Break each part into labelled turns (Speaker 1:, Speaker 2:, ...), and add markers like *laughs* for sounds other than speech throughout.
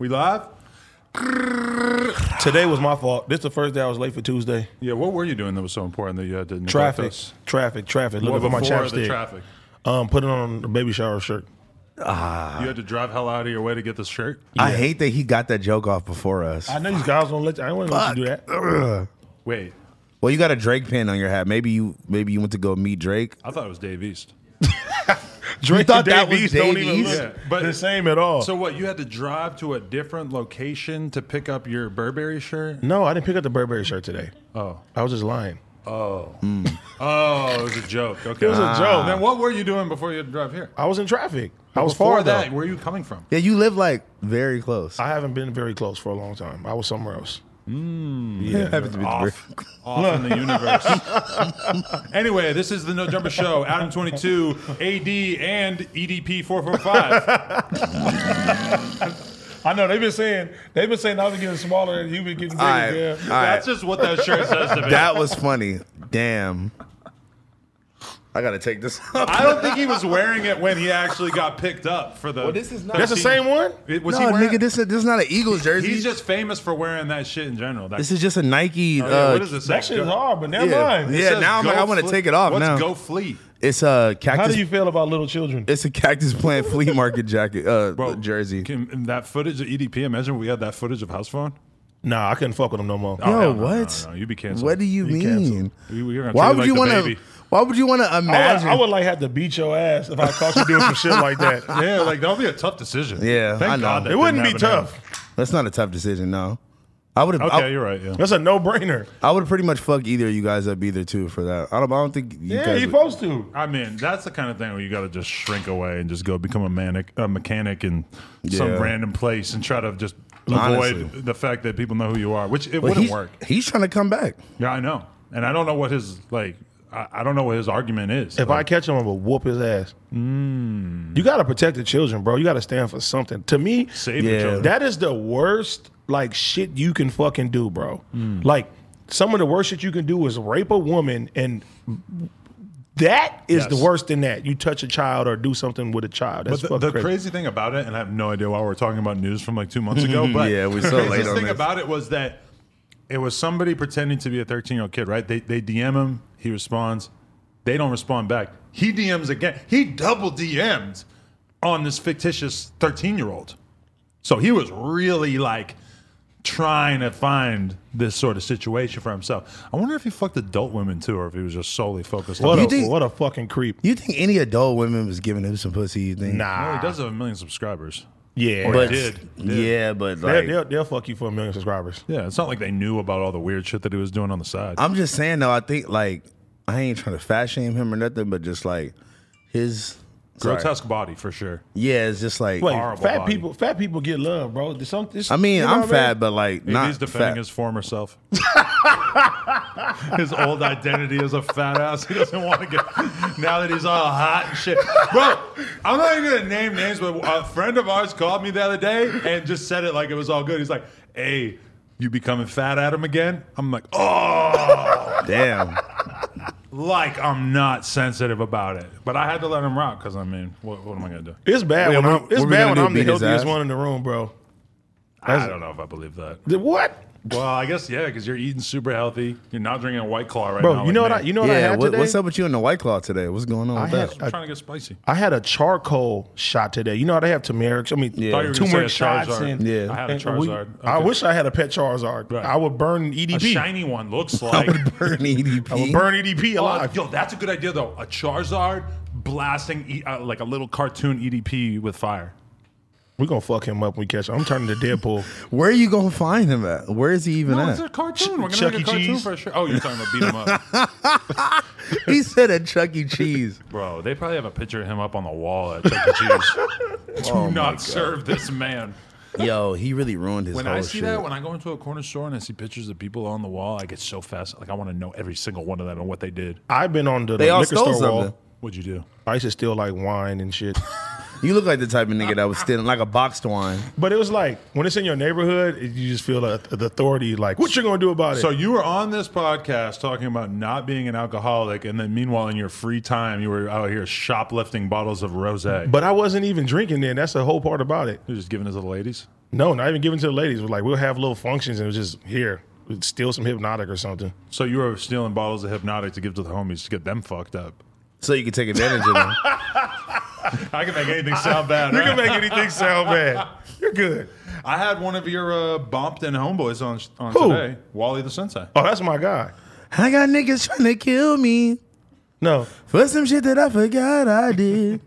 Speaker 1: We live?
Speaker 2: Today was my fault. This is the first day I was late for Tuesday.
Speaker 1: Yeah, what were you doing that was so important that you had to neglect
Speaker 2: Traffic,
Speaker 1: us?
Speaker 2: traffic, traffic.
Speaker 1: Well,
Speaker 2: Looking for my
Speaker 1: before the
Speaker 2: chapstick.
Speaker 1: traffic.
Speaker 2: Um, putting on the baby shower shirt. Ah.
Speaker 1: You had to drive hell out of your way to get this shirt?
Speaker 3: I hate that he got that joke off before us.
Speaker 2: I know these guys don't let you. I want to let you do that.
Speaker 3: Ugh.
Speaker 1: Wait,
Speaker 3: Well, you got a Drake pin on your hat. Maybe you maybe you went to go meet Drake.
Speaker 1: I thought it was Dave East.
Speaker 3: Drake thought that was
Speaker 2: Davies don't
Speaker 3: Dave
Speaker 2: even
Speaker 3: East?
Speaker 2: look the same at all.
Speaker 1: So what, you had to drive to a different location to pick up your Burberry shirt?
Speaker 2: no, I didn't pick up the Burberry shirt today.
Speaker 1: Oh.
Speaker 2: I was just lying.
Speaker 1: Oh, it was a joke. Okay. Ah.
Speaker 2: It was a joke.
Speaker 1: Then what were you doing before you had to drive here?
Speaker 2: I was in traffic. I was
Speaker 1: Before
Speaker 2: far though.
Speaker 1: that, where are you coming from?
Speaker 3: Yeah, you live like very close.
Speaker 2: I haven't been very close for a long time. I was somewhere else.
Speaker 3: yeah, happens to be
Speaker 1: off, *laughs* off in the universe. *laughs* anyway, this is the No Jumper Show. Adam twenty two, AD and EDP four four five.
Speaker 2: *laughs* I know they've been saying they've been saying I've been getting smaller and you've been getting bigger.
Speaker 3: All right,
Speaker 2: yeah.
Speaker 3: all right.
Speaker 1: That's just what that shirt says to me.
Speaker 3: That was funny. Damn. I gotta take this. *laughs* off.
Speaker 1: I don't think he was wearing it when he actually got picked up for the. Well,
Speaker 3: this is not-
Speaker 2: That's the same one.
Speaker 1: Was
Speaker 3: no,
Speaker 1: he wearing?
Speaker 3: nigga, this is, this is not an Eagles jersey.
Speaker 1: he's just famous for wearing that shit in general. That,
Speaker 3: this is just a Nike.
Speaker 1: Oh, yeah,
Speaker 3: uh,
Speaker 1: what is this?
Speaker 2: That shit is hard, but never
Speaker 3: yeah,
Speaker 2: mind.
Speaker 3: yeah. Now I'm like, I want to take it off
Speaker 1: Let's
Speaker 3: now.
Speaker 1: go flee,
Speaker 3: It's a
Speaker 2: How
Speaker 3: cactus.
Speaker 2: do you feel about little children?
Speaker 3: it's a cactus plant *laughs* flea market jacket uh,
Speaker 1: bro.
Speaker 3: jersey.
Speaker 1: Can, that footage of EDP. Imagine we had that footage of house phone.
Speaker 2: Nah, I couldn't fuck with them no more.
Speaker 3: Yo,
Speaker 1: hell Oh, no,
Speaker 3: what?
Speaker 1: no, no, no, you be canceled.
Speaker 3: What do you,
Speaker 2: You
Speaker 3: mean?
Speaker 2: canceled.
Speaker 1: We- we were gonna
Speaker 3: why
Speaker 1: treat
Speaker 3: would
Speaker 1: you
Speaker 3: you
Speaker 1: like the
Speaker 3: want to?
Speaker 1: baby.
Speaker 3: Why would you want to
Speaker 2: I would,
Speaker 3: imagine?
Speaker 2: I would like have to beat your ass if I caught you doing some shit like that.
Speaker 3: *laughs*
Speaker 1: Yeah, like that would be a tough decision.
Speaker 3: Yeah,
Speaker 1: Thank
Speaker 3: I know.
Speaker 1: God that
Speaker 2: It wouldn't be
Speaker 1: didn't happen.
Speaker 2: tough.
Speaker 3: That's not a tough decision. No, I would.
Speaker 1: Okay,
Speaker 3: I,
Speaker 1: you're right. Yeah.
Speaker 2: That's a no brainer.
Speaker 3: I would pretty much fuck either of you guys up either too for that. I don't. I don't think. You
Speaker 2: Yeah,
Speaker 3: guys
Speaker 2: you're
Speaker 3: would-
Speaker 2: supposed to.
Speaker 1: I mean, that's the kind of thing where you got to just shrink away and just go become a manic, a mechanic in some
Speaker 3: Yeah.
Speaker 1: random place and try to just
Speaker 3: Honestly.
Speaker 1: avoid the fact that people know who you are, which it
Speaker 3: But
Speaker 1: wouldn't
Speaker 3: he's-
Speaker 1: work.
Speaker 3: He's trying to come back.
Speaker 1: Yeah, I know, and I don't know what his like. I, I don't know what his argument is.
Speaker 2: If I catch him, I'm gonna whoop his ass.
Speaker 1: Mm.
Speaker 2: You gotta protect the children, bro. You gotta stand for something. To me,
Speaker 1: save the
Speaker 3: Yeah.
Speaker 1: children.
Speaker 2: that is the worst like shit you can fucking do, bro.
Speaker 1: Mm.
Speaker 2: Like some of the worst shit you can do is rape a woman, and that is
Speaker 1: Yes.
Speaker 2: the worst than that. You touch a child or do something with a child. That's
Speaker 1: But the,
Speaker 2: fucking
Speaker 1: the
Speaker 2: crazy.
Speaker 1: crazy thing about it, and I have no idea why we're talking about news from like two months
Speaker 2: *laughs*
Speaker 1: ago, but *laughs*
Speaker 3: Yeah, we're
Speaker 1: the
Speaker 3: so late
Speaker 1: craziest
Speaker 3: on
Speaker 1: thing
Speaker 3: this.
Speaker 1: about it was that it was somebody pretending to be a 13 year old kid, right? They, they DM him, he responds, they don't respond back. He DMs again. He double DMs on this fictitious 13 year old. So he was really like trying to find this sort of situation for himself. I wonder if he fucked adult women too, or if he was just solely focused
Speaker 2: What
Speaker 1: on.
Speaker 2: a,
Speaker 3: You think-
Speaker 2: what a fucking creep.
Speaker 3: You think any adult women was giving him some pussy? You think?
Speaker 1: No,
Speaker 2: Nah,
Speaker 1: he does have a million subscribers.
Speaker 2: yeah,
Speaker 3: but
Speaker 1: did, did.
Speaker 3: yeah, but
Speaker 2: they'll,
Speaker 3: like,
Speaker 2: they'll, they'll fuck you for a million subscribers.
Speaker 1: Yeah, it's not like they knew about all the weird shit that he was doing on the side.
Speaker 3: I'm just saying though. I think like I ain't trying to fat shame him or nothing, but just like his sorry.
Speaker 1: Grotesque body for sure.
Speaker 3: Yeah, it's just like.
Speaker 2: Wait,
Speaker 1: Horrible
Speaker 2: fat
Speaker 1: body.
Speaker 2: people, fat people get love, bro. There's some- it's-
Speaker 3: I mean,
Speaker 2: you know
Speaker 3: I'm
Speaker 2: what I
Speaker 3: fat, but like
Speaker 1: Maybe
Speaker 3: not
Speaker 1: he's defending
Speaker 3: fat.
Speaker 1: his former self. *laughs* his old identity as a fat ass. He doesn't want to get. Now that he's all hot and shit, bro. I'm not even gonna name names, but a friend of ours called me the other day and just said it like it was all good. He's like, "Hey, you becoming fat, Adam again?" I'm like, "Oh,
Speaker 2: *laughs*
Speaker 3: Damn.
Speaker 1: like I'm not sensitive about it." But I had to let him rock because I mean, what, what am I gonna do?
Speaker 2: It's bad
Speaker 3: Wait,
Speaker 2: when
Speaker 3: what
Speaker 2: I'm,
Speaker 3: we-
Speaker 2: it's
Speaker 3: what we
Speaker 2: bad
Speaker 3: gonna
Speaker 2: when
Speaker 3: do,
Speaker 2: I'm the
Speaker 3: beat his
Speaker 2: healthiest
Speaker 3: ass?
Speaker 2: one in the room, bro.
Speaker 1: I don't know if I believe that.
Speaker 2: The- What,
Speaker 1: Well, I guess yeah, because you're eating super healthy. You're not drinking a white claw right
Speaker 2: bro?
Speaker 1: now.
Speaker 2: you
Speaker 1: like
Speaker 2: know what?
Speaker 1: me.
Speaker 2: I, you know what I
Speaker 3: yeah,
Speaker 2: had
Speaker 3: what,
Speaker 2: today?
Speaker 3: what's up with you and the White Claw today? What's going on
Speaker 2: I
Speaker 3: with
Speaker 2: had,
Speaker 3: that?
Speaker 1: I'm
Speaker 2: a,
Speaker 1: trying to get spicy.
Speaker 2: I had a charcoal shot today. You know how they have turmeric? I mean,
Speaker 1: Thought you were gonna
Speaker 2: turmeric
Speaker 1: say a Charizard.
Speaker 2: shots. And,
Speaker 3: Yeah.
Speaker 1: I had a
Speaker 2: and we-
Speaker 1: Charizard.
Speaker 2: I
Speaker 1: Okay.
Speaker 2: wish I had a pet Charizard.
Speaker 1: Right.
Speaker 2: I would burn
Speaker 1: a
Speaker 2: EDP.
Speaker 1: shiny one looks like.
Speaker 3: *laughs* Burn E EDP.
Speaker 2: I would burn EDP
Speaker 1: Oh,
Speaker 2: alive.
Speaker 1: yo, that's a good idea though. A Charizard blasting e- uh, like a little cartoon EDP with fire.
Speaker 2: We're gonna fuck him up when we catch him. I'm turning to
Speaker 1: *laughs*
Speaker 2: Deadpool.
Speaker 3: Where are you gonna find him at? Where is he even
Speaker 1: No, it's a
Speaker 3: at?
Speaker 1: cartoon. We're gonna
Speaker 2: Chuck
Speaker 1: make a
Speaker 2: E.
Speaker 1: cartoon
Speaker 2: Cheese?
Speaker 1: for sure. Oh, you're talking about beat him
Speaker 2: *laughs*
Speaker 1: up,
Speaker 3: *laughs* he said at Chuck E. Cheese.
Speaker 1: bro? They
Speaker 2: *laughs* Oh
Speaker 1: probably have a picture of him up on the wall at Chuck E. Cheese. Do not serve this man.
Speaker 3: Yo, he really ruined his
Speaker 1: When
Speaker 2: Oh,
Speaker 3: whole
Speaker 1: I see
Speaker 3: shit.
Speaker 1: that, when I go into a corner store and I see pictures of people on the wall, I get so fast. Like I want to know every single one of them and what they did.
Speaker 2: I've been on the
Speaker 3: They all
Speaker 2: liquor store
Speaker 3: stole something.
Speaker 2: wall.
Speaker 1: What'd you do?
Speaker 2: I used to steal like wine and shit.
Speaker 3: you look like the type of nigga that was stealing like a boxed wine.
Speaker 2: But it was like when it's in your neighborhood, it- you just feel like the authority. Like, what you gonna do about it?
Speaker 1: So you were on this podcast talking about not being an alcoholic, and then meanwhile, in your free time, you were out here shoplifting bottles of rosé.
Speaker 2: but I wasn't even drinking then. That's the whole part about it.
Speaker 1: You're just giving it to the ladies.
Speaker 2: No, not even giving to the ladies. It was like we'll have little functions and it was just here, we'd steal some hypnotic or something. *laughs*
Speaker 1: So you were stealing bottles of hypnotic to give to the homies to get them fucked up.
Speaker 3: So you can take advantage of them.
Speaker 1: I can make anything sound bad.
Speaker 2: You
Speaker 1: right?
Speaker 2: can make anything sound bad. You're good.
Speaker 1: I had one of your uh, Bompton homeboys on on
Speaker 2: Who?
Speaker 1: today, Wally the Sensei.
Speaker 2: Oh, that's my guy.
Speaker 3: *laughs* I got niggas trying to kill me
Speaker 2: No,
Speaker 3: for some shit that I forgot I did.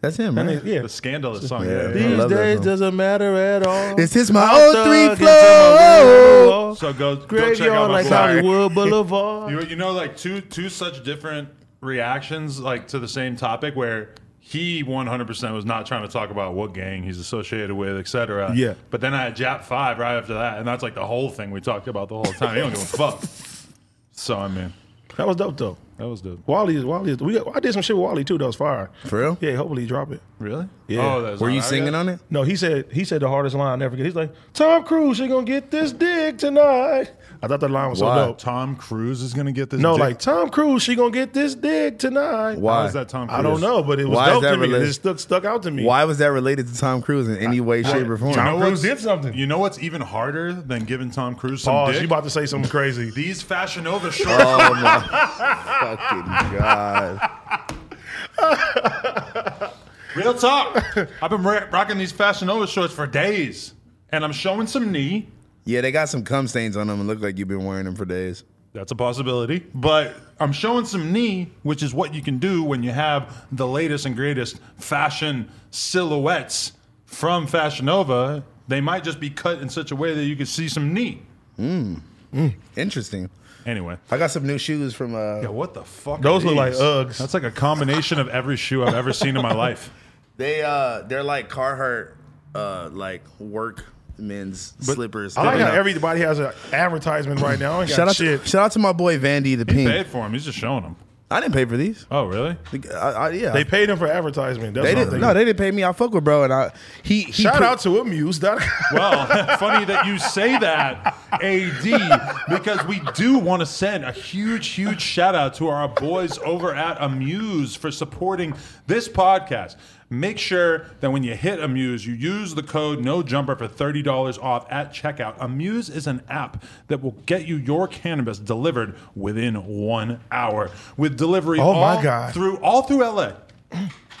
Speaker 3: That's him,
Speaker 2: I mean,
Speaker 3: right?
Speaker 2: yeah. *laughs*
Speaker 1: The scandalous song.
Speaker 3: Yeah.
Speaker 1: yeah, yeah.
Speaker 3: love that song.
Speaker 2: doesn't matter at all.
Speaker 3: This is my
Speaker 2: I'm
Speaker 3: old three
Speaker 2: thugging to my
Speaker 3: flow.
Speaker 2: wall.
Speaker 1: So go, go check out
Speaker 2: Graveyard
Speaker 1: my
Speaker 2: like
Speaker 1: blog.
Speaker 2: Hollywood Boulevard.
Speaker 1: You, you know, like two two such different reactions, like to the same topic, where he 100% was not trying to talk about what gang he's associated with, etc.
Speaker 2: Yeah.
Speaker 1: But then I had Jap Five right after that, and that's like the whole thing we talked about the whole time. He don't give a fuck. So I mean,
Speaker 2: That was dope though.
Speaker 1: that was dope.
Speaker 2: Wally is Wally. Is, we I did some shit with Wally too. That was fire.
Speaker 3: For real?
Speaker 2: Yeah. Hopefully he drop it.
Speaker 1: Really?
Speaker 2: Yeah.
Speaker 1: that was
Speaker 3: Were
Speaker 1: on
Speaker 3: you
Speaker 1: our
Speaker 3: singing
Speaker 1: guy?
Speaker 3: on it?
Speaker 2: No, he said he said the hardest line I never get. He's like Tom Cruise. She gonna get this dick tonight. I thought that line was
Speaker 3: Why?
Speaker 2: so dope.
Speaker 1: Tom Cruise is gonna get this.
Speaker 2: No,
Speaker 1: dick?
Speaker 2: like Tom Cruise. She gonna get this dick tonight.
Speaker 3: Why?
Speaker 1: How is that Tom Cruise?
Speaker 2: I don't know, but it was
Speaker 3: Why is
Speaker 2: dope
Speaker 3: that
Speaker 2: to me.
Speaker 3: related?
Speaker 2: It stuck stuck out to me.
Speaker 3: Why was that related to Tom Cruise in any way, shape, or form?
Speaker 1: You know
Speaker 2: Cruise
Speaker 1: what's-
Speaker 2: did something.
Speaker 1: You know what's even harder than giving Tom Cruise some
Speaker 2: Oh,
Speaker 1: dick?
Speaker 2: she about to say something crazy.
Speaker 3: *laughs*
Speaker 1: These Fashion Nova shorts.
Speaker 3: Oh
Speaker 1: *laughs*
Speaker 3: my fucking god!
Speaker 1: Real talk.
Speaker 2: *laughs*
Speaker 1: I've been ra- rocking these Fashion Nova shorts for days, and I'm showing some knee.
Speaker 3: Yeah, they got some cum stains on them and look like you've been wearing them for days.
Speaker 1: That's a possibility. But I'm showing some knee, which is what you can do when you have the latest and greatest fashion silhouettes from Fashion Nova. They might just be cut in such a way that you can see some knee.
Speaker 3: Interesting.
Speaker 1: Anyway.
Speaker 3: I got some new shoes from uh,
Speaker 1: Yeah, what the fuck? are
Speaker 2: Those look like
Speaker 1: these?
Speaker 2: Uggs.
Speaker 1: That's like a combination of every shoe I've ever seen in my
Speaker 2: *laughs*
Speaker 1: life.
Speaker 3: They uh they're like Carhartt uh like work men's slippers.
Speaker 2: I like how
Speaker 3: They're not-
Speaker 2: everybody has an advertisement right now. I ain't
Speaker 3: shout
Speaker 2: got
Speaker 3: out
Speaker 2: shit.
Speaker 3: to, shout out to my boy Vandy the
Speaker 1: He
Speaker 3: Pink.
Speaker 1: paid for him. He's just showing them.
Speaker 3: I didn't pay for these.
Speaker 1: Oh, really?
Speaker 3: I, I, yeah,
Speaker 2: They paid him for advertisement. That's what
Speaker 3: They
Speaker 2: I'm
Speaker 3: didn't.
Speaker 2: thinking.
Speaker 3: No, they didn't pay me. I fuck with bro, and I he, he
Speaker 2: Shout
Speaker 3: put-
Speaker 2: out to Amuse. *laughs*
Speaker 1: Well, *laughs* funny that you say that, AD, because we do want to send a huge, huge shout out to our boys over at Amuse for supporting this podcast. Make sure that when you hit Amuse, you use the code NOJUMPER for $30 off at checkout. Amuse is an app that will get you your cannabis delivered within one hour with delivery
Speaker 2: Oh my
Speaker 1: all
Speaker 2: God.
Speaker 1: through all through LA.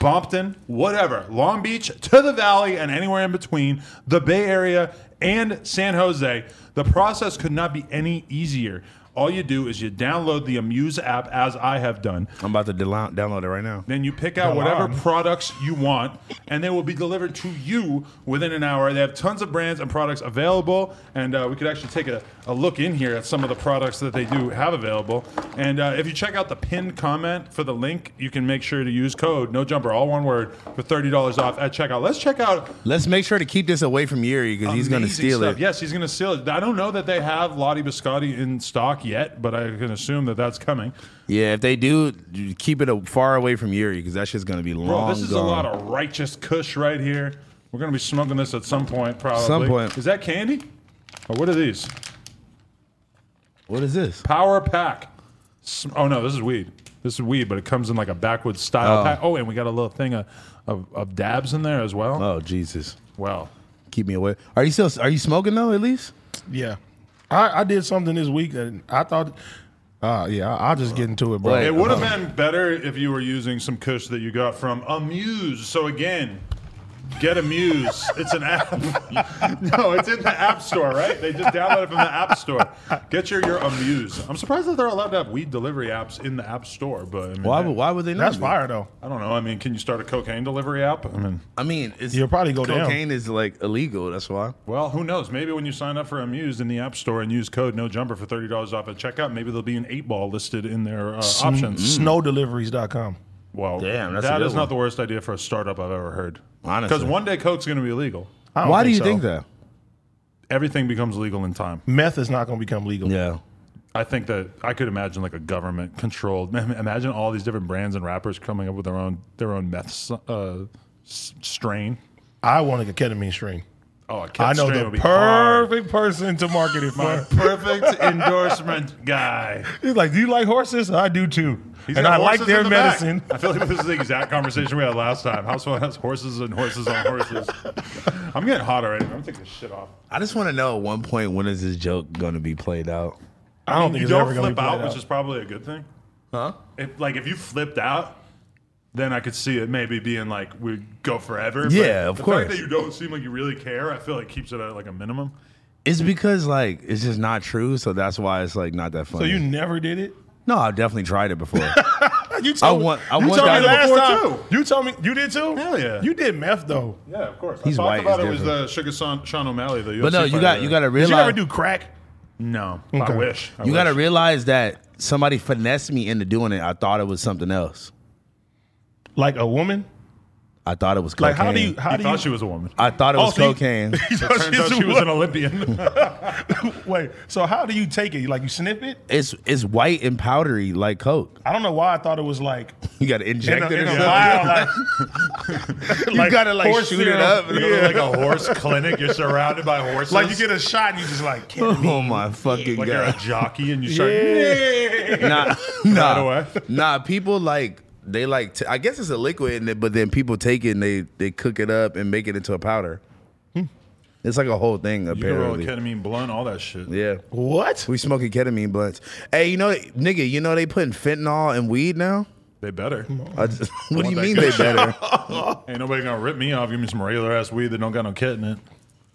Speaker 1: Bompton, whatever, Long Beach to the Valley and anywhere in between, the Bay Area and San Jose. The process could not be any easier. All you do is you download the Amuse app, as I have done.
Speaker 3: I'm about to delo- download it right now.
Speaker 1: Then you pick out whatever products you want, and they will be delivered to you within an hour. They have tons of brands and products available, and uh, we could actually take a, a look in here at some of the products that they do have available. And uh, if you check out the pinned comment for the link, you can make sure to use code no jumper, all one word, for thirty dollars off at checkout. Let's check out.
Speaker 3: Let's make sure to keep this away from Yuri because he's gonna
Speaker 1: amazing
Speaker 3: steal
Speaker 1: stuff.
Speaker 3: it.
Speaker 1: Yes, he's gonna steal it. I don't know that they have Lottie Biscotti in stock yet, but I can assume that that's coming.
Speaker 3: Yeah, if they do, you keep it a, far away from Yuri because that shit's gonna be long.
Speaker 1: Bro, this is
Speaker 3: gone.
Speaker 1: a lot of righteous kush right here. We're gonna be smoking this at some point, probably.
Speaker 3: Some point.
Speaker 1: Is that candy? Or what are these?
Speaker 3: What is this?
Speaker 1: Power pack. Sm- Oh no, this is weed. This is weed, but it comes in like a backwoods style
Speaker 3: Oh.
Speaker 1: pack. Oh, and we got a little thing of, of, of dabs in there as well.
Speaker 3: Oh Jesus,
Speaker 1: Wow.
Speaker 3: keep me away. Are you still? Are you smoking though? At least.
Speaker 2: yeah. I, I did something this week that I thought, uh, yeah, I, I'll just get into it, bro. Uh,
Speaker 3: Wait.
Speaker 1: It would have been better if you were using some kush that you got from Amuse. So again, get Amuse. It's an app. *laughs* no, it's in the App Store, right? They just download it from the App Store. Get your your Amuse. I'm surprised that they're allowed to have weed delivery apps in the App Store, but I mean,
Speaker 3: Why? would- Why would they not?
Speaker 2: That's
Speaker 3: be?
Speaker 2: fire, though.
Speaker 1: I don't know. I mean, can you start a cocaine delivery app? I mean,
Speaker 3: I mean, it's,
Speaker 2: You'll probably go down.
Speaker 3: cocaine is like illegal. That's why.
Speaker 1: well, who knows? Maybe when you sign up for Amuse in the App Store and use code No Jumper for thirty dollars off at checkout, maybe there'll be an eight ball listed in their uh,
Speaker 3: Mm.
Speaker 1: options.
Speaker 2: Snowdeliveries.com.
Speaker 1: Well,
Speaker 3: Damn, that's a
Speaker 1: that
Speaker 3: good
Speaker 1: is not
Speaker 3: one.
Speaker 1: the worst idea for a startup I've ever heard.
Speaker 3: Honestly.
Speaker 1: because one day Coke's going to be illegal.
Speaker 4: I don't
Speaker 3: Why do you
Speaker 4: so.
Speaker 3: think that?
Speaker 1: Everything becomes legal in time.
Speaker 4: Meth is not going to become legal.
Speaker 3: Yeah.
Speaker 1: I think that I could imagine like a government controlled. *laughs* Imagine all these different brands and rappers coming up with their own their own meth s- uh, s- strain.
Speaker 4: I want a ketamine string.
Speaker 1: Oh, a
Speaker 4: I
Speaker 1: cat
Speaker 4: know
Speaker 1: strain
Speaker 4: the
Speaker 1: would be hard.
Speaker 4: perfect person to market it
Speaker 1: My
Speaker 4: for.
Speaker 1: perfect *laughs* endorsement guy.
Speaker 4: He's like, "Do you like horses? I do too,
Speaker 1: He's
Speaker 4: and
Speaker 1: got
Speaker 4: I like
Speaker 1: horses
Speaker 4: their
Speaker 1: in the back.
Speaker 4: medicine."
Speaker 1: I feel like this is the exact conversation we had last time. House phone has horses and horses on
Speaker 4: *laughs*
Speaker 1: horses. I'm getting hot already. I'm gonna take this shit off.
Speaker 3: I just want to know at one point when is this joke going to be played out?
Speaker 4: I don't think
Speaker 1: You
Speaker 4: it's ever
Speaker 1: don't
Speaker 4: going
Speaker 1: flip
Speaker 4: to be
Speaker 1: out,
Speaker 4: out,
Speaker 1: which is probably a good thing.
Speaker 3: Huh?
Speaker 1: If like if you flipped out, then I could see it maybe being like we go forever. but
Speaker 3: Yeah, of
Speaker 1: the
Speaker 3: course.
Speaker 1: Fact that you don't seem like you really care, I feel like keeps it at like a minimum.
Speaker 3: It's because like it's just not true, so that's why it's like not that funny.
Speaker 4: So you never did it.
Speaker 3: no, I've definitely tried it
Speaker 4: *laughs*
Speaker 3: before.
Speaker 4: You told
Speaker 3: want-
Speaker 4: me,
Speaker 3: I
Speaker 4: you
Speaker 3: want
Speaker 4: told me
Speaker 3: that
Speaker 4: last
Speaker 1: before,
Speaker 4: time. You told me you did too.
Speaker 1: Hell yeah.
Speaker 4: You did meth though.
Speaker 1: Yeah, of course.
Speaker 3: He's
Speaker 1: I talked
Speaker 3: white,
Speaker 1: about
Speaker 3: it's
Speaker 1: it was
Speaker 3: different.
Speaker 1: the Sugar Son, Sean O'Malley, the UFC
Speaker 3: but no, you got you got to
Speaker 4: Did
Speaker 3: realize
Speaker 4: you ever do crack?
Speaker 1: no. I wish. I
Speaker 3: you
Speaker 1: wish.
Speaker 3: got to realize that somebody finessed me into doing it. I thought it was something else.
Speaker 4: Like a woman?
Speaker 3: I thought it was cocaine.
Speaker 4: Like how do you? How
Speaker 1: He
Speaker 4: do
Speaker 1: thought
Speaker 4: you?
Speaker 1: she was a woman.
Speaker 3: I thought it
Speaker 4: Oh,
Speaker 3: was
Speaker 4: so
Speaker 1: *laughs*
Speaker 4: you- *laughs*
Speaker 3: cocaine.
Speaker 4: you thought
Speaker 1: Turns out
Speaker 4: she's a
Speaker 1: she was an *laughs*
Speaker 4: woman.
Speaker 1: Olympian.
Speaker 4: *laughs* Wait. So how do you take it? Like you sniff it?
Speaker 3: it's it's white and powdery like coke. *laughs*
Speaker 4: I don't know why I thought it was like
Speaker 3: You got to inject
Speaker 4: in a,
Speaker 3: it.
Speaker 4: in
Speaker 3: or
Speaker 4: a
Speaker 3: something.
Speaker 4: vial.
Speaker 1: *laughs*
Speaker 4: Like,
Speaker 3: you got to like
Speaker 4: horse
Speaker 3: shoot it
Speaker 4: serum.
Speaker 3: up.
Speaker 1: You go to like a horse clinic. You're surrounded by horses.
Speaker 4: like you get a shot and you just like.
Speaker 3: *laughs*
Speaker 4: can't
Speaker 3: Oh my fucking
Speaker 1: like *laughs* you're a
Speaker 3: god!
Speaker 1: jockey and you start.
Speaker 3: Nah, nah,
Speaker 1: away.
Speaker 3: nah. People like they like. T- I guess it's a liquid in it, but then people take it and they they cook it up and make it into a powder. It's like a whole thing
Speaker 1: You can roll a
Speaker 3: apparently.
Speaker 1: ketamine blunt, all that shit.
Speaker 3: yeah,
Speaker 4: What?
Speaker 3: we smoking ketamine blunts. Hey, you know, nigga, you know they putting fentanyl in weed now.
Speaker 1: They better.
Speaker 3: I just- *laughs* what do you
Speaker 1: that
Speaker 3: mean
Speaker 1: good
Speaker 3: they better? *laughs*
Speaker 1: Ain't nobody gonna rip me off. Give me some regular ass weed that don't got no cat in it.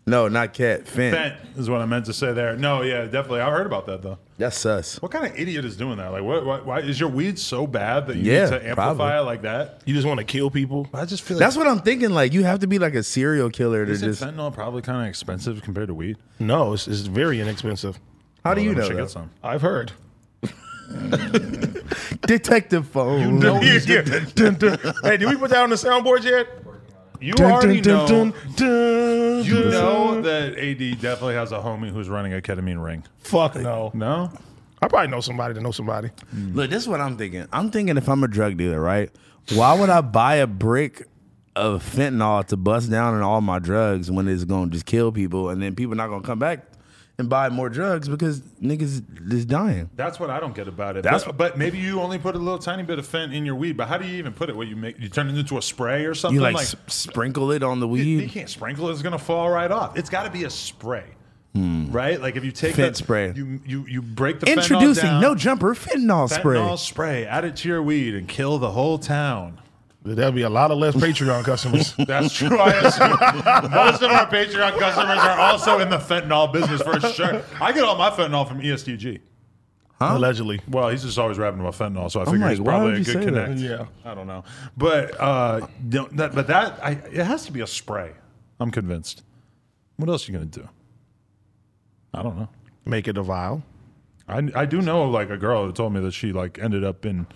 Speaker 3: no, not cat. Fent.
Speaker 1: Bent is what I meant to say there. No, yeah, definitely. I heard about that though.
Speaker 3: That's sus.
Speaker 1: What kind of idiot is doing that? Like, what? Why, why is your weed so bad that you
Speaker 3: Yeah,
Speaker 1: need to amplify
Speaker 3: probably.
Speaker 1: it like that?
Speaker 4: You just want to kill people?
Speaker 1: I just feel
Speaker 3: That's what I'm thinking. Like you have to be like a serial killer to
Speaker 1: Isn't
Speaker 3: just.
Speaker 1: fentanyl probably kind of expensive compared to weed? Oh,
Speaker 4: No, it's, it's very inexpensive.
Speaker 3: How do
Speaker 1: Then
Speaker 3: you
Speaker 1: we
Speaker 3: know?
Speaker 1: should
Speaker 3: though?
Speaker 1: get some.
Speaker 4: I've heard.
Speaker 3: Detective phone.
Speaker 4: *laughs* Yeah, yeah. Dun, dun. Hey, did we put that on the soundboard yet?
Speaker 1: You
Speaker 4: Dun,
Speaker 1: already
Speaker 4: dun,
Speaker 1: know.
Speaker 4: dun, dun,
Speaker 1: You
Speaker 4: dun.
Speaker 1: know that AD definitely has a homie who's running a ketamine ring.
Speaker 4: Fuck no.
Speaker 1: No,
Speaker 4: I probably know somebody to know somebody.
Speaker 3: Look, this is what I'm thinking. I'm thinking if I'm a drug dealer, right? Why would I buy a brick of fentanyl to bust down on all my drugs when it's gonna just kill people and then people not gonna come back and buy more drugs because niggas is dying.
Speaker 1: that's what I don't get about it.
Speaker 3: That's-
Speaker 1: but, but maybe you only put a little tiny bit of fent in your weed. But how do you even put it? What you make? You turn it into a spray or something?
Speaker 3: You like, s- sprinkle it on the
Speaker 1: You
Speaker 3: weed.
Speaker 1: can't sprinkle it; it's gonna fall right off. It's got to be a spray, right? Like if you take
Speaker 3: Fent
Speaker 1: the-
Speaker 3: Hmm. spray.
Speaker 1: you you you break the
Speaker 3: Introducing
Speaker 1: fentanyl down,
Speaker 3: no jumper fentanyl,
Speaker 1: fentanyl
Speaker 3: spray.
Speaker 1: spray. Add it to your weed and kill the whole town.
Speaker 4: That'd be a lot *laughs* of less Patreon customers.
Speaker 1: That's true. *laughs* I assume most of our Patreon customers are also in the fentanyl business for sure. I get all my fentanyl from E ESTG.
Speaker 4: Allegedly.
Speaker 1: Well, he's just always rapping about fentanyl, so I figure
Speaker 3: like,
Speaker 1: it's
Speaker 3: why
Speaker 1: probably
Speaker 3: would
Speaker 1: a
Speaker 3: you
Speaker 1: good
Speaker 3: say that?
Speaker 1: connect.
Speaker 4: Yeah.
Speaker 1: I don't know, but uh, don't, that, but that I, it has to be a spray. I'm convinced. What else are you gonna do? I don't know.
Speaker 4: Make it a vial.
Speaker 1: I, I do know like a girl who told me that she like ended up in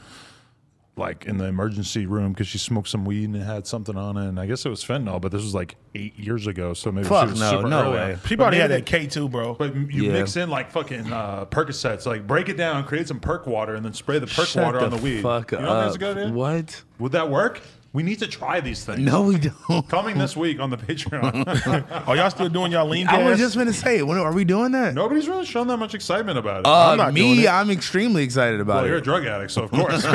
Speaker 1: like in the emergency room because she smoked some weed and it had something on it, and I guess it was fentanyl, but this was like eight years ago, so maybe
Speaker 3: Fuck
Speaker 1: she was
Speaker 3: no,
Speaker 1: super
Speaker 3: no
Speaker 1: early
Speaker 3: way.
Speaker 1: on.
Speaker 4: She
Speaker 1: But
Speaker 4: probably had
Speaker 1: maybe
Speaker 4: that K2, bro.
Speaker 1: But you
Speaker 3: Yeah.
Speaker 1: mix in like fucking uh, Percocets, like break it down, create some perk water, and then spray the perk
Speaker 3: Shut
Speaker 1: water on the weed.
Speaker 3: Fuck
Speaker 1: you know
Speaker 3: up.
Speaker 1: that's a good idea?
Speaker 3: What?
Speaker 1: Would that work? We need to try these things.
Speaker 3: No,
Speaker 1: *laughs*
Speaker 3: we don't.
Speaker 1: Coming this week on the Patreon.
Speaker 3: *laughs*
Speaker 4: Are y'all still doing y'all lean
Speaker 3: I was
Speaker 4: gas?
Speaker 3: just gonna say, when are we doing that?
Speaker 1: Nobody's really shown that much excitement about it.
Speaker 3: Uh,
Speaker 4: I'm not
Speaker 3: me,
Speaker 4: doing it.
Speaker 3: I'm extremely excited about
Speaker 1: well, you're a
Speaker 3: it.
Speaker 1: drug addict,
Speaker 4: *laughs*
Speaker 1: so of course.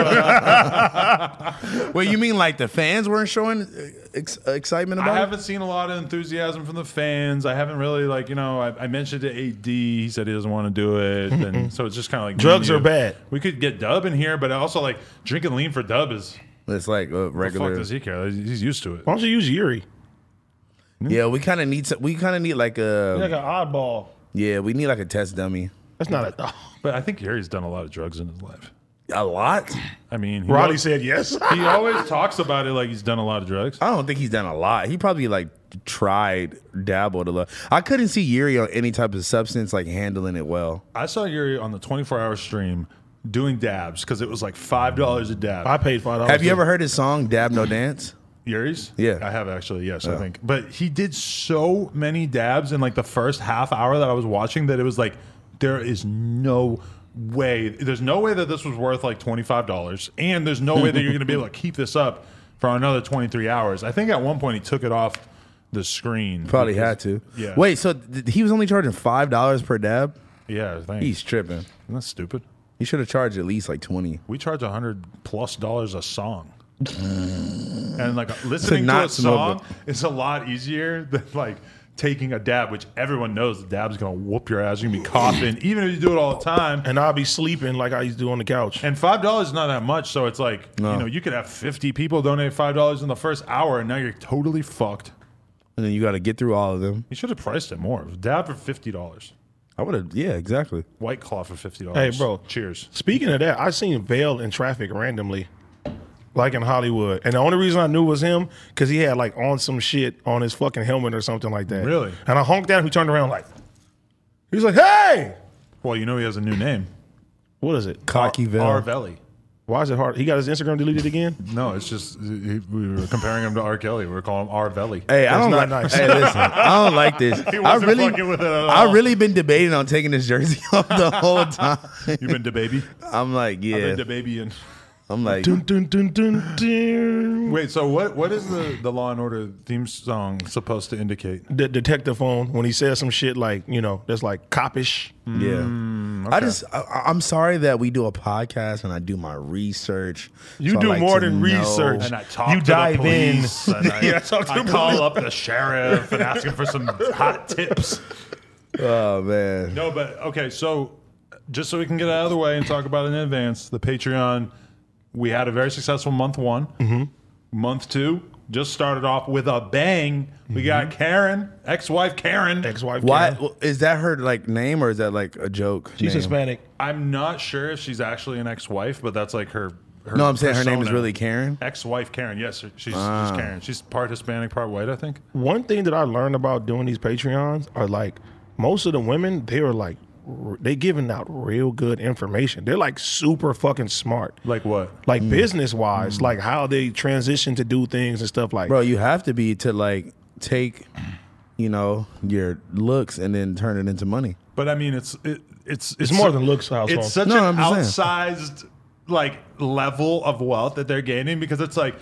Speaker 3: Well, you mean like the fans weren't showing uh, ex- excitement about
Speaker 1: I
Speaker 3: it?
Speaker 1: haven't seen a lot of enthusiasm from the fans. I haven't really like you know. I, I mentioned to AD. He said he doesn't want to do it, and so it's just kind of like me
Speaker 4: Drugs
Speaker 1: and
Speaker 4: are
Speaker 1: you.
Speaker 4: bad.
Speaker 1: We could get Dub in here, but also like drinking lean for Dub is
Speaker 3: It's like a
Speaker 1: fuck
Speaker 3: regular.
Speaker 1: does he care? He's used to it.
Speaker 4: Why don't you use Yuri?
Speaker 3: Yeah, we kind of need to, we kind of need like a
Speaker 4: Like an oddball.
Speaker 3: yeah, we need like a test dummy.
Speaker 4: That's not a.
Speaker 1: But I think Gary's done a lot of drugs in his life.
Speaker 3: A lot?
Speaker 1: I mean, he
Speaker 4: Roddy
Speaker 1: al-
Speaker 4: said yes.
Speaker 1: he always talks about it like he's done a lot of drugs.
Speaker 3: I don't think he's done a lot. He probably like tried, dabbled a lot. I couldn't see Yuri on any type of substance like handling it well.
Speaker 1: I saw Yuri on the 24-hour stream doing dabs because it was like five dollars a dab.
Speaker 4: I paid five dollars.
Speaker 3: Have you ever heard his song "Dab No Dance"?
Speaker 1: Yuri's?
Speaker 3: Yeah.
Speaker 1: I have actually, yes, I think. But he did so many dabs in like the first half hour that I was watching that it was like, there is no way, there's no way that this was worth like $25. And there's no way that you're going to be able to keep this up for another 23 hours. I think at one point he took it off the screen.
Speaker 3: Probably
Speaker 1: because-
Speaker 3: had to.
Speaker 1: Yeah.
Speaker 3: Wait, so th- he was only charging five dollars per dab?
Speaker 1: Yeah, thanks.
Speaker 3: He's tripping.
Speaker 1: Isn't that stupid?
Speaker 3: He should have charged at least like twenty.
Speaker 1: We charge a hundred plus dollars a
Speaker 3: *laughs*
Speaker 1: song. and like
Speaker 3: To
Speaker 1: listening to,
Speaker 3: not
Speaker 1: a
Speaker 3: smoke
Speaker 1: song is a lot easier than like taking a dab, which everyone knows the dab's gonna whoop your ass. You're gonna be
Speaker 3: *laughs*
Speaker 1: coughing, even if you do it all the time.
Speaker 2: and I'll be sleeping like I used to do on the couch.
Speaker 1: And five dollars is not that much, so it's like you know you could have fifty people donate five dollars in the first hour, and now you're totally fucked.
Speaker 3: And then you got to get through all of them.
Speaker 1: You should have priced it more. It was Dab for fifty dollars,
Speaker 3: I would have. Yeah, exactly.
Speaker 1: White Claw for fifty
Speaker 2: Hey,
Speaker 1: dollars.
Speaker 2: bro.
Speaker 1: cheers.
Speaker 2: Speaking of that, I seen Vail in traffic randomly, like in Hollywood. And the only reason I knew was him because he had like on some shit on his fucking helmet or something like that.
Speaker 1: Really?
Speaker 2: And I honked at him. He turned around like, he was like, "Hey,
Speaker 1: Well, you know he has a new name,
Speaker 2: what is it?
Speaker 3: Cocky Vel.
Speaker 1: Arvelli.
Speaker 2: Why is it hard? He got his Instagram deleted again.
Speaker 1: No, it's just he, we were comparing him to R. Kelly. We were calling him R. Velly.
Speaker 3: Hey, I
Speaker 2: That's
Speaker 3: don't like.
Speaker 2: not nice.
Speaker 3: Hey, listen, I don't
Speaker 2: *laughs*
Speaker 3: like this. I
Speaker 1: wasn't
Speaker 3: really,
Speaker 1: fucking with it at all.
Speaker 3: I really been debating on taking this jersey *laughs* off the whole time.
Speaker 1: You've been to baby.
Speaker 3: I'm like, yeah.
Speaker 1: Been to baby and
Speaker 3: I'm like,
Speaker 2: Dun, dun, dun, dun, dun.
Speaker 1: wait. So what? What is the the Law and Order theme song supposed to indicate?
Speaker 2: The detective phone when he says some shit like you know that's like copish.
Speaker 3: yeah.
Speaker 2: Mm,
Speaker 3: I just, I, I- I'm sorry that we do a podcast and I do my research.
Speaker 2: You
Speaker 3: So I
Speaker 2: do
Speaker 3: like
Speaker 2: more
Speaker 3: to
Speaker 2: than
Speaker 3: know-
Speaker 2: research.
Speaker 1: And I talk
Speaker 2: You
Speaker 1: to
Speaker 2: dive
Speaker 1: the police, *laughs*
Speaker 2: in.
Speaker 1: And I,
Speaker 2: Yeah, talk to
Speaker 1: I
Speaker 2: the
Speaker 1: call
Speaker 2: police.
Speaker 1: up the sheriff and ask him for some hot tips.
Speaker 3: Oh man.
Speaker 1: No, but okay. So just so we can get out of the way and talk about it in advance, the Patreon. We had a very successful month one. Month two just started off with a bang. We got Karen, ex-wife Karen,
Speaker 2: Ex-wife.
Speaker 3: Why
Speaker 2: Karen.
Speaker 3: well, is that her like name or is that like a joke?
Speaker 2: She's
Speaker 3: name?
Speaker 2: Hispanic.
Speaker 1: I'm not sure if she's actually an ex-wife, but that's like her. her
Speaker 3: No, I'm saying her name is
Speaker 1: persona.
Speaker 3: really Karen. Ah.
Speaker 1: Ex-wife Karen. Yes, she's, she's Karen. She's part Hispanic, part white. I think.
Speaker 2: one thing that I learned about doing these Patreons are like most of the women, they are like r- they giving out real good information. They're like super fucking smart.
Speaker 1: Like what?
Speaker 2: Like business
Speaker 1: Mm.
Speaker 2: wise, like how they transition to do things and stuff like
Speaker 3: Bro, you have to be to like take, you know, your looks and then turn it into money.
Speaker 1: But I mean, it's it, it's, it's
Speaker 2: more than looks, I was wrong.
Speaker 1: It's such
Speaker 3: No,
Speaker 1: an
Speaker 3: I'm just
Speaker 1: outsized like level of wealth that they're gaining because it's like.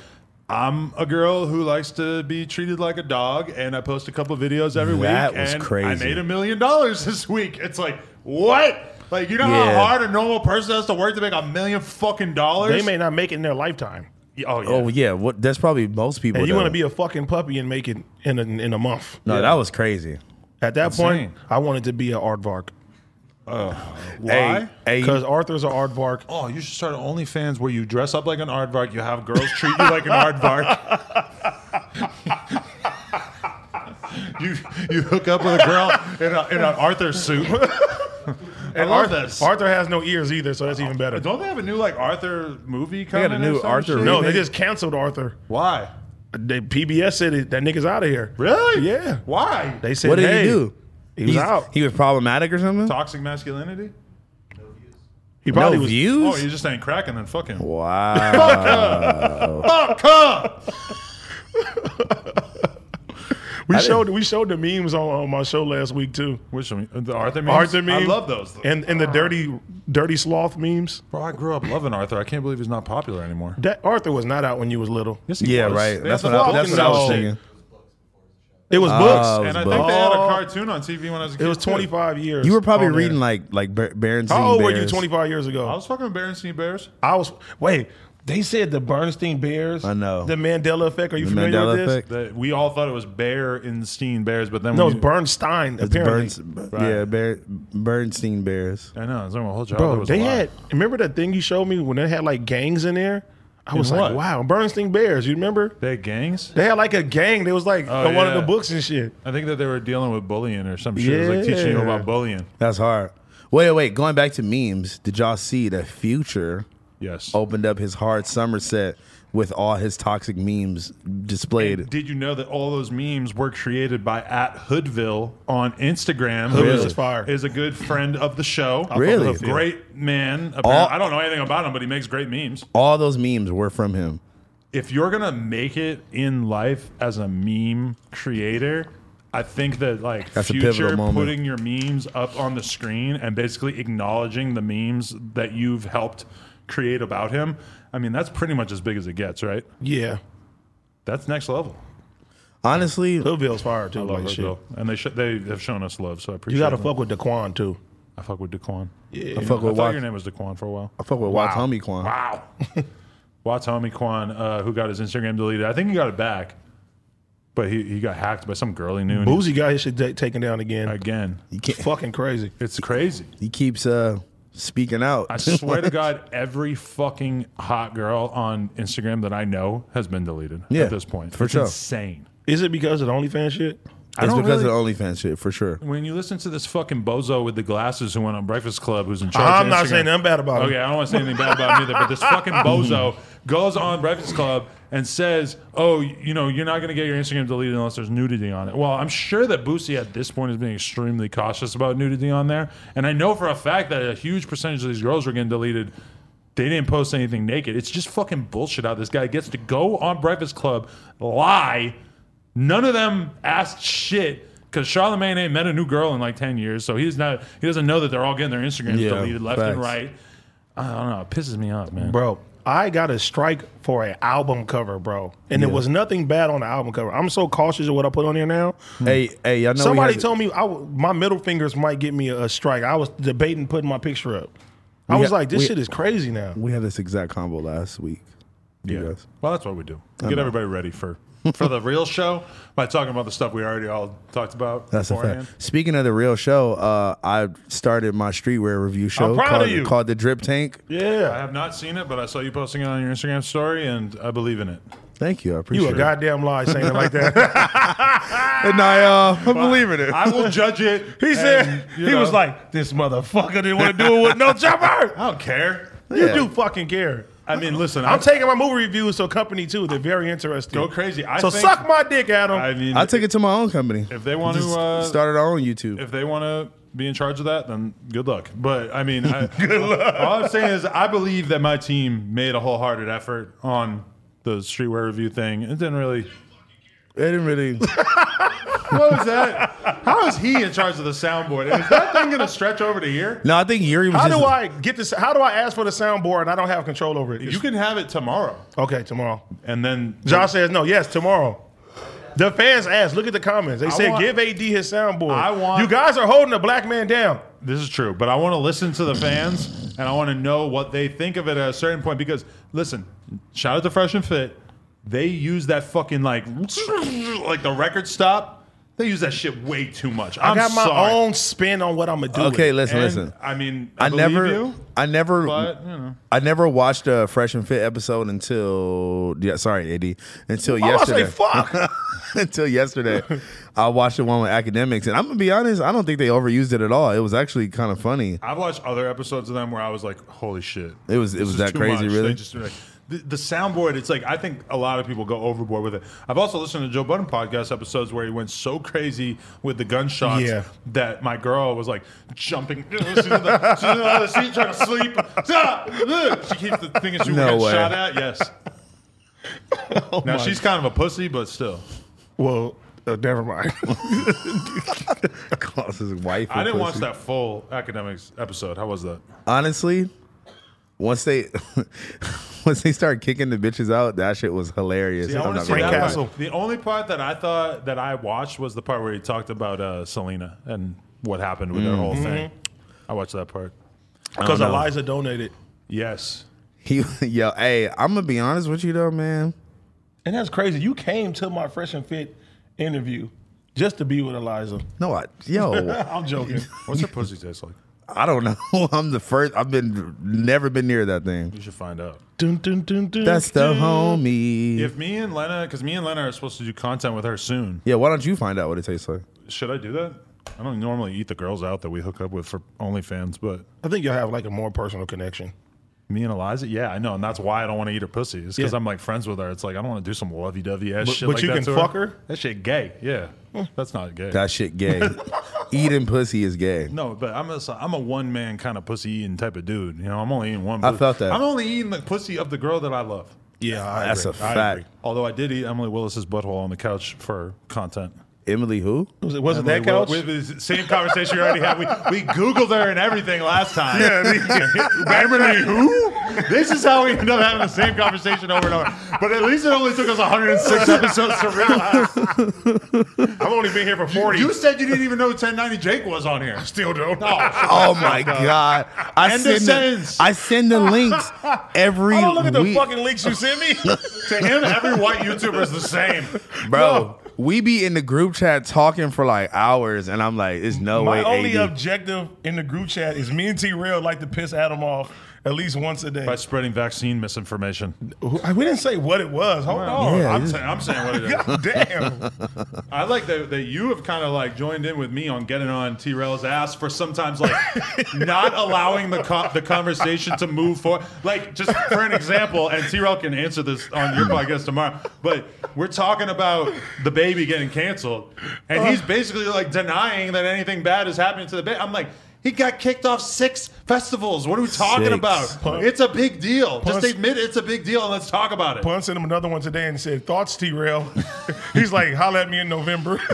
Speaker 1: I'm a girl who likes to be treated like a dog, and I post a couple videos every
Speaker 3: That
Speaker 1: week.
Speaker 3: was
Speaker 1: and I
Speaker 3: crazy.
Speaker 1: made a million dollars *laughs* this week. It's like what? Like you know
Speaker 3: Yeah.
Speaker 1: how hard a normal person has to work to make a million fucking dollars?
Speaker 2: They may not make it in their lifetime.
Speaker 1: oh yeah.
Speaker 3: Oh yeah, what that's probably most people.
Speaker 2: And you want to
Speaker 3: though.
Speaker 2: be a fucking puppy and make it in a, in a month.
Speaker 3: No, that was crazy.
Speaker 2: At that point,
Speaker 1: Insane.
Speaker 2: I wanted to be an aardvark
Speaker 1: Why?
Speaker 3: Hey, hey,
Speaker 2: because Arthur's an aardvark.
Speaker 1: Oh, you should start OnlyFans where you dress up like an aardvark. You have girls treat you like an aardvark. *laughs* you you hook up with a girl in, a, in an Arthur suit. *laughs* I love this.
Speaker 2: Arthur has no ears either, so that's even better.
Speaker 1: Don't they have a new like Arthur movie
Speaker 3: got a
Speaker 1: coming? or
Speaker 3: new
Speaker 1: some
Speaker 3: Arthur
Speaker 1: shit?
Speaker 2: No,
Speaker 3: remake?
Speaker 2: they just canceled Arthur.
Speaker 1: Why?
Speaker 2: They, PBS said it, that nigga's out of here.
Speaker 1: Really?
Speaker 2: Yeah.
Speaker 1: Why?
Speaker 2: They said,
Speaker 3: what did
Speaker 2: hey,
Speaker 3: he do?
Speaker 2: He was
Speaker 3: He's-
Speaker 2: out.
Speaker 3: He was problematic or something.
Speaker 1: Toxic masculinity?
Speaker 2: He
Speaker 3: no
Speaker 2: probably was.
Speaker 1: Oh,
Speaker 3: views.
Speaker 1: you just ain't cracking and fucking.
Speaker 2: *laughs*
Speaker 3: wow.
Speaker 1: Fuck her.
Speaker 2: We showed we showed the memes on, on my show last week too.
Speaker 1: Which one? The Arthur memes?
Speaker 2: Arthur memes.
Speaker 1: I love those. Uh-huh.
Speaker 2: And and the dirty dirty sloth memes.
Speaker 1: Bro, I grew up loving Arthur. I can't believe he's not popular anymore.
Speaker 2: That Arthur was not out when you was little.
Speaker 1: Yes, he
Speaker 3: yeah,
Speaker 1: was.
Speaker 3: right.
Speaker 1: They
Speaker 3: That's
Speaker 1: had the
Speaker 3: what, I,
Speaker 1: fucking
Speaker 3: that's what I was
Speaker 2: doll.
Speaker 3: thinking.
Speaker 2: It was
Speaker 3: Oh,
Speaker 2: books.
Speaker 1: And I
Speaker 3: But-
Speaker 1: think they had a
Speaker 2: Oh.
Speaker 1: cartoon on TV when I was a kid.
Speaker 2: It was
Speaker 1: too.
Speaker 2: 25 years.
Speaker 3: You were probably
Speaker 2: on there.
Speaker 3: reading like like Ber- Berenstein
Speaker 2: How old were you
Speaker 3: Bears.
Speaker 2: 25 years ago?
Speaker 1: Oh, I was fucking with Berenstain Bears.
Speaker 2: wait. They said the Bernstein Bears.
Speaker 3: I know.
Speaker 2: the Mandela effect. Are you
Speaker 3: The
Speaker 2: familiar
Speaker 3: Mandela
Speaker 2: with this?
Speaker 3: effect.
Speaker 1: That we all thought it was Bear and Steen Bears, but then
Speaker 2: No,
Speaker 1: when
Speaker 2: it's
Speaker 1: you-
Speaker 2: Bernstein. Apparently,
Speaker 3: Berns- Yeah, Ber- Bernstein Bears.
Speaker 1: I know. It's like my whole job.
Speaker 2: Bro,
Speaker 1: was
Speaker 2: they
Speaker 1: a lie.
Speaker 2: had. Remember that thing you showed me when they had like gangs in there? I was
Speaker 1: what?
Speaker 2: like, wow, Bernstein Bears. You remember?
Speaker 1: they had gangs.
Speaker 2: They had like a gang. They was like on one of
Speaker 1: yeah.
Speaker 2: the books and shit.
Speaker 1: I think that they were dealing with bullying or some shit. It was like teaching you
Speaker 2: Yeah.
Speaker 1: about bullying.
Speaker 3: That's hard. Wait, wait. Going back to memes, did y'all see that Future
Speaker 1: Yes.
Speaker 2: Oh.
Speaker 3: opened up his hard summer set with all his toxic memes displayed?
Speaker 1: Did you know that all those memes were created by at Hoodville on Instagram? Who
Speaker 3: Really?
Speaker 1: is- Is a good friend of the show.
Speaker 3: Really?
Speaker 1: A great man. Apparently, I don't know anything about him, but he makes great memes.
Speaker 3: All those memes were from him.
Speaker 1: if you're gonna make it in life as a meme creator, I think that like
Speaker 3: That's a
Speaker 1: future
Speaker 3: pivotal moment.
Speaker 1: putting your memes up on the screen and basically acknowledging the memes that you've helped create about him. I mean, that's pretty much as big as it gets, right?
Speaker 2: Yeah.
Speaker 1: That's next level.
Speaker 3: Honestly,
Speaker 2: Hoodville's fire too.
Speaker 1: I love
Speaker 2: like
Speaker 1: her,
Speaker 2: shit.
Speaker 1: Bill. and they sh- they have shown us love, so I appreciate.
Speaker 2: You gotta
Speaker 1: them.
Speaker 2: fuck with Daquan too.
Speaker 1: I fuck with Daquan.
Speaker 3: I fuck
Speaker 1: I
Speaker 3: with
Speaker 1: thought
Speaker 3: Watts.
Speaker 1: your name was Daquan for a while.
Speaker 3: I fuck with Watts Homie Quan.
Speaker 1: Wow. Watts homie Quan, uh, who got his Instagram deleted. I think he got it back, but he, he got hacked by some girl he knew. and he-
Speaker 2: Boozy got his shit ta- taken down again.
Speaker 1: again,
Speaker 3: He, can't,
Speaker 2: Fucking crazy.
Speaker 1: it's crazy.
Speaker 3: he keeps uh, speaking out. *laughs*
Speaker 1: I swear to God, every fucking hot girl on Instagram that I know has been deleted
Speaker 3: Yeah,
Speaker 1: at this point.
Speaker 3: for
Speaker 1: it's
Speaker 3: sure.
Speaker 1: insane.
Speaker 2: Is it because of the OnlyFans shit?
Speaker 1: I
Speaker 3: it's
Speaker 1: don't
Speaker 3: because
Speaker 1: really-
Speaker 3: of the OnlyFans shit, for sure.
Speaker 1: When you listen to this fucking bozo with the glasses who went on Breakfast Club, who's in charge,
Speaker 2: I'm
Speaker 1: of
Speaker 2: not
Speaker 1: Instagram-
Speaker 2: saying nothing bad about him.
Speaker 1: Okay, I don't want to say anything bad about him either, but this fucking bozo goes on Breakfast Club and says, "Oh, you know, you're not going to get your Instagram deleted unless there's nudity on it." Well, I'm sure that Boosie at this point is being extremely cautious about nudity on there, and I know for a fact that a huge percentage of these girls were getting deleted. They didn't post anything naked. It's just fucking bullshit out. This guy gets to go on Breakfast Club, lie. None of them asked shit because Charlemagne ain't met a new girl in like ten years, so he's not. He doesn't know that they're all getting their Instagrams
Speaker 3: Yeah,
Speaker 1: deleted left and
Speaker 3: facts.
Speaker 1: right. I don't know. It pisses me off, man.
Speaker 2: Bro, I got a strike for an album cover, bro. And there was nothing bad on the album cover. I'm so cautious of what I put on there now.
Speaker 1: Hmm.
Speaker 3: Hey, hey, y'all know we
Speaker 2: Somebody
Speaker 3: had-
Speaker 2: told me I w- my middle fingers might get me a, a strike. I was debating putting my picture up. I
Speaker 3: We
Speaker 2: was
Speaker 3: ha-
Speaker 2: like, this
Speaker 3: we-
Speaker 2: shit is crazy now.
Speaker 3: we had this exact combo last week. You
Speaker 1: Yeah.
Speaker 3: guys.
Speaker 1: Well, that's what we do. We get everybody ready for for the real show by talking about the stuff we already all talked about.
Speaker 3: That's a
Speaker 1: beforehand.
Speaker 3: fact. Speaking of the real show, uh, I started my streetwear review show
Speaker 2: proud of
Speaker 3: called,
Speaker 2: you.
Speaker 3: called the Drip Tank.
Speaker 1: I
Speaker 2: Yeah.
Speaker 1: have not seen it, but I saw you posting it on your Instagram story, and I believe in it.
Speaker 3: Thank you, I
Speaker 2: You
Speaker 3: appreciate
Speaker 2: a
Speaker 3: it.
Speaker 2: goddamn lie saying it like that.
Speaker 1: *laughs*
Speaker 3: And I, uh, I'm believing it. *laughs*
Speaker 1: I will judge it.
Speaker 2: He said he was like, this motherfucker didn't want to do it
Speaker 1: *laughs*
Speaker 2: with no jumper.
Speaker 1: "I don't care."
Speaker 2: You
Speaker 3: Yeah.
Speaker 2: do fucking care.
Speaker 1: I mean, listen,
Speaker 2: I'm
Speaker 1: I'm
Speaker 2: taking my movie reviews to a company too. They're very interesting.
Speaker 1: Go crazy. I
Speaker 2: so
Speaker 1: think-
Speaker 2: suck my dick, Adam.
Speaker 1: I mean,
Speaker 3: I took it to my own company.
Speaker 1: if they want to
Speaker 3: Just
Speaker 1: uh,
Speaker 3: started our own YouTube.
Speaker 1: if they want to be in charge of that, then good luck. But I mean, I, good luck. All I'm saying is, I believe that my team made a wholehearted effort on the streetwear review thing. It didn't really.
Speaker 3: they didn't really.
Speaker 1: What was that? How is he in charge of the soundboard? And is that thing going to stretch over to here?
Speaker 3: No, I think Yuri was
Speaker 2: How
Speaker 3: just.
Speaker 2: do I get this? How do I ask for the soundboard and I don't have control over it?
Speaker 1: You can have it tomorrow,
Speaker 2: okay, tomorrow.
Speaker 1: and then
Speaker 2: Josh says no. Yes, tomorrow. The fans asked. Look at the comments. They said
Speaker 1: want-
Speaker 2: give AD his soundboard.
Speaker 1: I want-
Speaker 2: you guys are holding a black man down.
Speaker 1: This is true, but I want to listen to the fans, and I want to know what they think of it at a certain point. Because listen, shout out to Fresh and Fit. They use that fucking like like the record stop. They use that shit way too much. I'm
Speaker 2: I got my
Speaker 1: sorry.
Speaker 2: own spin on what I'm gonna do. with
Speaker 3: Okay,
Speaker 2: it.
Speaker 3: listen,
Speaker 1: And,
Speaker 3: listen.
Speaker 1: I mean, I,
Speaker 3: I never,
Speaker 1: You,
Speaker 3: I never,
Speaker 1: but you know,
Speaker 3: I never watched a Fresh and Fit episode until yeah, sorry, Eddie, until
Speaker 2: I was
Speaker 3: yesterday.
Speaker 2: like, fuck.
Speaker 3: *laughs* until yesterday, I watched the one with academics, and I'm gonna be honest, I don't think they overused it at all. It was actually kind of funny.
Speaker 1: I've watched other episodes of them where I was like, "Holy shit!"
Speaker 3: It was- it
Speaker 1: This
Speaker 3: was
Speaker 1: is
Speaker 3: that
Speaker 1: too
Speaker 3: crazy, really?
Speaker 1: They just were like- the, the soundboard. It's like I think a lot of people go overboard with it. I've also listened to Joe Budden podcast episodes where he went so crazy with the gunshots
Speaker 2: Yeah.
Speaker 1: that my girl was like jumping. *laughs* She's in the, she's in the other seat trying to sleep. *laughs* Stop! She keeps the thing as she
Speaker 3: No
Speaker 1: gets
Speaker 3: way. Oh
Speaker 1: shot at.
Speaker 3: *laughs*
Speaker 1: Yes. now she's kind of a pussy, but still,
Speaker 2: well, uh, never mind.
Speaker 3: *laughs* Calls his wife.
Speaker 1: I
Speaker 3: a
Speaker 1: didn't watch
Speaker 3: pussy.
Speaker 1: that full academics episode. How was that?
Speaker 3: Honestly, once they. *laughs* Once they start kicking the bitches out, that shit was hilarious.
Speaker 1: See, I want
Speaker 3: I'm
Speaker 1: to
Speaker 3: not
Speaker 1: see
Speaker 3: gonna
Speaker 1: that
Speaker 3: lie.
Speaker 2: Castle.
Speaker 1: part. The only part that I thought that I watched was the part where he talked about uh, Selena and what happened with their whole thing. I watched that part.
Speaker 2: Because Eliza donated,
Speaker 1: Yes.
Speaker 3: He, yo, hey, I'm gonna be honest with you though, man.
Speaker 2: and that's crazy. You came to my fresh and fit interview just to be with Eliza.
Speaker 3: No, I, yo,
Speaker 2: I'm joking.
Speaker 1: *laughs* What's her pussy taste like?
Speaker 3: I don't know. *laughs* I'm the first. I've been never been near that thing.
Speaker 1: You should find out.
Speaker 2: Dun, dun, dun, dun,
Speaker 3: That's the
Speaker 2: dun.
Speaker 3: homie.
Speaker 1: If me and Lena, because me and Lena are supposed to do content with her soon,
Speaker 3: yeah, why don't you find out what it tastes like?
Speaker 1: should I do that? I don't normally eat the girls out that we hook up with for OnlyFans, but
Speaker 2: I think you'll have like a more personal connection.
Speaker 1: me and Eliza, yeah, I know, and that's why I don't want to eat her pussy. It's because
Speaker 2: Yeah.
Speaker 1: I'm like friends with her. It's like I don't want to do some lovey-dovey ass
Speaker 2: But-
Speaker 1: shit.
Speaker 2: but
Speaker 1: like
Speaker 2: you
Speaker 1: that
Speaker 2: can
Speaker 1: to
Speaker 2: fuck her?
Speaker 1: That shit gay. Yeah, that's not gay.
Speaker 3: That
Speaker 2: *laughs*
Speaker 3: shit gay. Eating pussy is gay.
Speaker 1: No, but I'm a I'm a one man kind of pussy eating type of dude. You know, I'm only eating one.
Speaker 3: I
Speaker 1: pussy.
Speaker 3: felt that.
Speaker 1: I'm only eating the pussy of the girl that I love.
Speaker 4: Yeah, I
Speaker 3: That's
Speaker 4: agree.
Speaker 3: a
Speaker 4: I
Speaker 3: fact.
Speaker 4: agree.
Speaker 1: Although I did eat Emily Willis's butthole on the couch for content.
Speaker 3: Emily who?
Speaker 4: Was it wasn't
Speaker 1: Emily
Speaker 4: that couch?
Speaker 2: *laughs*
Speaker 1: Will- with the same conversation we already had. We, we Googled her and everything last time. *laughs* Emily who? This is how we end up having the same conversation over and over. But at least it only took us *laughs* 106 episodes to realize.
Speaker 2: I've only been here for 40.
Speaker 1: You said you didn't even know 1090 Jake was on here.
Speaker 2: still don't.
Speaker 3: Oh
Speaker 2: *laughs*
Speaker 3: my god! I
Speaker 1: End of
Speaker 3: send the,
Speaker 1: sentence.
Speaker 3: I send
Speaker 2: *laughs*
Speaker 3: the links every
Speaker 2: Oh, look at the
Speaker 3: week,
Speaker 2: fucking links you
Speaker 3: *laughs*
Speaker 2: sent me.
Speaker 1: To him, every white YouTuber is the same.
Speaker 3: bro. We be in the group chat talking for like hours, and I'm like, "There's no
Speaker 2: My
Speaker 3: way."
Speaker 2: only
Speaker 3: AD.
Speaker 2: objective in the group chat is me and T Rail like to piss Adam off at least once a day.
Speaker 1: By spreading vaccine misinformation.
Speaker 2: Who- We didn't say what it was. Hold on.
Speaker 3: Yeah,
Speaker 1: Oh, I'm,
Speaker 3: this-
Speaker 1: saying, I'm saying
Speaker 3: *laughs*
Speaker 1: what it is.
Speaker 2: God damn.
Speaker 1: I like that, that you have kind of like joined in with me on getting on T Rail's ass for sometimes like not allowing the co- the conversation to move forward. Like just for an example, and T Rail can answer this on your podcast tomorrow. But we're talking about the baby getting canceled, and he's basically like denying that anything bad is happening to the baby. I'm like. He got kicked off six festivals. What are we talking
Speaker 3: Six.
Speaker 1: about? It's a big deal.
Speaker 2: Plus-
Speaker 1: Just admit it's a big deal and let's talk about it.
Speaker 2: Pun sent him another one today and said, Thoughts, T Rail. *laughs* He's like, Holla at me in November. *laughs*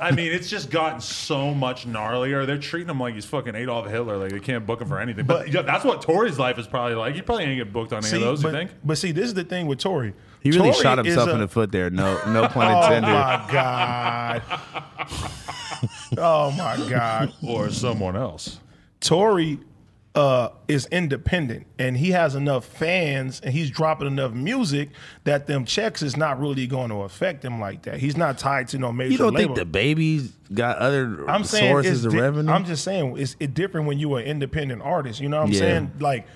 Speaker 1: I mean, it's just gotten so much gnarlier. They're treating him like he's fucking Adolf Hitler. Like they can't book him for anything. But, yeah, that's what Tory's life is probably like. He probably ain't get booked on any of those.
Speaker 2: but,
Speaker 1: you think?
Speaker 2: but see, this is the thing with Tori.
Speaker 3: he really
Speaker 2: Tory
Speaker 3: shot
Speaker 2: is
Speaker 3: himself
Speaker 2: a-
Speaker 3: in the foot there. No, no pun
Speaker 2: Oh
Speaker 3: intended.
Speaker 2: my God. *laughs* oh my
Speaker 3: *laughs*
Speaker 2: God.
Speaker 1: Or someone else.
Speaker 2: Tory uh, is independent and he has enough fans and he's dropping enough music that them checks is not really going to affect him like that. He's not tied to no major
Speaker 3: You don't
Speaker 2: label.
Speaker 3: think the babies got other
Speaker 2: I'm saying it's
Speaker 3: sources of
Speaker 2: di-
Speaker 3: revenue?
Speaker 2: I'm just saying it's it different when you are an independent artist. You know what I'm
Speaker 3: Yeah.
Speaker 2: saying? Like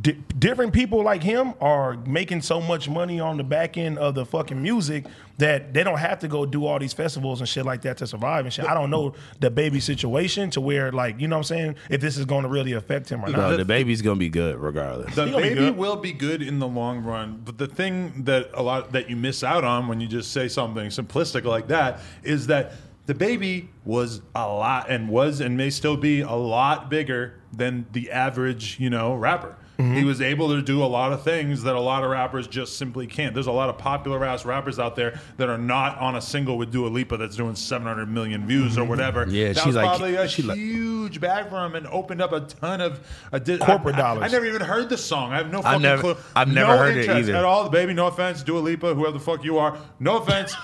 Speaker 2: di- different people like him are making so much money on the back end of the fucking music that they don't have to go do all these festivals and shit like that to survive and shit. I don't know the baby situation to where like you know what I'm saying if this is going to really affect him or not.
Speaker 3: Bro, the baby's gonna be good regardless.
Speaker 1: The
Speaker 2: gonna be
Speaker 1: baby
Speaker 2: good.
Speaker 1: will be good in the long run, but the thing that a lot that you miss out on when you just say something simplistic like that is that the baby was a lot and was and may still be a lot bigger than the average, you know, rapper.
Speaker 3: Mm-hmm.
Speaker 1: He was able to do a lot of things that a lot of rappers just simply can't. There's a lot of popular ass rappers out there that are not on a single with Dua Lipa that's doing 700 million views or whatever.
Speaker 3: Mm-hmm. Yeah,
Speaker 1: that
Speaker 3: she
Speaker 1: was
Speaker 3: like-
Speaker 1: probably a
Speaker 3: she like-
Speaker 1: huge bag for him and opened up a ton of a di-
Speaker 2: Corporate
Speaker 1: I- I- I
Speaker 2: dollars.
Speaker 1: never even heard the song. I have no fucking
Speaker 3: never-
Speaker 1: clue.
Speaker 3: I've
Speaker 1: No
Speaker 3: never heard it
Speaker 1: interest
Speaker 3: either.
Speaker 1: at all. The baby, no offense, Dua Lipa, whoever the fuck you are, no
Speaker 3: *laughs*
Speaker 1: offense.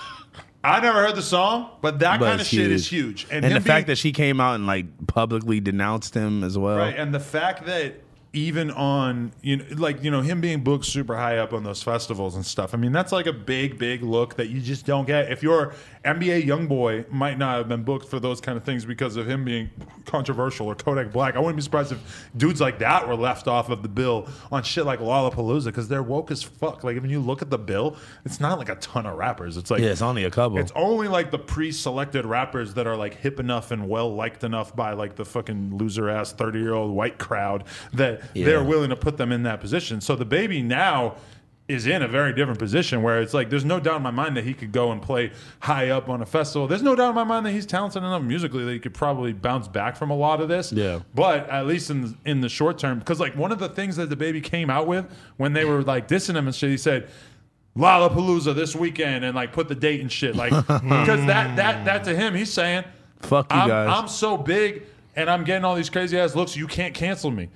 Speaker 1: I never heard the song, but that
Speaker 3: But
Speaker 1: kind of
Speaker 3: it's
Speaker 1: shit is huge.
Speaker 3: And,
Speaker 1: him
Speaker 3: the
Speaker 1: being-
Speaker 3: fact that she came out and like publicly denounced him as well.
Speaker 1: right, and the fact that even on you know, like you know, him being booked super high up on those festivals and stuff. I mean, that's like a big, big look that you just don't get. If your NBA young boy might not have been booked for those kind of things because of him being controversial or Kodak Black. I wouldn't be surprised if dudes like that were left off of the bill on shit like Lollapalooza because they're woke as fuck. Like when you look at the bill, it's not like a ton of rappers. It's like
Speaker 3: yeah, it's only a couple.
Speaker 1: it's only like the pre-selected rappers that are like hip enough and well liked enough by like the fucking loser ass 30-year-old white crowd that
Speaker 3: Yeah.
Speaker 1: they're willing to put them in that position. So the baby now is in a very different position where it's like there's no doubt in my mind that he could go and play high up on a festival. There's no doubt in my mind that he's talented enough musically that he could probably bounce back from a lot of this.
Speaker 3: Yeah.
Speaker 1: But at least in in the short term, because like one of the things that the baby came out with when they were like dissing him and shit, he said, Lollapalooza this weekend and like put the date and shit.
Speaker 3: *laughs*
Speaker 1: Like because that that that to him, he's saying,
Speaker 3: Fuck you
Speaker 1: I'm,
Speaker 3: guys.
Speaker 1: I'm so big and I'm getting all these crazy ass looks. You can't cancel me.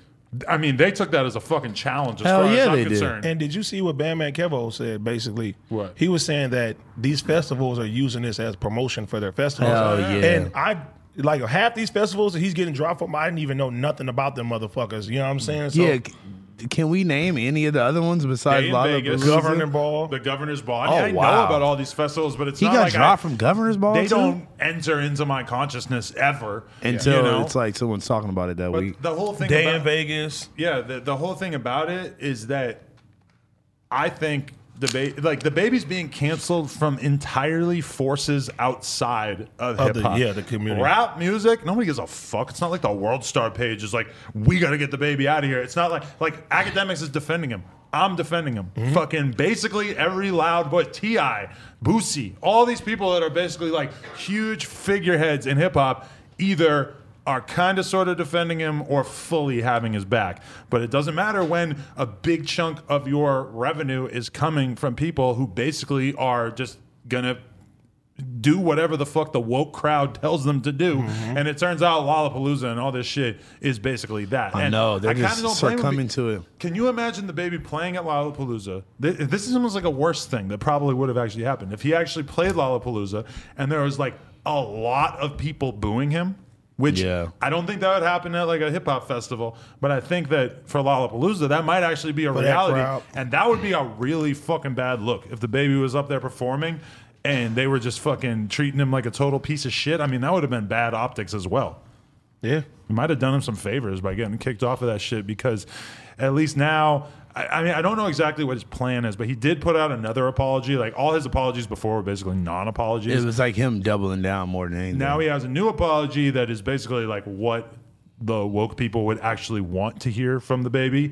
Speaker 1: I mean, they took that as a fucking challenge. As
Speaker 3: Hell
Speaker 1: far
Speaker 3: yeah,
Speaker 1: as I'm
Speaker 3: they did.
Speaker 1: concerned.
Speaker 2: And did you see what Bandman Kevo said? Basically,
Speaker 1: What?
Speaker 2: he was saying that these festivals are using this as promotion for their festivals.
Speaker 3: Hell yeah.
Speaker 2: And I like half these festivals that he's getting dropped from. I didn't even know nothing about them motherfuckers. You know what I'm saying? So,
Speaker 3: yeah. c- Can we name any of the other ones besides
Speaker 1: Day in Vegas.
Speaker 3: Lollapalooza?
Speaker 2: governing ball.
Speaker 1: The governor's ball. I, mean,
Speaker 3: Oh,
Speaker 1: I know
Speaker 3: wow.
Speaker 1: about all these festivals, but it's
Speaker 3: He
Speaker 1: not
Speaker 3: got
Speaker 1: like
Speaker 3: dropped
Speaker 1: I,
Speaker 3: from Governor's Ball.
Speaker 1: They
Speaker 3: too?
Speaker 1: don't enter into my consciousness ever
Speaker 3: until
Speaker 1: you know?
Speaker 3: it's like someone's talking about it that week.
Speaker 1: But the whole thing.
Speaker 2: Day
Speaker 1: about-
Speaker 2: in Vegas.
Speaker 1: yeah the, the whole thing about it is that i think the ba- like the baby's being canceled from entirely forces outside of,
Speaker 2: Of the-
Speaker 1: hip hop.
Speaker 2: yeah, the community.
Speaker 1: Rap music, nobody gives a fuck. It's not like the World Star page is like, we got to get the baby out of here. It's not like like academics is defending him. I'm defending him. Fucking basically every loud boy, Ti, Boosie, all these people that are basically like huge figureheads in hip hop, either are kind of sort of defending him or fully having his back. But it doesn't matter when a big chunk of your revenue is coming from people who basically are just gonna do whatever the fuck the woke crowd *laughs* tells them to do.
Speaker 3: Mm-hmm.
Speaker 1: And it turns out Lollapalooza and all this shit is basically that.
Speaker 3: I
Speaker 1: and
Speaker 3: know, they're
Speaker 1: kinda
Speaker 3: just
Speaker 1: blame him
Speaker 3: succumbing
Speaker 1: be-
Speaker 3: to it.
Speaker 1: Can you imagine the baby playing at Lollapalooza? Th- This is almost like a worse thing that probably would have actually happened. If he actually played Lollapalooza and there was like a lot of people booing him, which
Speaker 3: Yeah.
Speaker 1: I don't think that would happen at like a hip hop festival, but I think that for Lollapalooza, that might actually be a
Speaker 4: that
Speaker 1: reality.
Speaker 4: crowd.
Speaker 1: And that would be a really fucking bad look if the baby was up there performing and they were just fucking treating him like a total piece of shit. I mean, that would have been bad optics as well.
Speaker 4: Yeah.
Speaker 1: We might have done him some favors by getting kicked off of that shit because at least now. I I mean, I don't know exactly what his plan is, but he did put out another apology. Like all his apologies before were basically non-apologies.
Speaker 3: It was like him doubling down more than anything.
Speaker 1: Now he has a new apology that is basically like what the woke people would actually want to hear from the baby.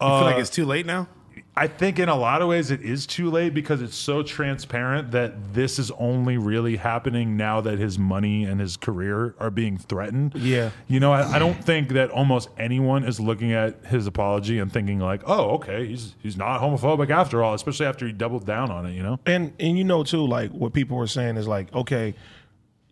Speaker 3: I feel like it's too late now.
Speaker 1: I think in a lot of ways it is too late because it's so transparent that this is only really happening now that his money and his career are being threatened.
Speaker 4: Yeah.
Speaker 1: You know, I, I don't think that almost anyone is looking at his apology and thinking like, oh, okay, he's he's not homophobic after all, especially after he doubled down on it, you know?
Speaker 2: and and you know too, like what people were saying is like, okay,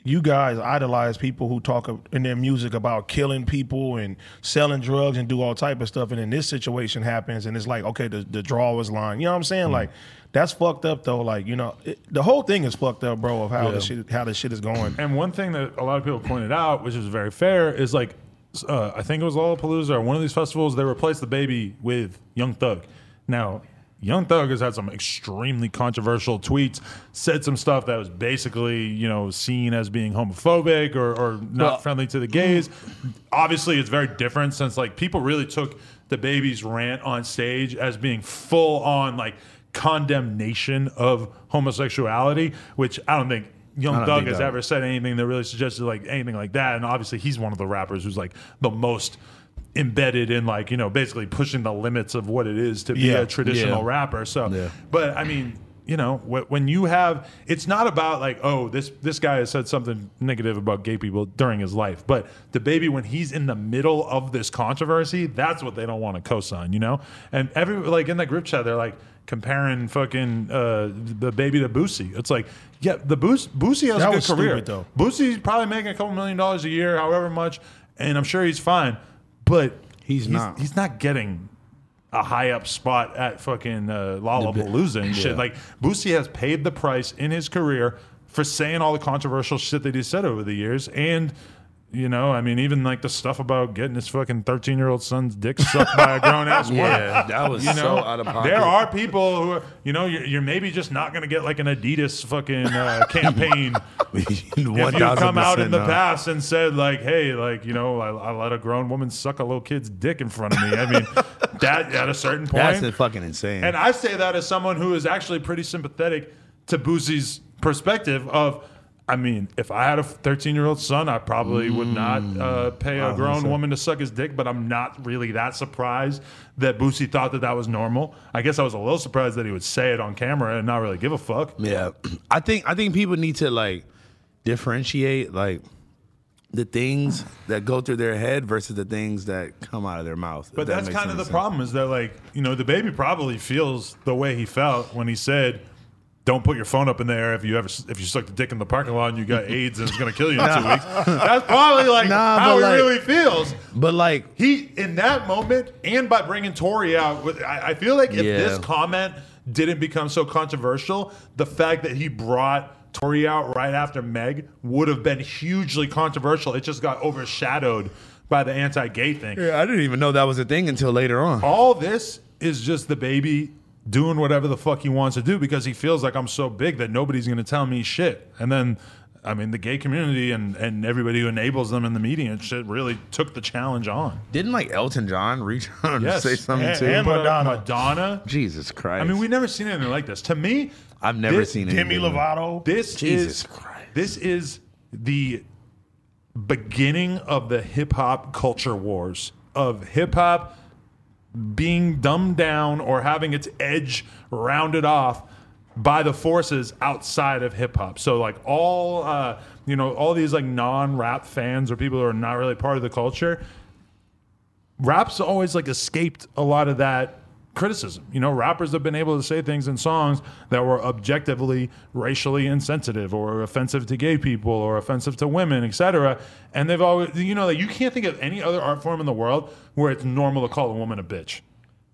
Speaker 2: you guys idolize people who talk ab- in their music about killing people and selling drugs and do all type of stuff, and then this situation happens, and it's like, okay, the, the draw is lying. You know what I'm saying? Like, that's fucked up though. Like, you know, it, the whole thing is fucked up, bro. Of how the shit how the shit is going.
Speaker 1: And one thing that a lot of people pointed out, which is very fair, is like uh, I think it was Lollapalooza or one of these festivals. They replaced the baby with Young Thug. Now, Young Thug has had some extremely controversial tweets, said some stuff that was basically you know seen as being homophobic or, or not friendly to the gays. Obviously, it's very different since like people really took the baby's rant on stage as being full on like condemnation of homosexuality, which I don't think Young
Speaker 3: don't
Speaker 1: Thug
Speaker 3: think
Speaker 1: has
Speaker 3: that-
Speaker 1: ever said anything that really suggested like anything like that. And obviously, he's one of the rappers who's like the most embedded in like you know basically pushing the limits of what it is to be
Speaker 2: Yeah.
Speaker 1: a traditional
Speaker 3: Yeah.
Speaker 2: Mm-hmm.
Speaker 1: rapper. So,
Speaker 3: Yeah.
Speaker 1: but I mean. You know, wh- when you have, it's not about like, oh, this this guy has said something negative about gay people during his life, but the baby, when he's in the middle of this controversy, that's what they don't want to co-sign, you know. And every like in that group chat, they're like comparing fucking uh, the baby to Boosie. It's like, yeah, the Boos- Boosie has
Speaker 2: That
Speaker 1: a good
Speaker 2: was
Speaker 1: career.
Speaker 2: stupid, though.
Speaker 1: Boosie's probably making a couple million dollars a year, however much, and I'm sure he's fine. But
Speaker 3: He's not.
Speaker 1: He's not getting a high up spot at fucking uh, Lollapalooza and shit.
Speaker 3: Yeah.
Speaker 1: Like Boosie has paid the price in his career for saying all the controversial shit that he said over the years, and. You know, I mean, even like the stuff about getting his fucking thirteen-year-old son's dick sucked by a grown-ass woman.
Speaker 3: *laughs* Yeah, that was
Speaker 1: You know,
Speaker 3: so out of pocket.
Speaker 1: There
Speaker 3: *laughs*
Speaker 1: are people who, are, you know, you're, you're maybe just not going to get like an Adidas fucking
Speaker 3: *laughs*
Speaker 1: uh, campaign if you come out in the past and said like, "Hey, like you know, I, I let a grown woman suck a little kid's dick in front of me." I
Speaker 3: *laughs*
Speaker 1: mean, that at a certain point,
Speaker 3: That's fucking insane.
Speaker 1: and I say that as someone who is actually pretty sympathetic to Boosie's perspective of, I mean, if I had a 13 year old son, I probably would
Speaker 3: Mm.
Speaker 1: not uh, pay a grown woman to suck his dick, but I'm not really that surprised that Boosie thought that that was normal. I guess I was a little surprised that he would say it on camera and not really give a fuck.
Speaker 3: Yeah, *clears throat* I think I think people need to like differentiate like the things that go through their head versus the things that come out of their mouth. if
Speaker 1: But
Speaker 3: that
Speaker 1: that's
Speaker 3: makes
Speaker 1: kind of
Speaker 3: any
Speaker 1: the
Speaker 3: sense.
Speaker 1: problem is that like you know the baby probably feels the way he felt when he said, "Don't put your phone up in the air if you ever if you sucked a dick in the parking lot and you
Speaker 3: *laughs*
Speaker 1: got AIDS and it's gonna kill you in two weeks." That's probably like
Speaker 3: Nah,
Speaker 1: how
Speaker 3: but,
Speaker 1: he
Speaker 3: like-
Speaker 1: really feels.
Speaker 3: But like,
Speaker 1: He in that moment and by bringing Tori out, with, I, I feel like if
Speaker 3: Yeah.
Speaker 1: this comment didn't become so controversial, the fact that he brought Tori out right after Meg would have been hugely controversial. It just got overshadowed by the anti-gay thing
Speaker 3: yeah, I didn't even know that was a thing until later on.
Speaker 1: all this is just the baby doing whatever the fuck he wants to do because he feels like I'm so big that nobody's going to tell me shit. And then, I mean, the gay community and, and everybody who enables them in the media and shit really took the challenge on.
Speaker 3: Didn't like Elton John reach out and
Speaker 1: Yes.
Speaker 3: say something
Speaker 2: And-
Speaker 3: too?
Speaker 2: and-
Speaker 1: But, uh,
Speaker 2: Madonna.
Speaker 1: Madonna.
Speaker 3: Jesus Christ!
Speaker 1: I mean, we've never seen anything like this. To me,
Speaker 3: I've never
Speaker 1: this-
Speaker 3: seen
Speaker 2: Demi
Speaker 3: anything like-
Speaker 2: Lovato.
Speaker 1: This
Speaker 3: Jesus
Speaker 1: is
Speaker 3: Christ.
Speaker 1: this is the beginning of the hip hop culture wars of hip hop being dumbed down or having its edge rounded off by the forces outside of hip hop. So like all uh, you know, all these like non-rap fans or people who are not really part of the culture, rap's always like escaped a lot of that criticism. You know, rappers have been able to say things in songs that were objectively racially insensitive or offensive to gay people or offensive to women, etc. And they've always you know, like you can't think of any other art form in the world where it's normal to call a woman a bitch.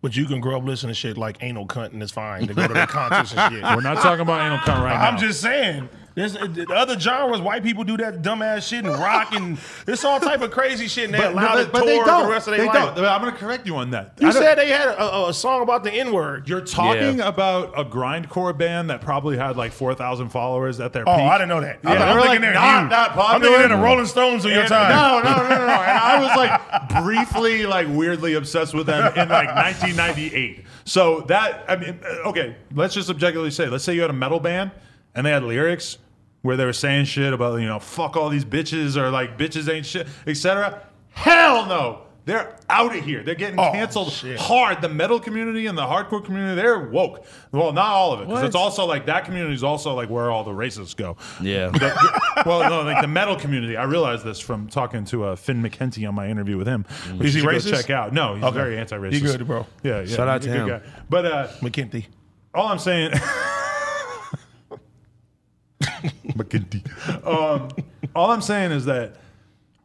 Speaker 2: But you can grow up listening to shit like anal cunt and it's fine to go to the concerts and shit.
Speaker 1: We're not talking about anal cunt right now.
Speaker 2: *laughs* I'm just saying. There's uh, the other genres, white people do that dumbass shit and rock and it's all type of crazy shit and they allow to tour the rest of their
Speaker 1: They
Speaker 2: life.
Speaker 1: don't. I'm going to correct you on that. I
Speaker 2: You
Speaker 1: don't-
Speaker 2: said they had a, a- a song about the N word.
Speaker 1: you're talking about a grindcore band that probably had like 4,000 followers at their
Speaker 2: Oh,
Speaker 1: peak.
Speaker 2: I didn't know that.
Speaker 1: Yeah,
Speaker 2: I'm,
Speaker 1: they're
Speaker 2: I'm
Speaker 1: like
Speaker 2: thinking they're
Speaker 1: not
Speaker 2: huge.
Speaker 1: that
Speaker 2: I'm thinking they're
Speaker 1: popular.
Speaker 2: the Rolling Stones of your
Speaker 1: And-
Speaker 2: time.
Speaker 1: No, no, no, no, no. And I was like briefly, like weirdly obsessed with them in like 1998. So that, I mean, uh, okay, let's just objectively say, let's say you had a metal band and they had lyrics where they were saying shit about, you know, fuck all these bitches or like bitches ain't shit, etc. Hell no. They're out of here. They're getting
Speaker 2: Oh,
Speaker 1: canceled
Speaker 2: shit.
Speaker 1: hard. The metal community and the hardcore community, they're woke. Well, not all of it. Because it's also like that community is also like where all the racists go.
Speaker 3: Yeah.
Speaker 1: The- well, no, like the metal community. I realized this from talking to uh, Finn McKenty on my interview with him. Is
Speaker 2: he
Speaker 1: Go
Speaker 2: racist?
Speaker 1: check out. No, he's
Speaker 2: Okay.
Speaker 1: very anti-racist.
Speaker 2: He good, bro.
Speaker 1: Yeah, yeah.
Speaker 3: Shout out
Speaker 1: he's a
Speaker 3: to
Speaker 1: good
Speaker 3: him.
Speaker 1: guy. But uh,
Speaker 2: McKenty.
Speaker 1: all I'm saying, *laughs* McKenty. Um, all I'm saying is that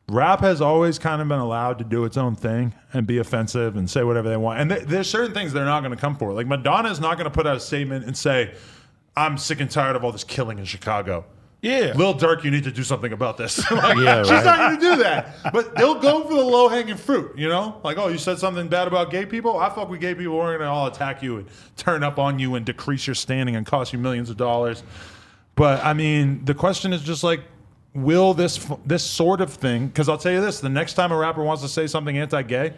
Speaker 1: rap has always kind of been allowed to do its own thing and be offensive and say whatever they want. And th- there's certain things they're not going to come for. Like Madonna is not going to put out a statement and say, "I'm sick and tired of all this killing in Chicago."
Speaker 2: Yeah.
Speaker 1: Lil Durk, you need to do something about this. *laughs* Like, She's not going to do that. But they'll go for the low hanging fruit, you know? Like, oh, you said something bad about gay people? I fuck with gay people. We're going to all attack you and turn up on you and decrease your standing and cost you millions of dollars. But I mean, the question is just like, will this f- this sort of thing? Because I'll tell you this: the next time a rapper wants to say something anti-gay,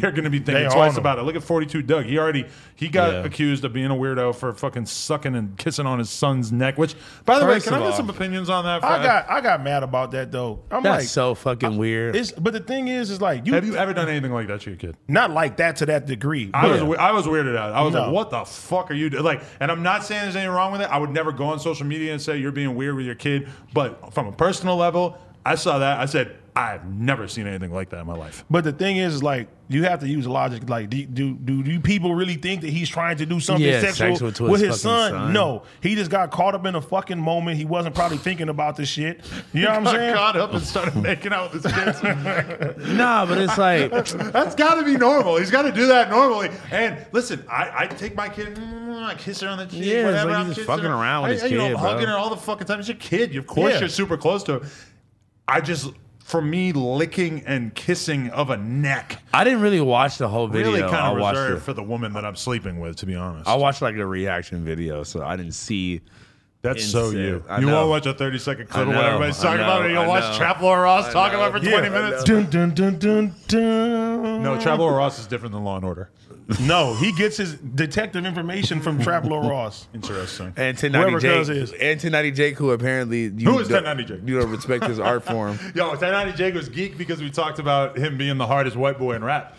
Speaker 1: they're going to be thinking
Speaker 2: They
Speaker 1: twice
Speaker 2: on 'em.
Speaker 1: about it. Look at Forty Two Doug; he already he got accused of being a weirdo for fucking sucking and kissing on his son's neck. Which, by the
Speaker 3: First
Speaker 1: way, can
Speaker 3: of
Speaker 1: I get
Speaker 3: all-
Speaker 1: some opinions on that?
Speaker 2: I
Speaker 1: for-
Speaker 2: got I got mad about that though. I'm
Speaker 3: That's
Speaker 2: like
Speaker 3: so fucking weird.
Speaker 2: it's but the thing is is like you,
Speaker 1: Have you ever done anything like that to your kid?
Speaker 2: not like that to that degree.
Speaker 1: I was
Speaker 2: but-
Speaker 1: we- I was weirded out. I was
Speaker 2: No.
Speaker 1: like, "What the fuck are you doing?" Like, and I'm not saying there's anything wrong with it. I would never go on social media and say you're being weird with your kid. But from a personal level, I saw that. I said, "I've never seen anything like that in my life."
Speaker 2: But the thing is, like, you have to use logic. Like, do do do, do people really think that he's trying to do something
Speaker 3: Yeah,
Speaker 2: sexual,
Speaker 3: sexual to
Speaker 2: with
Speaker 3: his
Speaker 2: his, son?
Speaker 3: fucking son.
Speaker 2: No, he just got caught up in a fucking moment. He wasn't probably thinking about this shit. You
Speaker 1: *laughs*
Speaker 2: know what I'm
Speaker 1: I
Speaker 2: saying?
Speaker 1: got up and started *laughs* making out with his kids.
Speaker 2: *laughs*
Speaker 1: *laughs*
Speaker 3: nah, but it's like
Speaker 1: That's got to be normal. He's got to do that normally. And listen, I, I take my kid, mm, I kiss her on the cheek,
Speaker 3: Yeah, it's
Speaker 1: whatever.
Speaker 3: like
Speaker 1: I'm
Speaker 3: he's just
Speaker 1: kissing
Speaker 3: fucking
Speaker 1: her.
Speaker 3: around with
Speaker 1: I-
Speaker 3: his
Speaker 1: I, you know,
Speaker 3: kid,
Speaker 1: I'm
Speaker 3: bro.
Speaker 1: hugging her all the fucking time. It's your kid. Of course,
Speaker 2: Yeah.
Speaker 1: you're super close to her. I just, for me, licking and kissing of a neck
Speaker 3: I didn't really watch the whole video.
Speaker 1: really
Speaker 3: I
Speaker 1: kind of
Speaker 3: watched
Speaker 1: reserved
Speaker 3: the-
Speaker 1: for the woman that I'm sleeping with, to be honest.
Speaker 3: I watched like a reaction video, so I didn't see.
Speaker 1: That's so you.
Speaker 3: Insane. I
Speaker 1: You
Speaker 3: know.
Speaker 1: won't watch a 30 second clip of
Speaker 3: I
Speaker 1: what
Speaker 3: know,
Speaker 1: everybody's
Speaker 3: I
Speaker 1: talking about,
Speaker 3: know,
Speaker 1: and you'll
Speaker 3: I
Speaker 1: watch
Speaker 3: know.
Speaker 1: Trevor Ross
Speaker 3: I
Speaker 1: talk
Speaker 3: know.
Speaker 1: about it for
Speaker 3: Yeah,
Speaker 1: 20
Speaker 3: I
Speaker 1: minutes.
Speaker 2: Dun, dun, dun, dun, dun.
Speaker 1: No, Trevor Ross is different than Law and Order.
Speaker 2: No, he gets his detective information from
Speaker 3: *laughs*
Speaker 2: Traplo Ross.
Speaker 1: Interesting.
Speaker 3: And
Speaker 2: Whoever
Speaker 3: 1090
Speaker 2: Cuz
Speaker 3: Jake,
Speaker 2: is.
Speaker 3: and 1090 Jake, who apparently you
Speaker 1: Who is
Speaker 3: don't-
Speaker 1: 1090 Jake?
Speaker 3: You don't respect
Speaker 1: *laughs*
Speaker 3: his art form.
Speaker 1: Yo, 1090 Jake was geek because we talked about him being the hardest white boy in rap.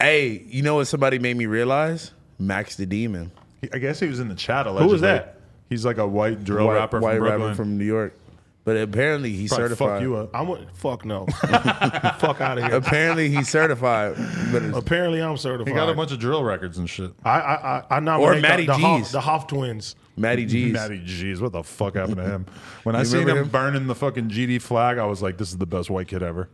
Speaker 3: Hey, you know what? Somebody made me realize Max the Demon,
Speaker 1: He- I guess he was in the chat allegedly.
Speaker 2: was that?
Speaker 1: He's like a white drill
Speaker 3: white,
Speaker 1: rapper
Speaker 3: white
Speaker 1: from Brooklyn.
Speaker 3: rapper from New York, but apparently he's
Speaker 1: Probably
Speaker 3: certified.
Speaker 1: fuck you up.
Speaker 2: I would fuck
Speaker 3: *laughs*
Speaker 2: no, fuck out of here.
Speaker 3: Apparently he's certified, but
Speaker 1: *laughs*
Speaker 3: it's-
Speaker 2: Apparently, I'm
Speaker 1: He
Speaker 2: certified.
Speaker 1: got a bunch of drill records and shit.
Speaker 2: I I I, I nominate
Speaker 3: Matty
Speaker 2: the, the, Hoff,
Speaker 3: G's.
Speaker 2: the Hoff twins.
Speaker 3: Matty G's.
Speaker 1: Matty G's, what the fuck happened to him? When I
Speaker 3: You
Speaker 1: seen him,
Speaker 3: remember him?
Speaker 1: burning the fucking GD flag, I was like, this is the best white kid ever.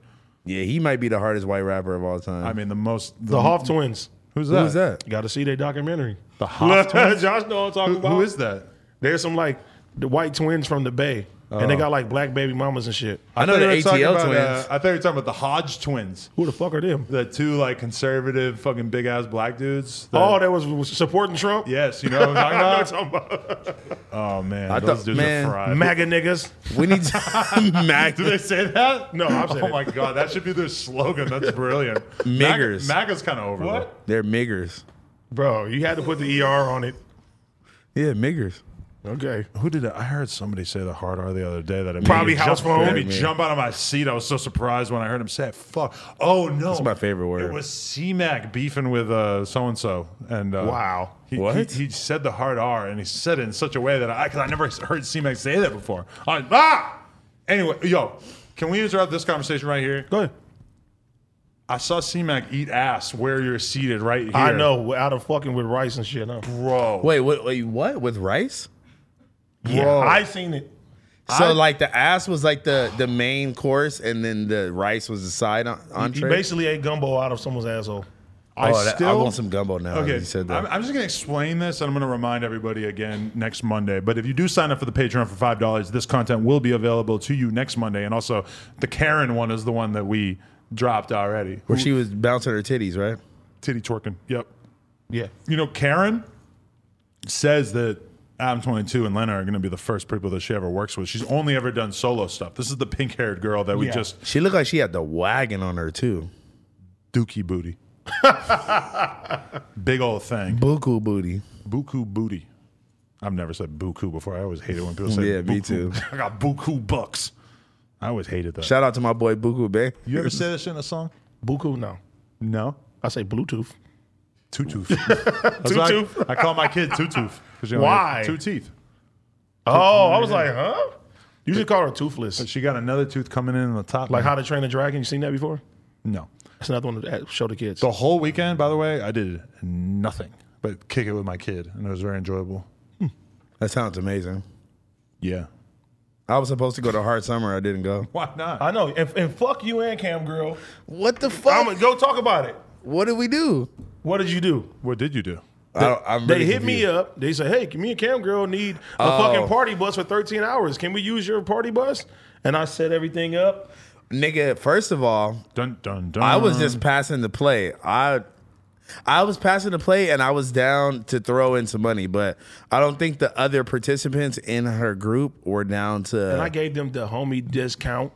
Speaker 3: Yeah, he might be the hardest white rapper of all time.
Speaker 1: I mean, the most. The,
Speaker 2: The Hoff twins.
Speaker 1: Who's that? *laughs*
Speaker 3: Who's that?
Speaker 2: You got to see their documentary.
Speaker 1: The Hoff
Speaker 2: *laughs*
Speaker 1: twins?
Speaker 2: Josh know what I'm talking
Speaker 1: Who-
Speaker 2: about.
Speaker 1: who is that?
Speaker 2: There's some like the white twins from the Bay, and they got like black baby mamas and shit.
Speaker 3: I know
Speaker 1: thought
Speaker 3: the
Speaker 1: you were talking
Speaker 3: ATL
Speaker 1: about,
Speaker 3: twins.
Speaker 1: uh, I thought you were talking about the Hodge twins,
Speaker 2: Who the fuck are them?
Speaker 1: the two like conservative fucking big ass black dudes. that-
Speaker 2: Oh, that was, was supporting Trump.
Speaker 1: yes, you know what I'm talking about.
Speaker 2: *laughs* Talking about
Speaker 1: Oh man,
Speaker 3: I
Speaker 1: those
Speaker 3: thought-
Speaker 1: dudes
Speaker 3: man.
Speaker 1: are fried.
Speaker 2: MAGA niggas.
Speaker 3: we need to,
Speaker 1: *laughs*
Speaker 3: *laughs* Max.
Speaker 1: Do they say that?
Speaker 2: No, I'm
Speaker 1: *laughs*
Speaker 2: saying
Speaker 1: Oh
Speaker 2: it.
Speaker 1: my god, that should be their slogan. That's *laughs* brilliant.
Speaker 3: Niggers.
Speaker 1: Mag- MAGA's kind of over.
Speaker 2: What?
Speaker 1: though.
Speaker 3: They're miggers.
Speaker 2: Bro, you had to put the ER on E it.
Speaker 3: Yeah, miggers.
Speaker 2: Okay.
Speaker 1: Who did that? I heard somebody say the hard R the other day that it
Speaker 2: Probably
Speaker 1: made me
Speaker 2: house
Speaker 1: jump,
Speaker 2: phone.
Speaker 1: Made me jump out of my seat. I was so surprised when I heard him say it. Fuck. Oh no, that's
Speaker 3: my favorite word.
Speaker 1: It was C Mac beefing with uh so and so, and uh,
Speaker 2: Wow.
Speaker 1: he,
Speaker 3: What?
Speaker 1: he, he said the hard R, and he said it in such a way that I, because I never heard C Mac say that before. I, ah. Anyway, yo, can we interrupt this conversation right here?
Speaker 2: Go ahead.
Speaker 1: I saw C Mac eat ass where you're seated right here.
Speaker 2: I know. We're out of fucking with rice and shit. Huh?
Speaker 1: bro.
Speaker 3: Wait, wait, wait, what? With rice?
Speaker 2: Yeah, I seen it.
Speaker 3: So like the ass was like the the main course, and then the rice was the side en-
Speaker 2: He
Speaker 3: entree.
Speaker 2: basically ate gumbo out of someone's asshole.
Speaker 1: I
Speaker 3: oh, that- I
Speaker 1: still-
Speaker 3: want some gumbo now. that
Speaker 1: Okay,
Speaker 3: you said
Speaker 1: I'm,
Speaker 3: that.
Speaker 1: I'm just going to explain this, and I'm going to remind everybody again next Monday. But if you do sign up for the Patreon for five dollars, this content will be available to you next Monday, and also the Karen one is the one that we dropped already.
Speaker 3: Where she was bouncing her titties, right?
Speaker 1: Titty twerking. Yep.
Speaker 2: Yeah.
Speaker 1: You know, Karen says that Adam 22 and Lena are going to be the first people that she ever works with. She's only ever done solo stuff. This is the pink haired girl that we
Speaker 2: Yeah.
Speaker 1: just
Speaker 3: She looked like she had the wagon on her too.
Speaker 1: dookie
Speaker 3: *laughs*
Speaker 1: booty. Big old thing.
Speaker 3: Buku booty.
Speaker 1: Buku booty. I've never said buku before. I always hated when people say
Speaker 3: Yeah, me
Speaker 1: buku.
Speaker 3: too.
Speaker 1: *laughs* I got buku bucks. I always hated that.
Speaker 3: Shout out to my boy Buku Bay.
Speaker 1: you ever say that shit in a song?
Speaker 2: Buku, no.
Speaker 1: No.
Speaker 2: I say Bluetooth.
Speaker 3: *laughs*
Speaker 1: Tutoof. That's what
Speaker 2: Tutoof?
Speaker 1: I, I call my kid Tutoof. 'cause you only
Speaker 2: Why?
Speaker 1: have Two teeth.
Speaker 2: Oh, I was like, huh? You should call her toothless.
Speaker 1: She got another tooth coming in on the top.
Speaker 2: Like How to Train a Dragon. You seen that before?
Speaker 1: no.
Speaker 2: That's another one to show the kids.
Speaker 1: The whole weekend, by the way, I did nothing but kick it with my kid, and it was very enjoyable.
Speaker 3: That sounds amazing.
Speaker 1: Yeah.
Speaker 3: I was supposed to go to Hard Summer. I didn't go.
Speaker 1: Why not?
Speaker 2: I know. And, and fuck you and Cam Girl.
Speaker 3: What the
Speaker 2: I'm
Speaker 3: fuck?
Speaker 2: going to go talk about it.
Speaker 3: what did we do?
Speaker 2: What did you do?
Speaker 1: what did you do?
Speaker 3: I don't, I'm
Speaker 2: They
Speaker 3: really
Speaker 2: hit me
Speaker 3: confused.
Speaker 2: up. They said, hey, me and Cam Girl need a
Speaker 3: Oh.
Speaker 2: fucking party bus for 13 hours. Can we use your party bus? And I set everything up.
Speaker 3: nigga. First of all,
Speaker 1: Dun dun dun.
Speaker 3: I was
Speaker 2: Mm.
Speaker 3: just passing the play. I I was passing the play and I was down to throw in some money, but I don't think the other participants in her group were down
Speaker 2: And I
Speaker 3: to
Speaker 2: gave them the homie discount.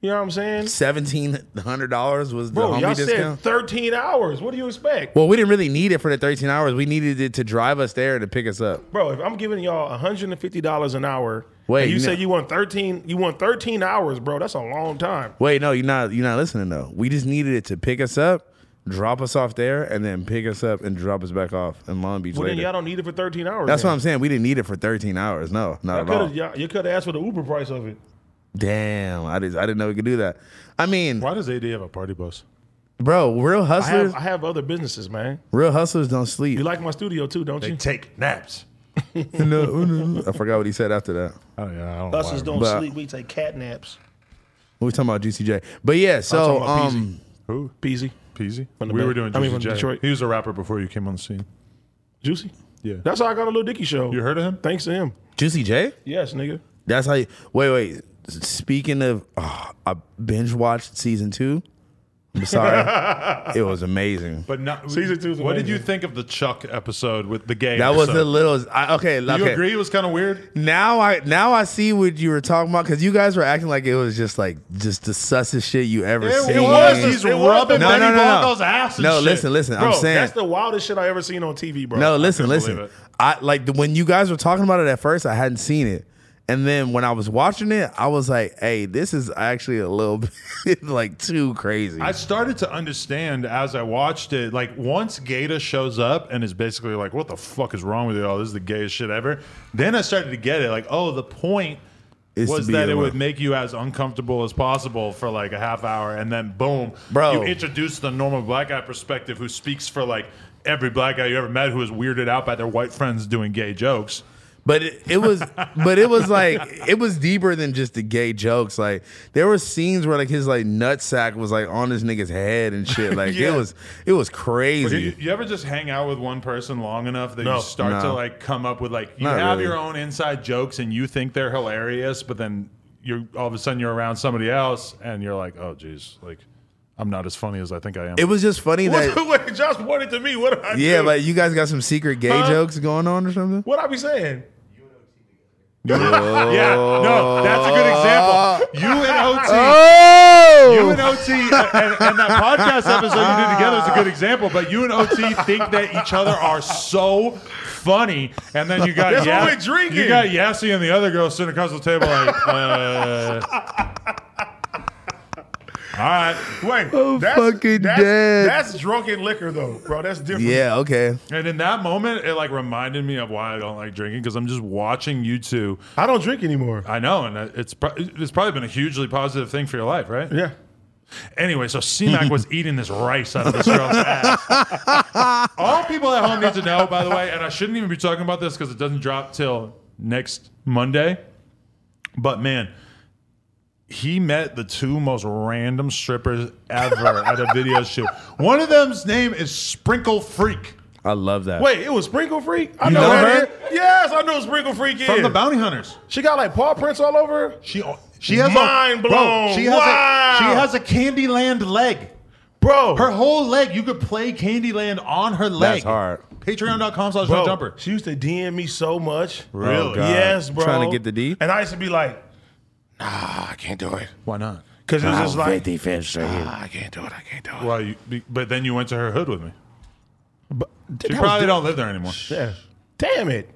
Speaker 2: You know what I'm saying?
Speaker 3: seventeen hundred dollars was the
Speaker 2: Bro,
Speaker 3: homie
Speaker 2: y'all
Speaker 3: discount.
Speaker 2: said 13 hours. What do you expect?
Speaker 3: well, we didn't really need it for the thirteen hours. We needed it to drive us there and to pick us up.
Speaker 2: Bro, if I'm giving y'all $150 an hour,
Speaker 3: Wait,
Speaker 2: and you
Speaker 3: you
Speaker 2: say
Speaker 3: know-
Speaker 2: you want 13, you want 13 hours, bro. That's a long time.
Speaker 3: Wait, no, you're not you're not listening though. We just needed it to pick us up, drop us off there, and then pick us up and drop us back off in Long Beach
Speaker 2: Well, then
Speaker 3: later.
Speaker 2: y'all don't need it for 13 hours.
Speaker 3: That's what I'm saying. We didn't need it for thirteen hours. No, not at all.
Speaker 2: Could have, you could have asked for the Uber price of it.
Speaker 3: Damn, I didn't I didn't know we could do that. I mean,
Speaker 1: Why does AD have a party bus?
Speaker 3: Bro, real
Speaker 2: I
Speaker 3: hustlers,
Speaker 2: have, I have other businesses, man.
Speaker 3: real hustlers don't sleep.
Speaker 2: You like my studio too, don't
Speaker 1: They
Speaker 2: you?
Speaker 1: take naps.
Speaker 3: No,
Speaker 2: *laughs*
Speaker 3: no. *laughs* I forgot what he said after that.
Speaker 1: I don't, Oh, I don't know why.
Speaker 5: Buses don't
Speaker 3: But-
Speaker 5: sleep. We take cat naps.
Speaker 3: We were talking about GCJ, but yeah. So,
Speaker 2: talking about
Speaker 3: um,
Speaker 1: Who?
Speaker 2: Peasy,
Speaker 1: Peasy?
Speaker 2: the
Speaker 1: we
Speaker 2: Bay-
Speaker 1: were doing
Speaker 2: I mean,
Speaker 1: Juicy
Speaker 2: from
Speaker 1: J.
Speaker 2: Detroit.
Speaker 1: He was a rapper before you came on the scene.
Speaker 2: Juicy.
Speaker 1: Yeah.
Speaker 2: That's how I got a little Dicky show.
Speaker 1: you heard of him?
Speaker 2: Thanks to him.
Speaker 3: Juicy J.
Speaker 2: Yes, nigga.
Speaker 3: That's how. you Wait, wait. Speaking of, ah, I binge watched season two.
Speaker 2: *laughs*
Speaker 3: I'm sorry, it was amazing.
Speaker 1: But not
Speaker 2: Season two's
Speaker 1: What did
Speaker 2: amazing.
Speaker 1: you think of the Chuck episode with the gay?
Speaker 3: That was the
Speaker 1: episode?
Speaker 3: little. I, okay,
Speaker 1: Do
Speaker 3: okay.
Speaker 1: you agree it was kind of weird?
Speaker 3: Now I now I see what you were talking about because you guys were acting like it was just like just the sussest shit you ever seen.
Speaker 2: was.
Speaker 1: He's
Speaker 2: It was.
Speaker 1: rubbing
Speaker 3: No,
Speaker 1: Benny
Speaker 3: no, no, no.
Speaker 1: Blanco's ass. And
Speaker 3: no,
Speaker 1: shit.
Speaker 3: listen, listen.
Speaker 2: Bro,
Speaker 3: I'm saying
Speaker 2: that's the wildest shit I ever seen on TV, bro.
Speaker 3: No, listen, listen.
Speaker 1: believe it.
Speaker 3: I like the, when you guys were talking about it at first, I hadn't seen it. And then when I was watching it, I was like, hey, this is actually a little *laughs* bit like too crazy.
Speaker 1: I started to understand as I watched it. Like once Gata shows up and is basically like, "What the fuck is wrong with y'all? This is the gayest shit ever." Then I started to get it. Like, oh, the point
Speaker 3: It's to
Speaker 1: was
Speaker 3: be
Speaker 1: that
Speaker 3: the
Speaker 1: it
Speaker 3: one.
Speaker 1: would make you as uncomfortable as possible for like a half hour, and then boom,
Speaker 3: Bro.
Speaker 1: you introduce the normal black guy perspective who speaks for like every black guy you ever met who is weirded out by their white friends doing gay jokes.
Speaker 3: But it, it was, but it was like it was deeper than just the gay jokes. Like there were scenes where like his like nutsack was like on this nigga's head and
Speaker 2: *laughs*
Speaker 3: shit. Like
Speaker 1: Yeah.
Speaker 3: it was, it was
Speaker 1: Do You,
Speaker 3: crazy.
Speaker 1: you ever just hang out with one person long enough that
Speaker 2: No.
Speaker 1: you start to
Speaker 3: No.
Speaker 1: like come up with like you
Speaker 3: Not
Speaker 1: have
Speaker 3: really.
Speaker 1: your own inside jokes and you think they're hilarious, but then you're all of a sudden you're around somebody else and you're like, oh geez, like I'm not as funny as I think I am.
Speaker 3: It was just
Speaker 2: *laughs*
Speaker 3: funny
Speaker 2: What,
Speaker 3: that
Speaker 2: wait, Josh pointed to me. What did I
Speaker 3: *laughs* yeah,
Speaker 2: do?
Speaker 3: like you guys got some secret gay
Speaker 2: Huh?
Speaker 3: jokes going on or something.
Speaker 2: what I be saying?
Speaker 1: yeah, no, that's a good example. You and OT,
Speaker 3: Oh,
Speaker 1: you you and OT and, and that podcast episode you did together is a good example. But you and OT think that each other are so funny, and then you got
Speaker 2: That's
Speaker 1: Yas-
Speaker 2: what we're drinking.
Speaker 1: You got Yassi and the other girl sitting across the table like, uh, *laughs* all right,
Speaker 2: Wait, that's,
Speaker 3: Oh, fucking
Speaker 2: that's,
Speaker 3: dead.
Speaker 2: That's drunken liquor though, bro. That's different.
Speaker 3: Yeah, okay.
Speaker 1: and in that moment, it like reminded me of why I don't like drinking because I'm just watching you two.
Speaker 2: I don't drink anymore.
Speaker 1: I know, and it's pro- it's probably been a hugely positive thing for your life, right?
Speaker 2: Yeah.
Speaker 1: Anyway, so C-Mac
Speaker 2: *laughs*
Speaker 1: was eating this rice out of this girl's ass. All people at home need to know, by the way, and I shouldn't even be talking about this because it doesn't drop till next Monday. But man, he met the two most random strippers ever at a video shoot. One of them's name is Sprinkle Freak
Speaker 3: I love that.
Speaker 2: Wait, it was Sprinkle Freak? I
Speaker 1: You
Speaker 2: know,
Speaker 1: know
Speaker 2: that
Speaker 1: her?
Speaker 2: is. Yes, I know who Sprinkle Freak is.
Speaker 1: from the Bounty Hunters.
Speaker 2: she got like paw prints all over her.
Speaker 1: She she has
Speaker 2: Mind
Speaker 1: a, Bro,
Speaker 2: blown.
Speaker 1: she has
Speaker 2: Wow.
Speaker 1: a she has a Candyland leg.
Speaker 2: Bro.
Speaker 1: Her whole leg, you could play Candyland on her leg.
Speaker 3: hard.
Speaker 1: Patreon.com slash
Speaker 2: bro,
Speaker 1: no jumper.
Speaker 2: She used to DM me so much.
Speaker 1: Oh, Really?
Speaker 3: God.
Speaker 2: Yes, bro.
Speaker 3: Trying to get the D?
Speaker 2: And I used to be like, nah, Ah, I can't do it.
Speaker 1: Why not?
Speaker 2: Because it was just like,
Speaker 3: fish right here.
Speaker 2: "Ah, I can't do it. I can't do it.
Speaker 1: Well, you, be- but then you went to her hood with me.
Speaker 2: But
Speaker 1: She
Speaker 2: that was
Speaker 1: probably
Speaker 2: di-
Speaker 1: don't live there anymore.
Speaker 2: Yeah. Damn it.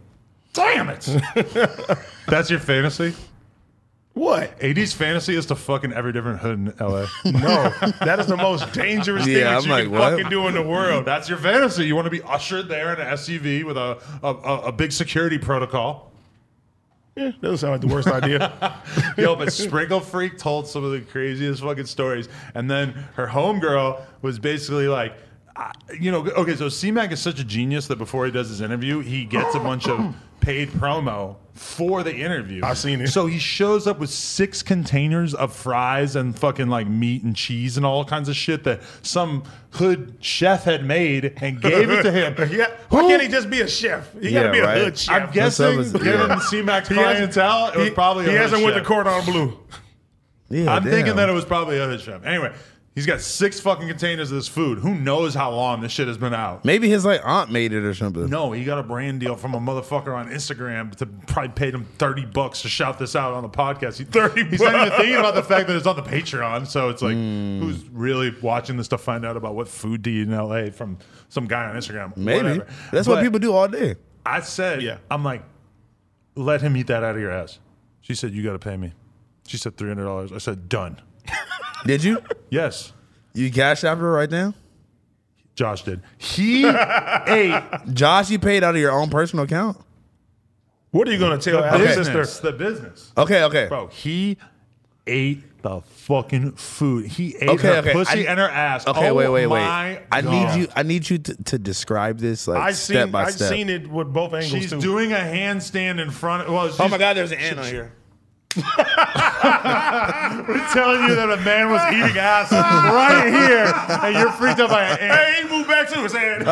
Speaker 1: *laughs* Damn it! *laughs* That's your fantasy.
Speaker 2: What?
Speaker 1: AD's fantasy is to fucking every different hood in *laughs* LA.
Speaker 2: No, *laughs* that is the
Speaker 1: *laughs*
Speaker 2: most dangerous thing
Speaker 3: Yeah,
Speaker 2: that
Speaker 3: I'm
Speaker 2: you
Speaker 3: like,
Speaker 2: can
Speaker 3: what?
Speaker 2: fucking do in the world.
Speaker 1: That's your fantasy. You want to be ushered there in an SUV with a a, a, a big security protocol.
Speaker 2: Yeah, that doesn't sound like the worst idea.
Speaker 1: *laughs* Yo, but Sprinkle Freak told some of the craziest fucking stories. And then her homegirl was basically like, I- you know, okay, so C-Mac is such a genius that before he does his interview, he gets a bunch
Speaker 2: *laughs*
Speaker 1: of paid promo for the interview.
Speaker 2: I've seen it.
Speaker 1: So he shows up with six containers of fries and fucking like meat and cheese and all kinds of shit that some hood chef had made and gave it to him.
Speaker 2: *laughs* yeah. Why
Speaker 1: Who-
Speaker 2: can't he just be a chef? He got
Speaker 3: Yeah,
Speaker 2: to be
Speaker 3: right.
Speaker 2: a hood chef.
Speaker 1: I'm guessing,
Speaker 3: was-
Speaker 1: given
Speaker 3: yeah.
Speaker 1: C-Mac's
Speaker 2: He hasn't-
Speaker 1: clientele, it was
Speaker 2: he-
Speaker 1: probably a
Speaker 2: He
Speaker 1: hood
Speaker 2: hasn't went
Speaker 1: chef.
Speaker 2: to Cordon Bleu.
Speaker 3: Yeah,
Speaker 1: I'm thinking
Speaker 3: damn.
Speaker 1: that it was probably other shrimp. Anyway, he's got six fucking containers of this food. Who knows how long this shit has been out?
Speaker 3: Maybe his like aunt made it or something.
Speaker 1: No, he got a brand deal from a motherfucker on Instagram to probably paid him thirty bucks to shout this out on the podcast. He,
Speaker 2: 30
Speaker 1: He's not even thinking about the fact that it's on the Patreon. So it's like,
Speaker 3: Hmm.
Speaker 1: who's really watching this to find out about what food to eat in LA from some guy on Instagram?
Speaker 3: Maybe.
Speaker 1: Whatever.
Speaker 3: That's
Speaker 1: But
Speaker 3: what people do all day.
Speaker 1: I said,
Speaker 2: Yeah.
Speaker 1: I'm like, let him eat that out of your ass. She said, you got to pay me. She said three hundred dollars. I said, done.
Speaker 3: Did you?
Speaker 1: Yes.
Speaker 3: You cash after her right now?
Speaker 1: Josh did. He ate
Speaker 3: Josh, you paid out of your own personal account?
Speaker 2: What are you going to tell
Speaker 1: the
Speaker 2: our
Speaker 1: business.
Speaker 2: sister?
Speaker 1: The business,
Speaker 3: Okay, okay.
Speaker 1: bro. He ate the fucking food. He ate
Speaker 3: Okay,
Speaker 1: her
Speaker 3: okay.
Speaker 1: pussy
Speaker 3: I-
Speaker 1: and her ass.
Speaker 3: Okay,
Speaker 1: Oh
Speaker 3: wait, wait, wait.
Speaker 1: my
Speaker 3: I
Speaker 1: God.
Speaker 3: need you. I need you to, to describe this like
Speaker 2: I've
Speaker 3: step
Speaker 2: seen,
Speaker 3: by
Speaker 2: I've
Speaker 3: step.
Speaker 2: seen it with both angles,
Speaker 1: She's
Speaker 2: too.
Speaker 1: doing a handstand in front. Of, well, she's
Speaker 3: Oh there's an ant on here.
Speaker 1: telling you that a man
Speaker 3: *laughs*
Speaker 1: was eating ass right here, and you're freaked out by an ant. Ah.
Speaker 2: Hey, he moved back too. His hand.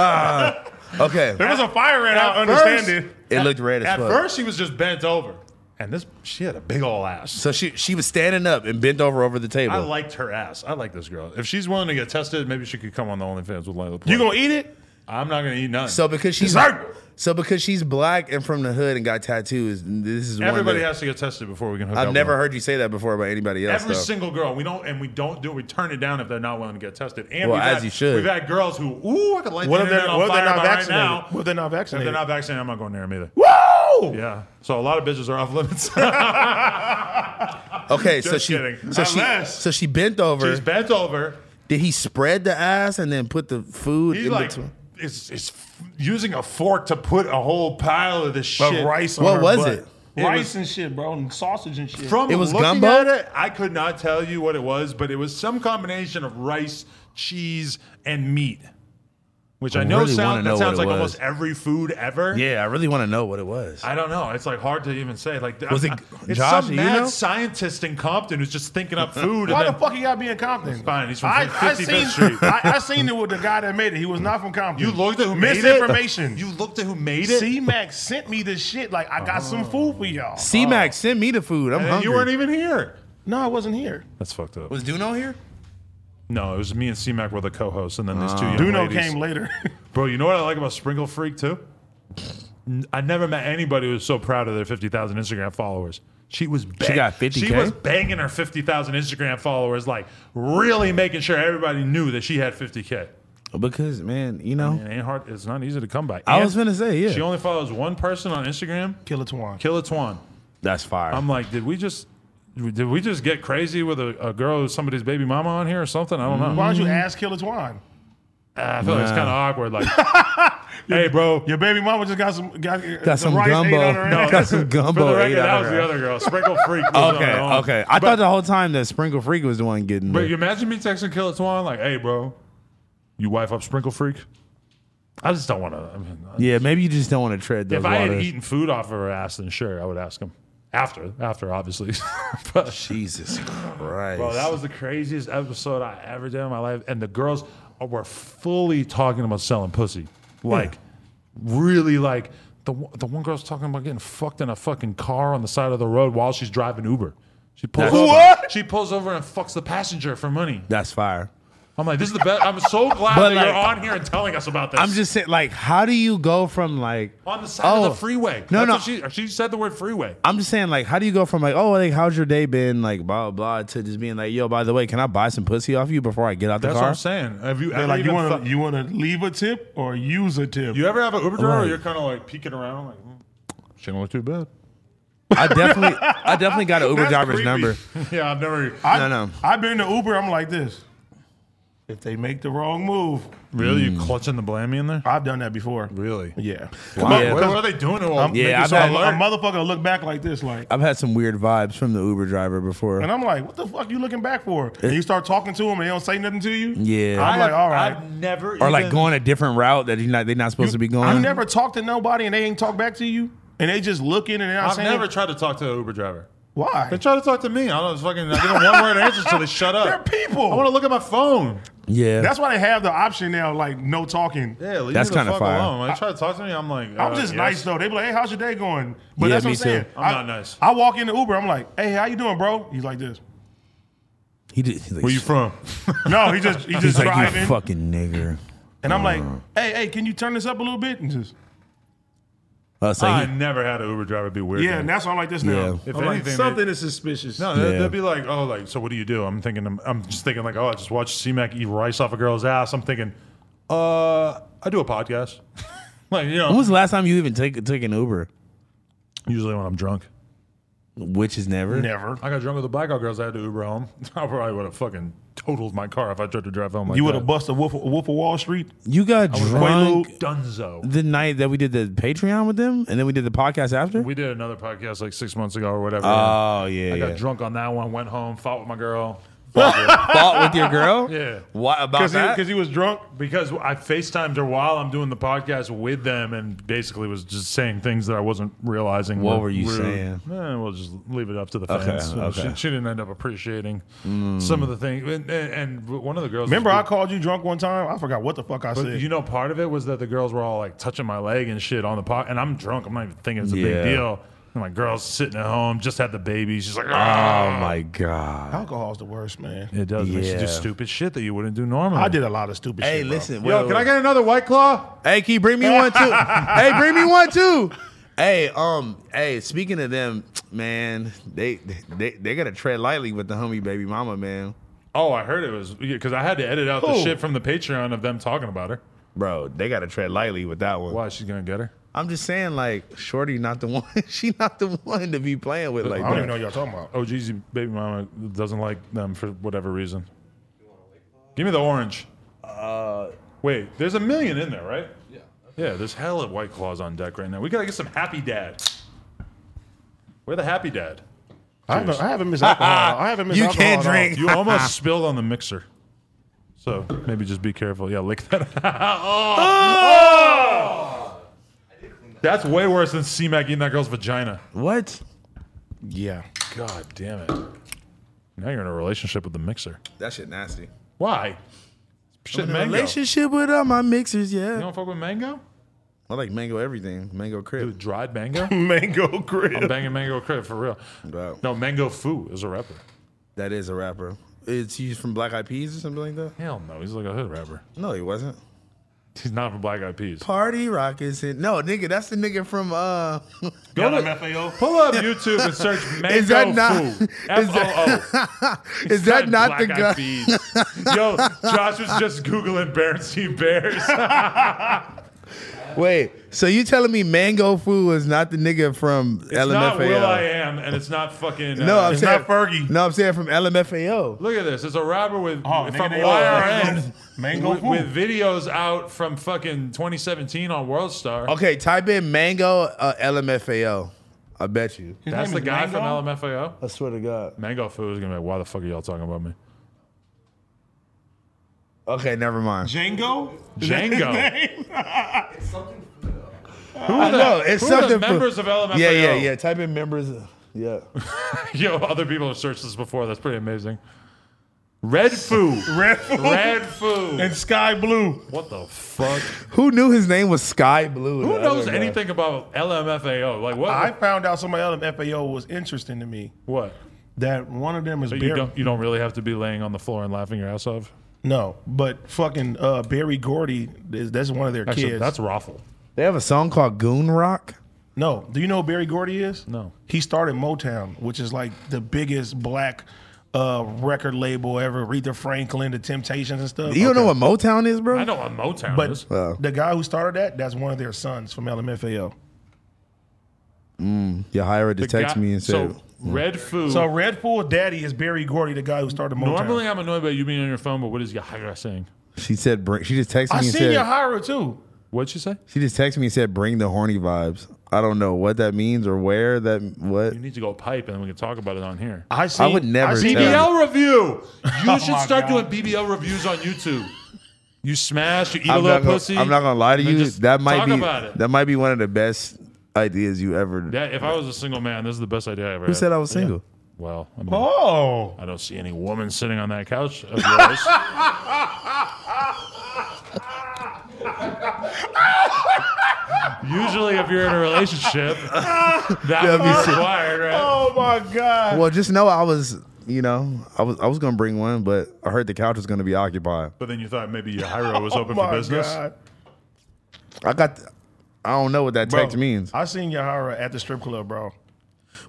Speaker 3: Okay,
Speaker 2: there was a fire in I
Speaker 1: At
Speaker 2: understand
Speaker 1: first-
Speaker 2: it.
Speaker 3: it looked red as
Speaker 1: At
Speaker 3: fuck.
Speaker 1: first, she was just bent over, and this she had a big old ass.
Speaker 3: so she she was standing up and bent over over the table.
Speaker 1: I liked her ass. I like this girl. If she's willing to get tested, maybe she could come on the OnlyFans with Layla.
Speaker 2: You going to eat it?
Speaker 1: I'm not gonna eat none.
Speaker 3: so because she's
Speaker 2: Dessert.
Speaker 3: so because she's black and from the hood and got tattoos. This is
Speaker 1: Everybody
Speaker 3: one that,
Speaker 1: has to get tested before we can hook up.
Speaker 3: I've
Speaker 1: with
Speaker 3: never
Speaker 1: them.
Speaker 3: heard you say that before about anybody else.
Speaker 1: Every
Speaker 3: though.
Speaker 1: single girl we don't and we don't do it. We turn it down if they're not willing to get tested. And
Speaker 3: Well,
Speaker 1: we've
Speaker 3: as
Speaker 1: had,
Speaker 3: you should.
Speaker 1: We've had girls who, ooh, I could light
Speaker 2: What
Speaker 1: the
Speaker 2: if they're,
Speaker 1: internet on
Speaker 2: what if
Speaker 1: fire
Speaker 2: they're not
Speaker 1: by
Speaker 2: vaccinated?
Speaker 1: right now.
Speaker 2: What if they're not
Speaker 1: If
Speaker 2: vaccinated?
Speaker 1: they're not vaccinated, I'm not going near them either.
Speaker 2: Whoa!
Speaker 1: Yeah. So a lot of bitches are off limits. *laughs*
Speaker 3: Okay, so
Speaker 1: Just
Speaker 3: she
Speaker 1: kidding.
Speaker 3: so she
Speaker 2: Unless-
Speaker 3: so she bent over.
Speaker 1: She's bent over.
Speaker 3: Did he spread the ass and then put the food
Speaker 1: He's
Speaker 3: in
Speaker 1: like,
Speaker 3: between?
Speaker 1: is is f- using a fork to put a whole pile of this
Speaker 2: But
Speaker 1: shit.
Speaker 2: rice on
Speaker 3: What
Speaker 2: her
Speaker 3: was
Speaker 2: butt.
Speaker 3: it?
Speaker 1: It
Speaker 2: rice
Speaker 1: was-
Speaker 2: and shit, bro, and sausage and shit.
Speaker 1: From
Speaker 3: It was
Speaker 1: looking
Speaker 3: gumbo?
Speaker 1: at it, I could not tell you what it was, but it was some combination of rice, cheese, and meat. Which I, know
Speaker 3: really wanna
Speaker 1: sound,
Speaker 3: know
Speaker 1: that
Speaker 3: what
Speaker 1: sounds
Speaker 3: it
Speaker 1: like
Speaker 3: was.
Speaker 1: almost every food ever.
Speaker 3: Yeah, I really want to know what it was.
Speaker 1: I don't know. It's like hard to even say. Like,
Speaker 3: Was
Speaker 1: I'm-
Speaker 3: it-
Speaker 1: I- it's
Speaker 3: Josh,
Speaker 1: some
Speaker 3: you
Speaker 1: mad
Speaker 3: know?
Speaker 1: scientist in Compton who's just thinking
Speaker 3: *laughs*
Speaker 1: up food.
Speaker 2: Why
Speaker 1: and
Speaker 2: the
Speaker 1: then
Speaker 2: fuck he got to be in Compton?
Speaker 1: fine, he's from
Speaker 2: I, I
Speaker 1: 55th
Speaker 2: seen,
Speaker 1: Street.
Speaker 2: I, I seen it with the guy that made it. He was not from Compton.
Speaker 1: You looked at who made it.
Speaker 2: misinformation.
Speaker 1: You looked at who made it.
Speaker 2: C Mac sent me this shit. Like I got some food for y'all.
Speaker 3: C Mac, send me the food.
Speaker 1: Oh.
Speaker 3: I'm
Speaker 1: and
Speaker 3: hungry.
Speaker 1: you weren't even here.
Speaker 2: No, I wasn't here.
Speaker 1: That's fucked up.
Speaker 3: was Duno here?
Speaker 1: No, it was me and C Mac were the co-hosts, and then these two young
Speaker 2: Duno
Speaker 1: ladies.
Speaker 2: came later. *laughs*
Speaker 1: Bro, you know what I like about Sprinkle Freak too? N- I never met anybody who was so proud of their fifty thousand Instagram followers. She was bang-
Speaker 3: She got 50K?
Speaker 1: She was banging her fifty thousand Instagram followers, like really making sure everybody knew that she had fifty k.
Speaker 3: Because man, you know,
Speaker 1: It ain't hard. It's not easy to come by.
Speaker 3: I
Speaker 1: And
Speaker 3: was gonna say yeah.
Speaker 1: She only follows one person on Instagram.
Speaker 2: Killer Twan.
Speaker 1: Killa Twan.
Speaker 3: That's fire.
Speaker 1: I'm like, did we just did we just get crazy with a, a girl who's somebody's baby mama on here or something? I don't know.
Speaker 2: Why don't you ask Killer Twan?
Speaker 1: I feel like it's kind of awkward.
Speaker 3: *laughs*
Speaker 1: Like, hey, bro.
Speaker 2: Your baby mama just got some got, uh,
Speaker 3: got some gumbo. got some
Speaker 1: For
Speaker 3: gumbo.
Speaker 1: the record,
Speaker 3: ate
Speaker 1: that
Speaker 3: out
Speaker 1: was
Speaker 3: of
Speaker 1: the
Speaker 3: her.
Speaker 1: other girl. Sprinkle Freak. was on
Speaker 3: Okay,
Speaker 1: her own.
Speaker 3: okay. I thought the whole time that Sprinkle Freak was the one getting.
Speaker 1: But
Speaker 3: But
Speaker 1: you imagine me texting Killer Swan like, "Hey, bro, you wife up Sprinkle Freak." I just don't want to. I mean,
Speaker 3: yeah, maybe you just don't want to tread those
Speaker 1: if I
Speaker 3: waters.
Speaker 1: had eaten food off of her ass, then sure, I would ask him after. After, obviously. *laughs* but
Speaker 3: Jesus Christ!
Speaker 1: Bro, that was the craziest episode I ever did in my life. And the girls were fully talking about selling pussy. Like, really, like, the, one- the one girl's talking about getting fucked in a fucking car on the side of the road while she's driving Uber. She pulls
Speaker 3: That's-
Speaker 1: over.
Speaker 3: What?
Speaker 1: She pulls over and fucks the passenger for money.
Speaker 3: That's fire.
Speaker 1: I'm like, this is the best. I'm *laughs* so glad
Speaker 3: But
Speaker 1: that you're
Speaker 3: like-
Speaker 1: on here and telling us about this.
Speaker 3: I'm just saying, like, how do you go from like
Speaker 1: on the side
Speaker 3: oh,
Speaker 1: of the freeway.
Speaker 3: No,
Speaker 1: That's
Speaker 3: no.
Speaker 1: what She, or she said the word freeway.
Speaker 3: I'm just saying, like, how do you go from like, oh, like, how's your day been, like, blah blah, blah to just being like, yo, by the way, can I buy some pussy off you before I get out the
Speaker 1: That's what
Speaker 3: car?
Speaker 1: I'm saying. Have you ever
Speaker 2: Like you
Speaker 1: even
Speaker 2: want
Speaker 1: fu-
Speaker 2: to you want to leave a tip or use a tip?
Speaker 1: you ever have an Uber driver?
Speaker 3: Right.
Speaker 1: You're kind of like peeking around, like, mm, she don't look too bad.
Speaker 3: I definitely, I definitely got an Uber
Speaker 2: That's
Speaker 3: driver's
Speaker 2: creepy.
Speaker 3: number.
Speaker 1: *laughs* Yeah, I've never.
Speaker 2: I,
Speaker 3: No, no.
Speaker 2: I've been to Uber. I'm like this. If they make the wrong move,
Speaker 1: Really,
Speaker 3: Hmm.
Speaker 1: you clutching the blammy in there?
Speaker 2: I've done that before.
Speaker 1: Really?
Speaker 2: Yeah.
Speaker 1: Come on,
Speaker 3: Yeah.
Speaker 1: What, what are they doing to all?
Speaker 3: Yeah,
Speaker 1: make
Speaker 3: I've
Speaker 1: us all
Speaker 3: had-
Speaker 2: A
Speaker 1: alert?
Speaker 2: motherfucker will look back like this, like,
Speaker 3: I've had some weird vibes from the Uber driver before.
Speaker 2: and I'm like, what the fuck you looking back for? And you start talking to him, and they don't say nothing to you.
Speaker 3: Yeah.
Speaker 2: I'm like, all right.
Speaker 1: I've never.
Speaker 3: or like
Speaker 1: even-
Speaker 3: going a different route that you not they're not supposed to be going.
Speaker 2: I've never talked to nobody, and they ain't talk back to you, and they just looking, and they're not
Speaker 1: I've
Speaker 2: saying
Speaker 1: never tried to talk to an Uber driver.
Speaker 2: why.
Speaker 1: They try to talk to me. I don't fucking. I give them one word answers till they shut up.
Speaker 2: They're people.
Speaker 1: I want to look at my phone.
Speaker 3: yeah,
Speaker 2: That's why they have the option now, like no talking.
Speaker 1: Yeah, leave
Speaker 3: That's
Speaker 1: me the
Speaker 3: kinda
Speaker 1: fuck
Speaker 3: fire.
Speaker 1: alone. Like, try to talk to me. I'm like,
Speaker 2: I'm
Speaker 1: uh,
Speaker 2: just
Speaker 1: yes.
Speaker 2: nice though. They be like, "Hey, how's your day going?" But
Speaker 3: Yeah,
Speaker 2: that's what
Speaker 3: me
Speaker 2: I'm saying.
Speaker 3: too.
Speaker 1: I'm
Speaker 2: I-
Speaker 1: not nice.
Speaker 2: I walk into Uber. I'm like, "Hey, how you doing, bro?" He's like this.
Speaker 3: he did. He's like,
Speaker 1: Where you from? *laughs*
Speaker 2: No, he just he
Speaker 3: He's
Speaker 2: just
Speaker 3: like
Speaker 2: driving,
Speaker 3: you fucking nigger.
Speaker 2: and I'm like, "Hey, hey, can you turn this up a little bit?" And just
Speaker 3: I was
Speaker 1: I
Speaker 3: like,
Speaker 1: never had an Uber driver be weird.
Speaker 2: yeah,
Speaker 1: to
Speaker 2: and
Speaker 1: me.
Speaker 2: that's why I'm like this now.
Speaker 3: Yeah.
Speaker 1: If
Speaker 2: I'm like,
Speaker 1: anything, they-
Speaker 2: something is suspicious.
Speaker 1: No, they'll,
Speaker 3: Yeah.
Speaker 1: they'll be like, oh, like, so what do you do? I'm thinking, I'm, I'm just thinking, like, oh, I just watched C-Mac eat rice off a girl's ass. I'm thinking, uh, I do a podcast. *laughs* like, you
Speaker 3: when
Speaker 1: know,
Speaker 3: was the last time you even take took an Uber?
Speaker 1: usually when I'm drunk.
Speaker 3: Which is never.
Speaker 2: Never.
Speaker 1: I got drunk with the blackout girls. I had to Uber home. *laughs* I probably would have fucking totaled my car if I tried to drive home. Like
Speaker 2: You
Speaker 1: would
Speaker 2: would have bust a wolf, a wolf of Wall Street.
Speaker 3: You got drunk
Speaker 1: Quaalude Dunzo.
Speaker 3: the night that we did the Patreon with them, and then we did the podcast after.
Speaker 1: We did another podcast like six months ago or whatever.
Speaker 3: oh yeah,
Speaker 1: I got
Speaker 3: yeah.
Speaker 1: drunk on that one. Went home, fought with my
Speaker 3: *laughs*
Speaker 1: girl.
Speaker 3: Fought with your girl.
Speaker 1: *laughs* Yeah.
Speaker 3: What about
Speaker 2: Because
Speaker 3: that?
Speaker 2: he, was drunk.
Speaker 1: Because I FaceTimed her while I'm doing the podcast with them and basically was just saying things that I wasn't realizing.
Speaker 3: What were you saying?
Speaker 1: Eh, we'll just leave it up to the
Speaker 3: Okay,
Speaker 1: fans.
Speaker 3: okay. Hmm.
Speaker 1: She, she didn't end up appreciating some of the things. And, and and one of the girls.
Speaker 2: Remember, I called you drunk one time. I forgot what the fuck I
Speaker 1: But
Speaker 2: said.
Speaker 1: you know, part of it was that the girls were all like touching my leg and shit on the pot, and I'm drunk. I'm not even thinking it's a
Speaker 3: Yeah.
Speaker 1: big deal. And my girl's sitting at home, just had the baby. She's like,
Speaker 3: oh
Speaker 1: ah,
Speaker 3: my god.
Speaker 2: Alcohol's the worst, man.
Speaker 1: it does make you
Speaker 3: Yeah.
Speaker 1: do stupid shit that you wouldn't do normally.
Speaker 2: I did a lot of stupid shit.
Speaker 3: Hey,
Speaker 2: bro.
Speaker 3: listen.
Speaker 1: Yo,
Speaker 3: wait,
Speaker 1: can
Speaker 3: wait.
Speaker 1: I get another white claw?
Speaker 3: Hey, can you bring me one
Speaker 1: *laughs*
Speaker 3: too? hey, bring me one too. Hey, um, hey, speaking of them, man, they they they gotta tread lightly with the homie baby mama, man.
Speaker 1: Oh, I heard it was because I had to edit out the
Speaker 2: Who?
Speaker 1: shit from the Patreon of them talking about her.
Speaker 3: Bro, they gotta tread lightly with that one.
Speaker 1: Why she's gonna get her?
Speaker 3: I'm just saying, like, Shorty not the *laughs* one. she not the one to be playing with like
Speaker 2: I don't
Speaker 3: that.
Speaker 2: even know what y'all talking about.
Speaker 1: Oh, geez, baby mama doesn't like them for whatever reason. Give me the orange. Wait, there's a million in there, right? Yeah. Yeah, there's hella white claws on deck right now. We gotta get some happy dad. Where the happy dad?
Speaker 2: I haven't, I haven't missed *laughs* alcohol. I haven't missed
Speaker 3: You
Speaker 2: alcohol.
Speaker 3: can't
Speaker 2: at all.
Speaker 3: drink.
Speaker 1: You almost spilled on the mixer. So maybe just be careful. Yeah, lick that. *laughs* Oh! That's way worse than C Mac eating that girl's vagina.
Speaker 3: What?
Speaker 2: Yeah.
Speaker 1: God damn it. Now you're in a relationship with the mixer.
Speaker 3: That shit nasty.
Speaker 1: Why? Shit, mango. You
Speaker 3: Relationship with all my mixers, yeah.
Speaker 1: don't fuck with mango?
Speaker 3: I like mango everything. Mango crib.
Speaker 1: Dude, dried mango?
Speaker 2: *laughs* Mango Grill.
Speaker 1: I'm *laughs* banging mango crib for real.
Speaker 3: Bro,
Speaker 1: No, mango foo is a rapper.
Speaker 3: that is a rapper. It's he's from Black Eyed Peas or something like that.
Speaker 1: Hell no, he's like a hood rapper.
Speaker 3: No, he wasn't.
Speaker 1: He's not from Black Eyed Peas.
Speaker 3: Party Rock is hit. No, nigga, that's the nigga from uh *laughs*
Speaker 1: Go to Pull up YouTube and search Mango
Speaker 3: Is that not-
Speaker 1: Food.
Speaker 3: is
Speaker 1: F-O-O.
Speaker 3: *laughs* Is that not the
Speaker 1: Black
Speaker 3: guy?
Speaker 1: Eyed Peas. Yo, Josh was just Googling Bernstein Bears.
Speaker 3: Wait, so you telling me Mango Fu is not the nigga from
Speaker 1: It's not Will I
Speaker 3: LMFAO?
Speaker 1: Am, and it's not fucking.
Speaker 3: No,
Speaker 1: uh,
Speaker 3: I'm
Speaker 1: it's
Speaker 3: saying
Speaker 1: not Fergie.
Speaker 3: No, I'm saying from LMFAO.
Speaker 1: Look at this. It's a rapper with
Speaker 2: Oh, nigga,
Speaker 1: from
Speaker 2: they-
Speaker 1: YRN
Speaker 2: Mango
Speaker 1: with,
Speaker 2: Fu.
Speaker 1: with videos out from fucking 2017 on World Star.
Speaker 2: Oh,
Speaker 3: Okay, type in Mango uh, LMFAO. I bet you.
Speaker 1: That's
Speaker 2: name
Speaker 1: the
Speaker 2: is
Speaker 1: guy from
Speaker 2: Mango?
Speaker 1: LMFAO.
Speaker 3: I swear to God.
Speaker 1: Mango Food is gonna be like, why the fuck are y'all talking about me?
Speaker 3: Okay, never mind.
Speaker 2: Django?
Speaker 1: Django. Who
Speaker 3: I
Speaker 1: are the,
Speaker 3: know, it's
Speaker 1: who are the
Speaker 3: something for-
Speaker 1: members of LMFAO?
Speaker 3: Yeah, yeah, yeah. Type in members. uh,
Speaker 1: *laughs*
Speaker 3: Yeah.
Speaker 1: Yo, other people have searched this before. That's pretty amazing. Red Food.
Speaker 2: *laughs* Red Food.
Speaker 1: Red Food.
Speaker 2: And Sky Blue.
Speaker 1: What the fuck?
Speaker 3: Who knew his name was Sky Blue?
Speaker 1: Who
Speaker 3: the
Speaker 1: knows
Speaker 3: other guy?
Speaker 1: anything about LMFAO? Like what?
Speaker 2: I found out somebody else at FAO was interesting to me.
Speaker 1: what?
Speaker 2: That one of them is
Speaker 1: Oh, You
Speaker 2: Barry.
Speaker 1: don't, you don't really have to be laying on the floor and laughing your ass off.
Speaker 2: No, but fucking uh, Barry Gordy is that's one of their
Speaker 1: Actually,
Speaker 2: kids.
Speaker 1: that's Raffle.
Speaker 3: They have a song called Goon Rock.
Speaker 2: no. Do you know who Barry Gordy is?
Speaker 1: No.
Speaker 2: He started Motown, which is like the biggest black uh, record label ever. Aretha Franklin, the Temptations and stuff.
Speaker 3: You don't know what Motown is, bro?
Speaker 1: I know what Motown is.
Speaker 2: But the guy who started that, that's one of their sons from LMFAO.
Speaker 3: You hire it to text
Speaker 1: Guy-
Speaker 3: me and say,
Speaker 1: so Red Food.
Speaker 2: So Red Fool Daddy is Barry Gordy, the guy who started Motown.
Speaker 1: Normally, I'm annoyed by you being on your phone, but what is Yahira saying?
Speaker 3: she said, bring, she just texted me
Speaker 2: I
Speaker 3: and
Speaker 2: seen
Speaker 3: said,
Speaker 2: Yahira too.
Speaker 1: What'd she say?
Speaker 3: she just texted me and said, bring the horny vibes. I don't know what that means or where that, what?
Speaker 1: You need to go pipe, and we can talk about it on here.
Speaker 2: I seen.
Speaker 3: would never
Speaker 2: seen BL.
Speaker 3: tell.
Speaker 1: BBL *laughs* review. You should
Speaker 2: my
Speaker 1: start
Speaker 2: God.
Speaker 1: doing BBL reviews on YouTube. You smash. You eat a
Speaker 3: I'm
Speaker 1: little
Speaker 3: not, gonna,
Speaker 1: pussy.
Speaker 3: I'm not gonna lie to
Speaker 1: and
Speaker 3: you.
Speaker 1: just
Speaker 3: That might
Speaker 1: talk
Speaker 3: be
Speaker 1: about it.
Speaker 3: that might be one of the best ideas you ever.
Speaker 1: That- if I was a single man, this is the best idea I ever
Speaker 3: who
Speaker 1: had.
Speaker 3: said I was single?
Speaker 1: well, I, mean,
Speaker 2: Oh,
Speaker 1: I don't see any woman sitting on that couch of yours. Usually, if you're in a relationship, that would
Speaker 3: be
Speaker 1: be
Speaker 3: sick.
Speaker 1: required, right?
Speaker 2: oh my God.
Speaker 3: Well, just know I was. You know, I was I was gonna bring one, but I heard the couch was gonna be occupied.
Speaker 1: But then you thought maybe Yahira was open
Speaker 2: Oh, my
Speaker 1: for business.
Speaker 2: God.
Speaker 3: I got. th- I don't know what that
Speaker 2: Bro,
Speaker 3: text means.
Speaker 2: I seen Yahara at the strip club, bro.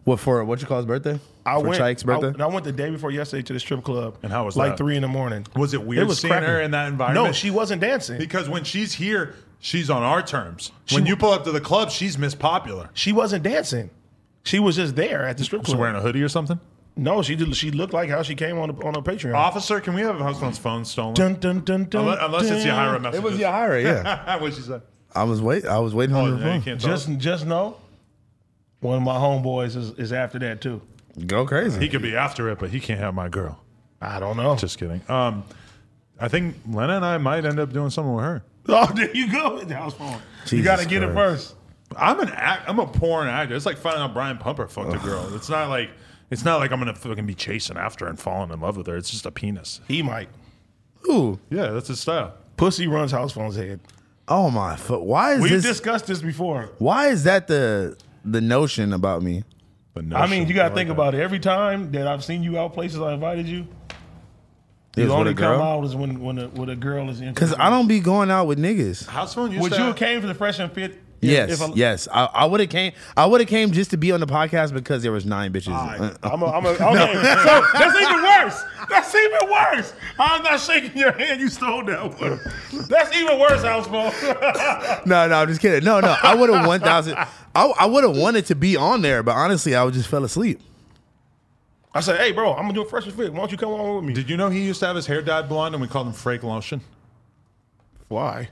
Speaker 3: What for? What you call his birthday?
Speaker 2: I
Speaker 3: for
Speaker 2: went.
Speaker 3: Chike's
Speaker 2: I,
Speaker 3: birthday.
Speaker 2: and I went the day before yesterday to the strip club.
Speaker 1: And how was
Speaker 2: like
Speaker 1: that?
Speaker 2: three in the morning?
Speaker 1: Was it weird seeing
Speaker 2: cracking.
Speaker 1: her in that environment?
Speaker 2: No, she wasn't dancing.
Speaker 1: Because when she's here, she's on our terms. when you pull up to the club, she's Miss Popular.
Speaker 2: she wasn't dancing. She was just there at the strip
Speaker 1: She's
Speaker 2: club.
Speaker 1: wearing a hoodie or something.
Speaker 2: no, she did, she looked like how she came on the, on her Patreon.
Speaker 1: Officer, can we have Hustman's phone stolen?
Speaker 2: Dun, dun, dun, dun,
Speaker 1: unless, unless it's
Speaker 2: dun.
Speaker 1: Yahira messages.
Speaker 3: It was Yahira. Yeah,
Speaker 1: *laughs* what she said.
Speaker 3: I was wait. I was waiting on
Speaker 1: Oh,
Speaker 3: her
Speaker 1: yeah, you
Speaker 3: phone.
Speaker 1: can't
Speaker 2: Just
Speaker 1: just,
Speaker 2: just know, one of my homeboys is, is after that too.
Speaker 3: Go crazy.
Speaker 1: he could be after it, but he can't have my girl.
Speaker 2: I don't know.
Speaker 1: Just kidding. Um, I think Lena and I might end up doing something with her.
Speaker 2: *laughs* oh, there you go. The house phone. you
Speaker 3: Jesus
Speaker 2: got to get it
Speaker 3: Christ.
Speaker 2: first.
Speaker 1: I'm an act, I'm a porn actor. It's like finding out Brian Pumper fucked a girl. It's not like it's not like I'm gonna fucking be chasing after and falling in love with her. It's just a penis.
Speaker 2: He might.
Speaker 3: Ooh.
Speaker 1: Yeah, that's his style.
Speaker 2: Pussy runs house phone's head.
Speaker 3: Oh my. Fu- why is
Speaker 2: We've
Speaker 3: this?
Speaker 2: discussed this before.
Speaker 3: why is that the the notion about me?
Speaker 1: But no
Speaker 2: I mean,
Speaker 1: shit.
Speaker 2: you got
Speaker 1: I
Speaker 2: to think
Speaker 1: like that.
Speaker 2: about it. Every time that I've seen you out places, I invited you. You
Speaker 3: Is with
Speaker 2: only
Speaker 3: a girl?
Speaker 2: come out is when when a, when a girl is in.
Speaker 3: Cause I don't be going out with niggas.
Speaker 1: House phone.
Speaker 2: Would
Speaker 1: to
Speaker 2: you
Speaker 1: have-
Speaker 2: have came for the fresh and fit? if-
Speaker 3: Yes,
Speaker 2: if I-
Speaker 3: yes. I, I would have came. I would have came just to be on the podcast because there was nine bitches. Uh, uh,
Speaker 2: I'm a, I'm a, okay. so that's even worse. That's even worse. I'm not shaking your hand. You stole that one. That's even worse, House Phone.
Speaker 3: no, no, I'm just kidding. No, no. I would have one thousand. I, I would have wanted to be on there, but honestly, I would just fell asleep.
Speaker 2: *laughs* I said, hey, bro, I'm going to do a fresh and fit. Why don't you come on with me?
Speaker 1: Did you know he used to have his hair dyed blonde and we called him Frank Lotion?
Speaker 2: Why?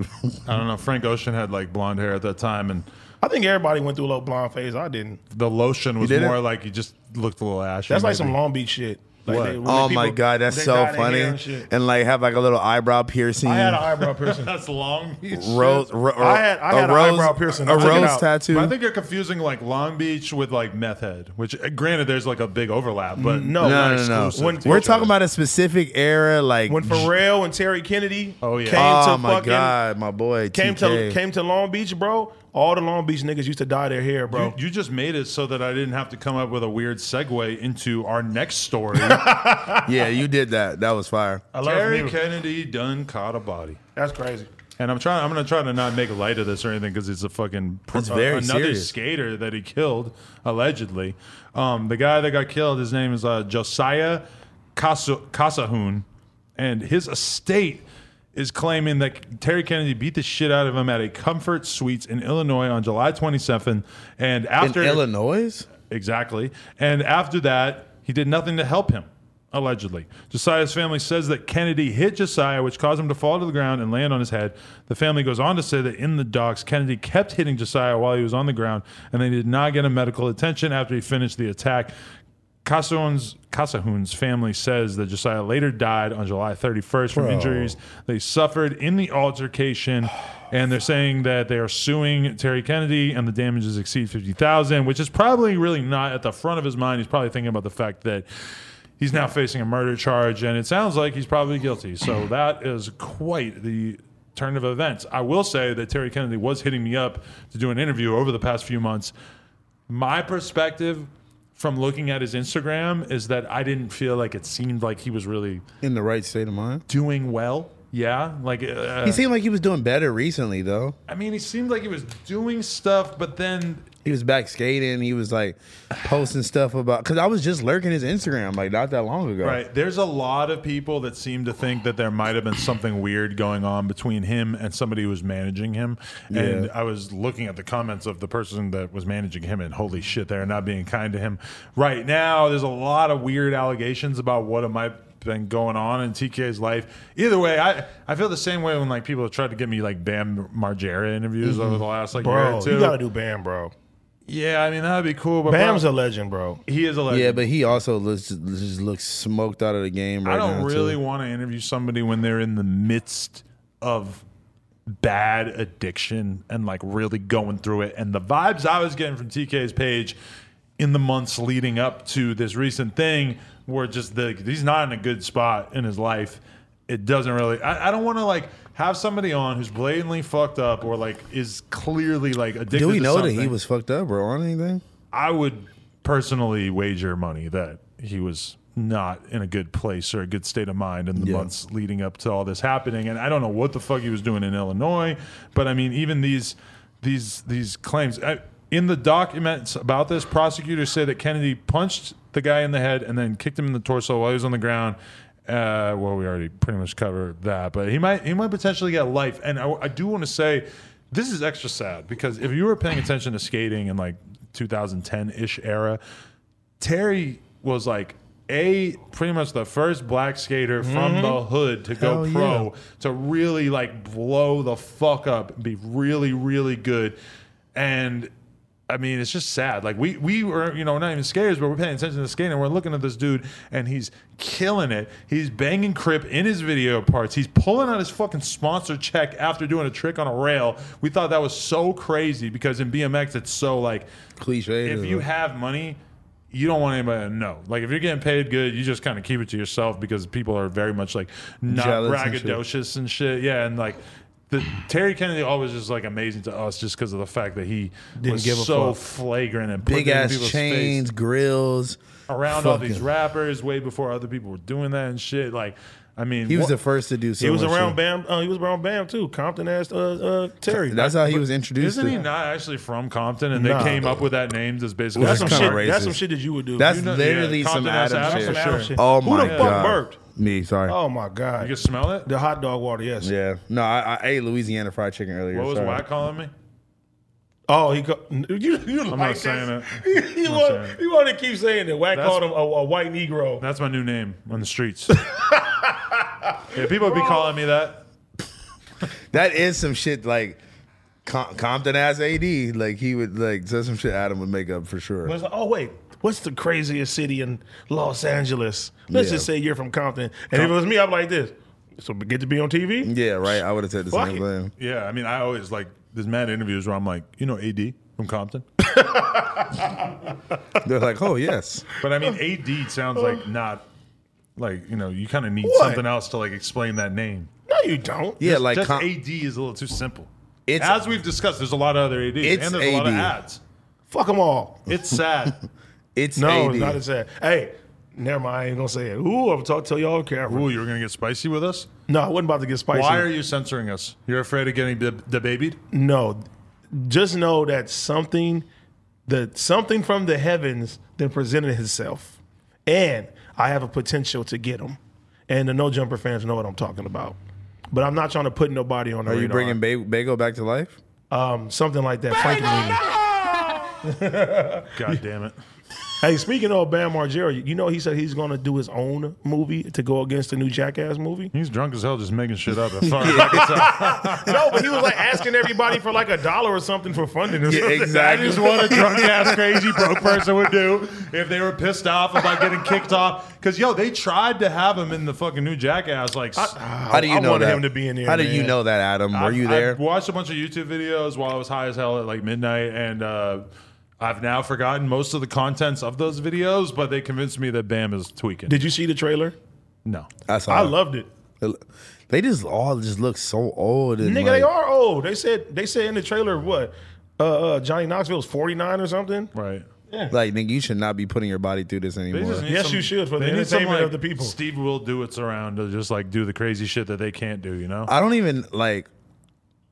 Speaker 1: I don't know. Frank Ocean had like blonde hair at that time, and
Speaker 2: I think everybody went through a little blonde phase. I didn't.
Speaker 1: the lotion was
Speaker 3: did it?
Speaker 1: more like he just looked a little ashy.
Speaker 2: That's like
Speaker 1: maybe. *laughs*
Speaker 2: some Long Beach shit. Like
Speaker 1: What?
Speaker 2: when
Speaker 3: Oh
Speaker 2: people-
Speaker 3: my god, that's
Speaker 2: they
Speaker 3: so
Speaker 2: dyed their
Speaker 3: funny.
Speaker 2: hair
Speaker 3: And,
Speaker 2: and shit.
Speaker 3: like have like a little eyebrow piercing.
Speaker 2: I had an eyebrow
Speaker 1: *laughs*
Speaker 2: piercing.
Speaker 1: That's long. Beach.
Speaker 3: Rose, ro- ro-
Speaker 2: I had- I
Speaker 3: a
Speaker 2: had an
Speaker 3: rose,
Speaker 2: eyebrow piercing.
Speaker 3: a
Speaker 2: I took it
Speaker 3: rose
Speaker 2: out.
Speaker 3: tattoo.
Speaker 1: But I think you're confusing like Long Beach with like meth head, which uh, granted there's like a big overlap, but not
Speaker 2: No,
Speaker 3: no, no, no.
Speaker 1: exclusive
Speaker 2: When-
Speaker 1: to
Speaker 3: We're
Speaker 1: each other.
Speaker 3: talking about a specific era, like
Speaker 2: when Pharrell and Terry Kennedy
Speaker 1: Oh, yeah.
Speaker 2: came
Speaker 3: oh
Speaker 2: to
Speaker 3: my
Speaker 2: fucking
Speaker 3: god, my boy
Speaker 2: came
Speaker 3: TK.
Speaker 2: to came to Long Beach, bro. All the Long Beach niggas used to dye their hair, bro.
Speaker 1: You just made it so that I didn't have to come up with a weird segue into our next
Speaker 3: *laughs*
Speaker 1: story. Terry
Speaker 3: Yeah, you did that. That was fire.
Speaker 2: I love you.
Speaker 1: Kennedy done caught a body.
Speaker 2: That's crazy.
Speaker 1: And I'm trying. I'm gonna try to not make light of this or anything because it's a fucking pr-
Speaker 3: It's very
Speaker 1: another
Speaker 3: serious.
Speaker 1: skater that he killed allegedly. Um, the guy that got killed, his name is uh, Josiah Casa- Casahun, and his estate is claiming that Terry Kennedy beat the shit out of him at a Comfort Suites in Illinois on July 27th. And
Speaker 3: In
Speaker 1: after
Speaker 3: Illinois?
Speaker 1: Exactly. And after that, he did nothing to help him, allegedly. Josiah's family says that Kennedy hit Josiah, which caused him to fall to the ground and land on his head. The family goes on to say that in the docks, Kennedy kept hitting Josiah while he was on the ground, and they did not get him medical attention after he finished the attack. Casahoon's, Casahoon's family says that Josiah later died on July 31st from injuries they suffered in the altercation, and they're saying that they are suing Terry Kennedy, and the damages exceed 50000 which is probably really not at the front of his mind. He's probably thinking about the fact that he's now facing a murder charge, and it sounds like he's probably guilty. So that is quite the turn of events. I will say that Terry Kennedy was hitting me up to do an interview over the past few months my perspective from looking at his Instagram is that I didn't feel like it seemed like he was really
Speaker 3: In the right state of mind?
Speaker 1: doing well. Yeah, like uh,
Speaker 3: He seemed like he was doing better recently, though.
Speaker 1: I mean, he seemed like he was doing stuff, but then
Speaker 3: He was back skating. He was like posting stuff about because I was just lurking his Instagram like not that long ago.
Speaker 1: right there's a lot of people that seem to think that there might have been something weird going on between him and somebody who was managing him. And
Speaker 3: Yeah.
Speaker 1: I was looking at the comments of the person that was managing him, and holy shit, they're not being kind to him. Right now, there's a lot of weird allegations about what it might been going on in TK's life. Either way, I I feel the same way when like people have tried to get me like Bam Margera interviews over the last like year
Speaker 2: bro.
Speaker 1: or two.
Speaker 2: You gotta do Bam, bro.
Speaker 1: yeah, I mean that'd be cool. But
Speaker 2: Bam's
Speaker 1: bro,
Speaker 2: a legend, bro.
Speaker 1: he is a legend.
Speaker 3: Yeah, but he also looks just looks smoked out of the game right
Speaker 1: I
Speaker 3: now.
Speaker 1: don't really
Speaker 3: Too.
Speaker 1: want to interview somebody when they're in the midst of bad addiction and like really going through it. And the vibes I was getting from TK's page in the months leading up to this recent thing were just the he's not in a good spot in his life. It doesn't really. I, I don't want to like have somebody on who's blatantly fucked up or like is clearly like addicted.
Speaker 3: Do we
Speaker 1: to
Speaker 3: know that
Speaker 1: something.
Speaker 3: he was fucked up or on anything?
Speaker 1: I would personally wager money that he was not in a good place or a good state of mind in the
Speaker 3: Yeah.
Speaker 1: months leading up to all this happening. And I don't know what the fuck he was doing in Illinois, but I mean, even these these these claims I, in the documents about this, prosecutors say that Kennedy punched the guy in the head and then kicked him in the torso while he was on the ground. Uh, well, we already pretty much covered that, but he might he might potentially get life. And I, I do want to say this is extra sad because if you were paying attention to skating in like 2010 ish era, Terry was like a pretty much the first black skater from the hood to go
Speaker 3: Mm-hmm. Hell
Speaker 1: pro
Speaker 3: yeah.
Speaker 1: to really like blow the fuck up, be really really good, and. I mean, it's just sad. Like we we were, you know, not even skaters, but we're paying attention to skating. We're looking at this dude, and he's killing it. He's banging Crip in his video parts. He's pulling out his fucking sponsor check after doing a trick on a rail. We thought that was so crazy because in BMX, it's so like
Speaker 3: Cliche.
Speaker 1: if you have money, you don't want anybody to know. Like if you're getting paid good, you just kind of keep it to yourself because people are very much like not
Speaker 3: Jealous and shit.
Speaker 1: braggadocious and shit. Yeah, and like the Terry Kennedy always just like amazing to us just because of the fact that he was
Speaker 2: give a
Speaker 1: so
Speaker 2: fuck.
Speaker 1: flagrant and
Speaker 3: big
Speaker 1: put it in
Speaker 3: ass
Speaker 1: people's
Speaker 3: chains,
Speaker 1: face
Speaker 3: grills.
Speaker 1: around all
Speaker 3: fucking-
Speaker 1: these rappers way before other people were doing that and shit. Like, I mean,
Speaker 3: He was
Speaker 1: what-
Speaker 3: the first to do. So
Speaker 2: He was
Speaker 3: much
Speaker 2: around
Speaker 3: shit.
Speaker 2: Bam. Uh, he was around Bam too. Compton asked uh, uh, Terry.
Speaker 3: That's how he was introduced.
Speaker 1: isn't
Speaker 3: to-
Speaker 1: he not actually from Compton? And
Speaker 2: Nah.
Speaker 1: they came up with that name just basically.
Speaker 2: that's some
Speaker 3: That's
Speaker 2: shit.
Speaker 3: kinda
Speaker 2: That's
Speaker 3: racist.
Speaker 2: some shit that you would do.
Speaker 3: That's
Speaker 2: You
Speaker 1: know-
Speaker 3: literally
Speaker 1: yeah,
Speaker 3: some
Speaker 1: Compton ass
Speaker 3: Adam,
Speaker 1: Adam
Speaker 3: shit.
Speaker 1: for
Speaker 2: Adam
Speaker 1: sure.
Speaker 2: shit.
Speaker 3: Oh
Speaker 2: Who
Speaker 3: my
Speaker 2: the
Speaker 3: god.
Speaker 2: fuck burped?
Speaker 3: Me, sorry.
Speaker 2: Oh my god.
Speaker 1: you can smell it.
Speaker 2: The hot dog water, yes.
Speaker 3: Yeah. No, I, I ate Louisiana fried chicken earlier.
Speaker 1: What was
Speaker 3: sorry.
Speaker 1: Wack calling me?
Speaker 2: Oh, he. Go, you you
Speaker 1: I'm
Speaker 2: like
Speaker 1: not saying
Speaker 2: this.
Speaker 1: it.
Speaker 2: *laughs* you,
Speaker 1: not
Speaker 2: want,
Speaker 1: saying it.
Speaker 2: you want to keep saying that. Wack
Speaker 1: That's-
Speaker 2: called him a, a white Negro.
Speaker 1: That's my new name on the
Speaker 3: *laughs*
Speaker 1: streets. yeah, people be calling me that.
Speaker 3: That is some shit like Com- Compton ass AD. Like he would like that's some shit Adam would make up for sure.
Speaker 2: But it's like, oh wait, what's the craziest city in Los Angeles? Let's
Speaker 3: Yeah.
Speaker 2: just say you're from Compton. And if it was me, I'm like this. So get to be on TV.
Speaker 3: yeah, right. I would have said the
Speaker 2: Fuck
Speaker 3: same
Speaker 2: it.
Speaker 3: thing.
Speaker 1: Yeah, I mean, I always like there's mad interviews where I'm like, you know, AD from Compton,
Speaker 3: They're like,
Speaker 2: *laughs*
Speaker 3: oh yes.
Speaker 1: but
Speaker 3: *laughs*
Speaker 1: I mean, AD sounds like not like you know, you kind of need
Speaker 2: What?
Speaker 1: something else to like explain that name.
Speaker 2: No, you don't.
Speaker 3: Yeah, like
Speaker 1: Just
Speaker 3: com-
Speaker 1: AD is a little too simple.
Speaker 3: It's-
Speaker 1: As we've discussed, there's a lot of other ADs
Speaker 3: It's
Speaker 1: and there's a lot of
Speaker 3: AD.
Speaker 1: ads.
Speaker 2: Fuck them all.
Speaker 3: *laughs*
Speaker 1: It's sad.
Speaker 3: it's
Speaker 2: No,
Speaker 3: AD.
Speaker 2: it's not as sad. Hey, Never mind, I ain't gonna say it. Ooh, I'm talking to y'all careful.
Speaker 1: Ooh, you were going to get spicy with us?
Speaker 2: No, I wasn't about to get spicy.
Speaker 1: Why are you censoring us? You're afraid of getting de- debabied?
Speaker 2: No, just know that something, that something from the heavens then presented itself, and I have a potential to get them. And the no jumper fans know what I'm talking about. But I'm not trying to put nobody on the
Speaker 3: Are you
Speaker 2: radar.
Speaker 3: bringing ba- Bago back
Speaker 2: *laughs*
Speaker 3: to life?
Speaker 2: um, something like that? Frankenweenie.
Speaker 1: God damn it.
Speaker 2: Hey, speaking of Bam Margera, you know he said he's going to do his own movie to go against the new Jackass movie.
Speaker 1: He's drunk as hell just making shit
Speaker 3: *laughs*
Speaker 1: up. As far as I can tell.
Speaker 2: no, but he was like asking everybody for like a dollar or something for funding. Or something.
Speaker 1: That is what a drunk ass, crazy, broke person would do if they were pissed off about getting kicked off. Because yo, they tried to have him in the fucking new Jackass. Like, s-
Speaker 3: How do you
Speaker 2: I
Speaker 3: know
Speaker 2: wanted
Speaker 3: that?
Speaker 2: him to be in there,
Speaker 3: How do you
Speaker 2: man.
Speaker 3: know that, Adam? Were
Speaker 1: I-
Speaker 3: you
Speaker 1: I
Speaker 3: there?
Speaker 1: watched a bunch of YouTube videos while I was high as hell at like midnight, and uh, I've now forgotten most of the contents of those videos. But they convinced me that Bam is tweaking.
Speaker 2: Did you see the trailer?
Speaker 1: no,
Speaker 3: I saw.
Speaker 2: I
Speaker 3: it.
Speaker 2: loved it.
Speaker 3: They just all just look so old. And
Speaker 2: Nigga,
Speaker 3: like,
Speaker 2: they are old. They said they said in the trailer what uh, uh, Johnny Knoxville's forty nine or something.
Speaker 1: right?
Speaker 3: Like, nigga, you should not be putting your body through this
Speaker 1: They just
Speaker 3: anymore.
Speaker 1: need
Speaker 2: Yes, you should, for the
Speaker 1: they need some,
Speaker 2: entertainment
Speaker 1: like,
Speaker 2: of the people.
Speaker 1: Steve will do it's around to just like do the crazy shit that they can't do. You know,
Speaker 3: I don't even like.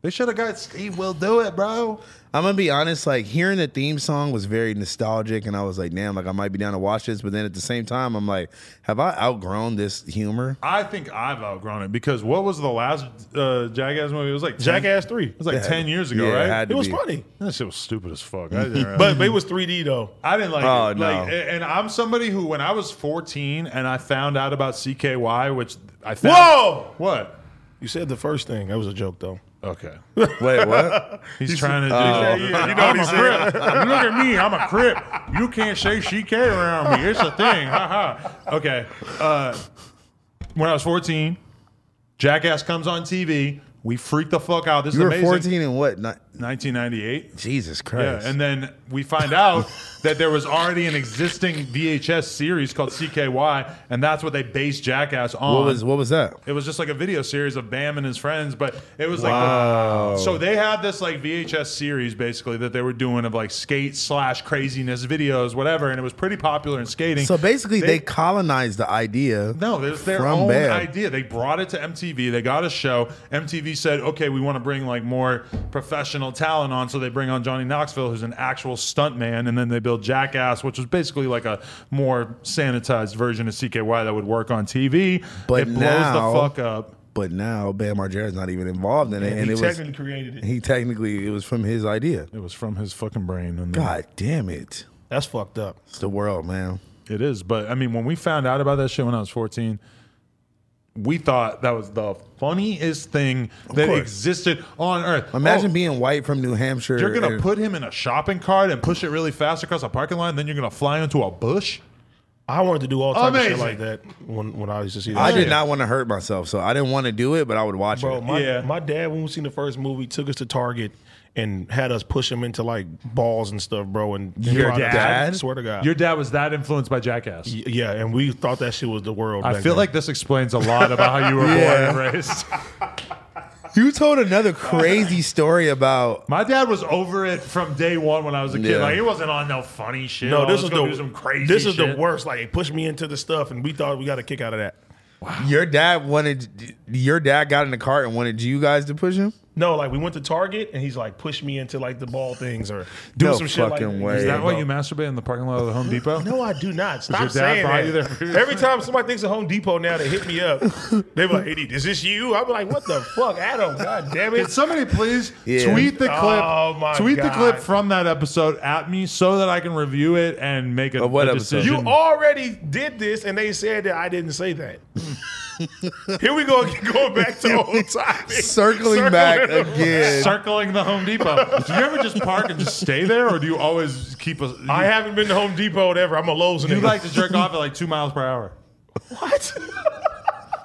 Speaker 1: they should have got Steve will do it, bro.
Speaker 3: I'm gonna be honest. Like hearing the theme song was very nostalgic, and I was like, damn, like I might be down to watch this. But then at the same time, I'm like, have I outgrown this humor?
Speaker 1: I think I've outgrown it because what was the last uh, Jackass movie? It was like 10
Speaker 2: Jackass three.
Speaker 1: It was like ten years ago,
Speaker 3: Yeah,
Speaker 1: right?
Speaker 3: it had
Speaker 2: It
Speaker 3: to
Speaker 2: was
Speaker 3: be.
Speaker 2: funny,
Speaker 1: that shit was stupid as fuck.
Speaker 3: *laughs*
Speaker 1: I didn't,
Speaker 2: but, but it was three D though.
Speaker 1: I didn't like
Speaker 3: Oh,
Speaker 1: it.
Speaker 3: no.
Speaker 1: Like, a- and I'm somebody who, when I was 14 and I found out about CKY, which I found.
Speaker 2: Whoa!
Speaker 1: What?
Speaker 2: You said the first thing. That was a joke though.
Speaker 1: Okay. *laughs*
Speaker 3: Wait, what?
Speaker 1: He's trying to
Speaker 3: Oh,
Speaker 1: do. that.
Speaker 2: yeah, you know
Speaker 1: I'm
Speaker 2: what he
Speaker 1: a
Speaker 2: said.
Speaker 1: crip. Look at me. I'm a crip. You can't say CK around me. It's a thing. Ha ha. Okay. Uh, when I was 14, Jackass comes on TV. We freak the fuck out. This
Speaker 3: You
Speaker 1: is
Speaker 3: were
Speaker 1: amazing.
Speaker 3: 14 and what? Not,
Speaker 1: 1998.
Speaker 3: Jesus
Speaker 1: Yeah,
Speaker 3: Christ.
Speaker 1: and then we find out *laughs* that there was already an existing VHS series called CKY, and that's what they based Jackass on.
Speaker 3: what was what
Speaker 1: *laughs*
Speaker 3: was that?
Speaker 1: it was just like a video series of Bam and his friends, but it was like
Speaker 3: Wow.
Speaker 1: so they had this like VHS series basically that they were doing of like skate slash craziness videos, whatever, and it was pretty popular in skating.
Speaker 3: So basically, they,
Speaker 1: They-
Speaker 3: colonized the idea.
Speaker 1: no, it was their
Speaker 3: From
Speaker 1: own
Speaker 3: Bam.
Speaker 1: idea. They brought it to MTV. They got a show. MTV said, "Okay, we want to bring like more professional talent on." So they bring on Johnny Knoxville, who's an actual stuntman, and then they build Jackass, which was basically like a more sanitized version of CKY that would work on TV.
Speaker 3: But
Speaker 1: it blows
Speaker 3: now-
Speaker 1: the fuck up.
Speaker 3: But now Bam Margera's not even involved in it, and
Speaker 2: he
Speaker 3: it
Speaker 2: technically
Speaker 3: was
Speaker 2: created it.
Speaker 3: he technically it was from his idea.
Speaker 1: It was from his fucking brain. And
Speaker 3: God damn it!
Speaker 2: That's fucked up.
Speaker 3: It's the world, man.
Speaker 1: It is, but I mean, when we found out about that shit when I was fourteen, we thought that was the funniest thing that
Speaker 3: course.
Speaker 1: existed on earth.
Speaker 3: Imagine
Speaker 1: Oh,
Speaker 3: being white from New Hampshire.
Speaker 1: You're gonna
Speaker 3: and-
Speaker 1: put him in a shopping cart and push it really fast across a parking lot, and then you're gonna fly into a bush.
Speaker 2: I wanted to do all types of shit
Speaker 1: Amazing.
Speaker 2: like that when when I used to see that.
Speaker 3: I
Speaker 2: shit.
Speaker 3: did not want to hurt myself, so I didn't want to do it, but I would watch
Speaker 2: Bro,
Speaker 3: it.
Speaker 2: my,
Speaker 1: Yeah.
Speaker 2: my dad, when we seen the first movie, took us to Target and had us push him into like balls and stuff, bro. And and
Speaker 3: Your
Speaker 2: products.
Speaker 3: dad?
Speaker 2: swear to God.
Speaker 1: Your dad was that influenced by Jackass.
Speaker 2: Y- yeah, and we thought that shit was the world.
Speaker 1: I
Speaker 2: back
Speaker 1: feel
Speaker 2: then.
Speaker 1: like this explains a lot about how you
Speaker 3: *laughs*
Speaker 1: were
Speaker 3: Yeah.
Speaker 1: born and raised.
Speaker 3: You told another crazy *laughs* story about
Speaker 1: My dad was over it from day one when I was a kid.
Speaker 3: Yeah.
Speaker 1: Like he wasn't on no funny shit. Oh,
Speaker 2: no,
Speaker 1: let's
Speaker 2: this is
Speaker 1: go
Speaker 2: the
Speaker 1: do some crazy.
Speaker 2: This is
Speaker 1: shit.
Speaker 2: the worst. Like, they pushed me into the stuff, and we thought we got a kick out of that.
Speaker 3: your dad wanted your dad got in the cart and wanted you guys to push him.
Speaker 2: No, like we went to Target, and he's like, push me into like the ball things or do
Speaker 3: No
Speaker 2: some shit. like
Speaker 3: fucking
Speaker 2: that.
Speaker 3: way.
Speaker 1: Is that
Speaker 3: Yeah,
Speaker 1: why you masturbate in the parking lot of the Home Depot?
Speaker 2: No, I do not. Stop
Speaker 1: your dad
Speaker 2: saying
Speaker 1: buy you
Speaker 2: *laughs* that.
Speaker 1: there?
Speaker 2: Every time somebody thinks of Home Depot now, they hit me up. They be like, "Eddie, is this you?" I'm like, "What the fuck, Adam? God damn
Speaker 1: Can
Speaker 2: it!"
Speaker 1: somebody *laughs* please
Speaker 3: Yeah.
Speaker 1: tweet the clip?
Speaker 2: Oh, my
Speaker 1: tweet the
Speaker 2: God.
Speaker 1: clip from that episode at me so that I can review it and make a,
Speaker 3: Of what
Speaker 1: a
Speaker 3: episode?
Speaker 1: decision.
Speaker 2: You already did this, and they said that I didn't say that. Here we go, again, going back to old topic.
Speaker 3: Circling back
Speaker 2: around.
Speaker 1: *laughs*
Speaker 3: again.
Speaker 1: circling the Home Depot. *laughs* Do you ever just park and just stay there, or do you always keep a?
Speaker 2: I haven't been to Home Depot ever. I'm a Lowe's
Speaker 1: You
Speaker 2: nigga.
Speaker 1: like to
Speaker 2: *laughs*
Speaker 1: jerk off at like two miles per hour.
Speaker 2: what?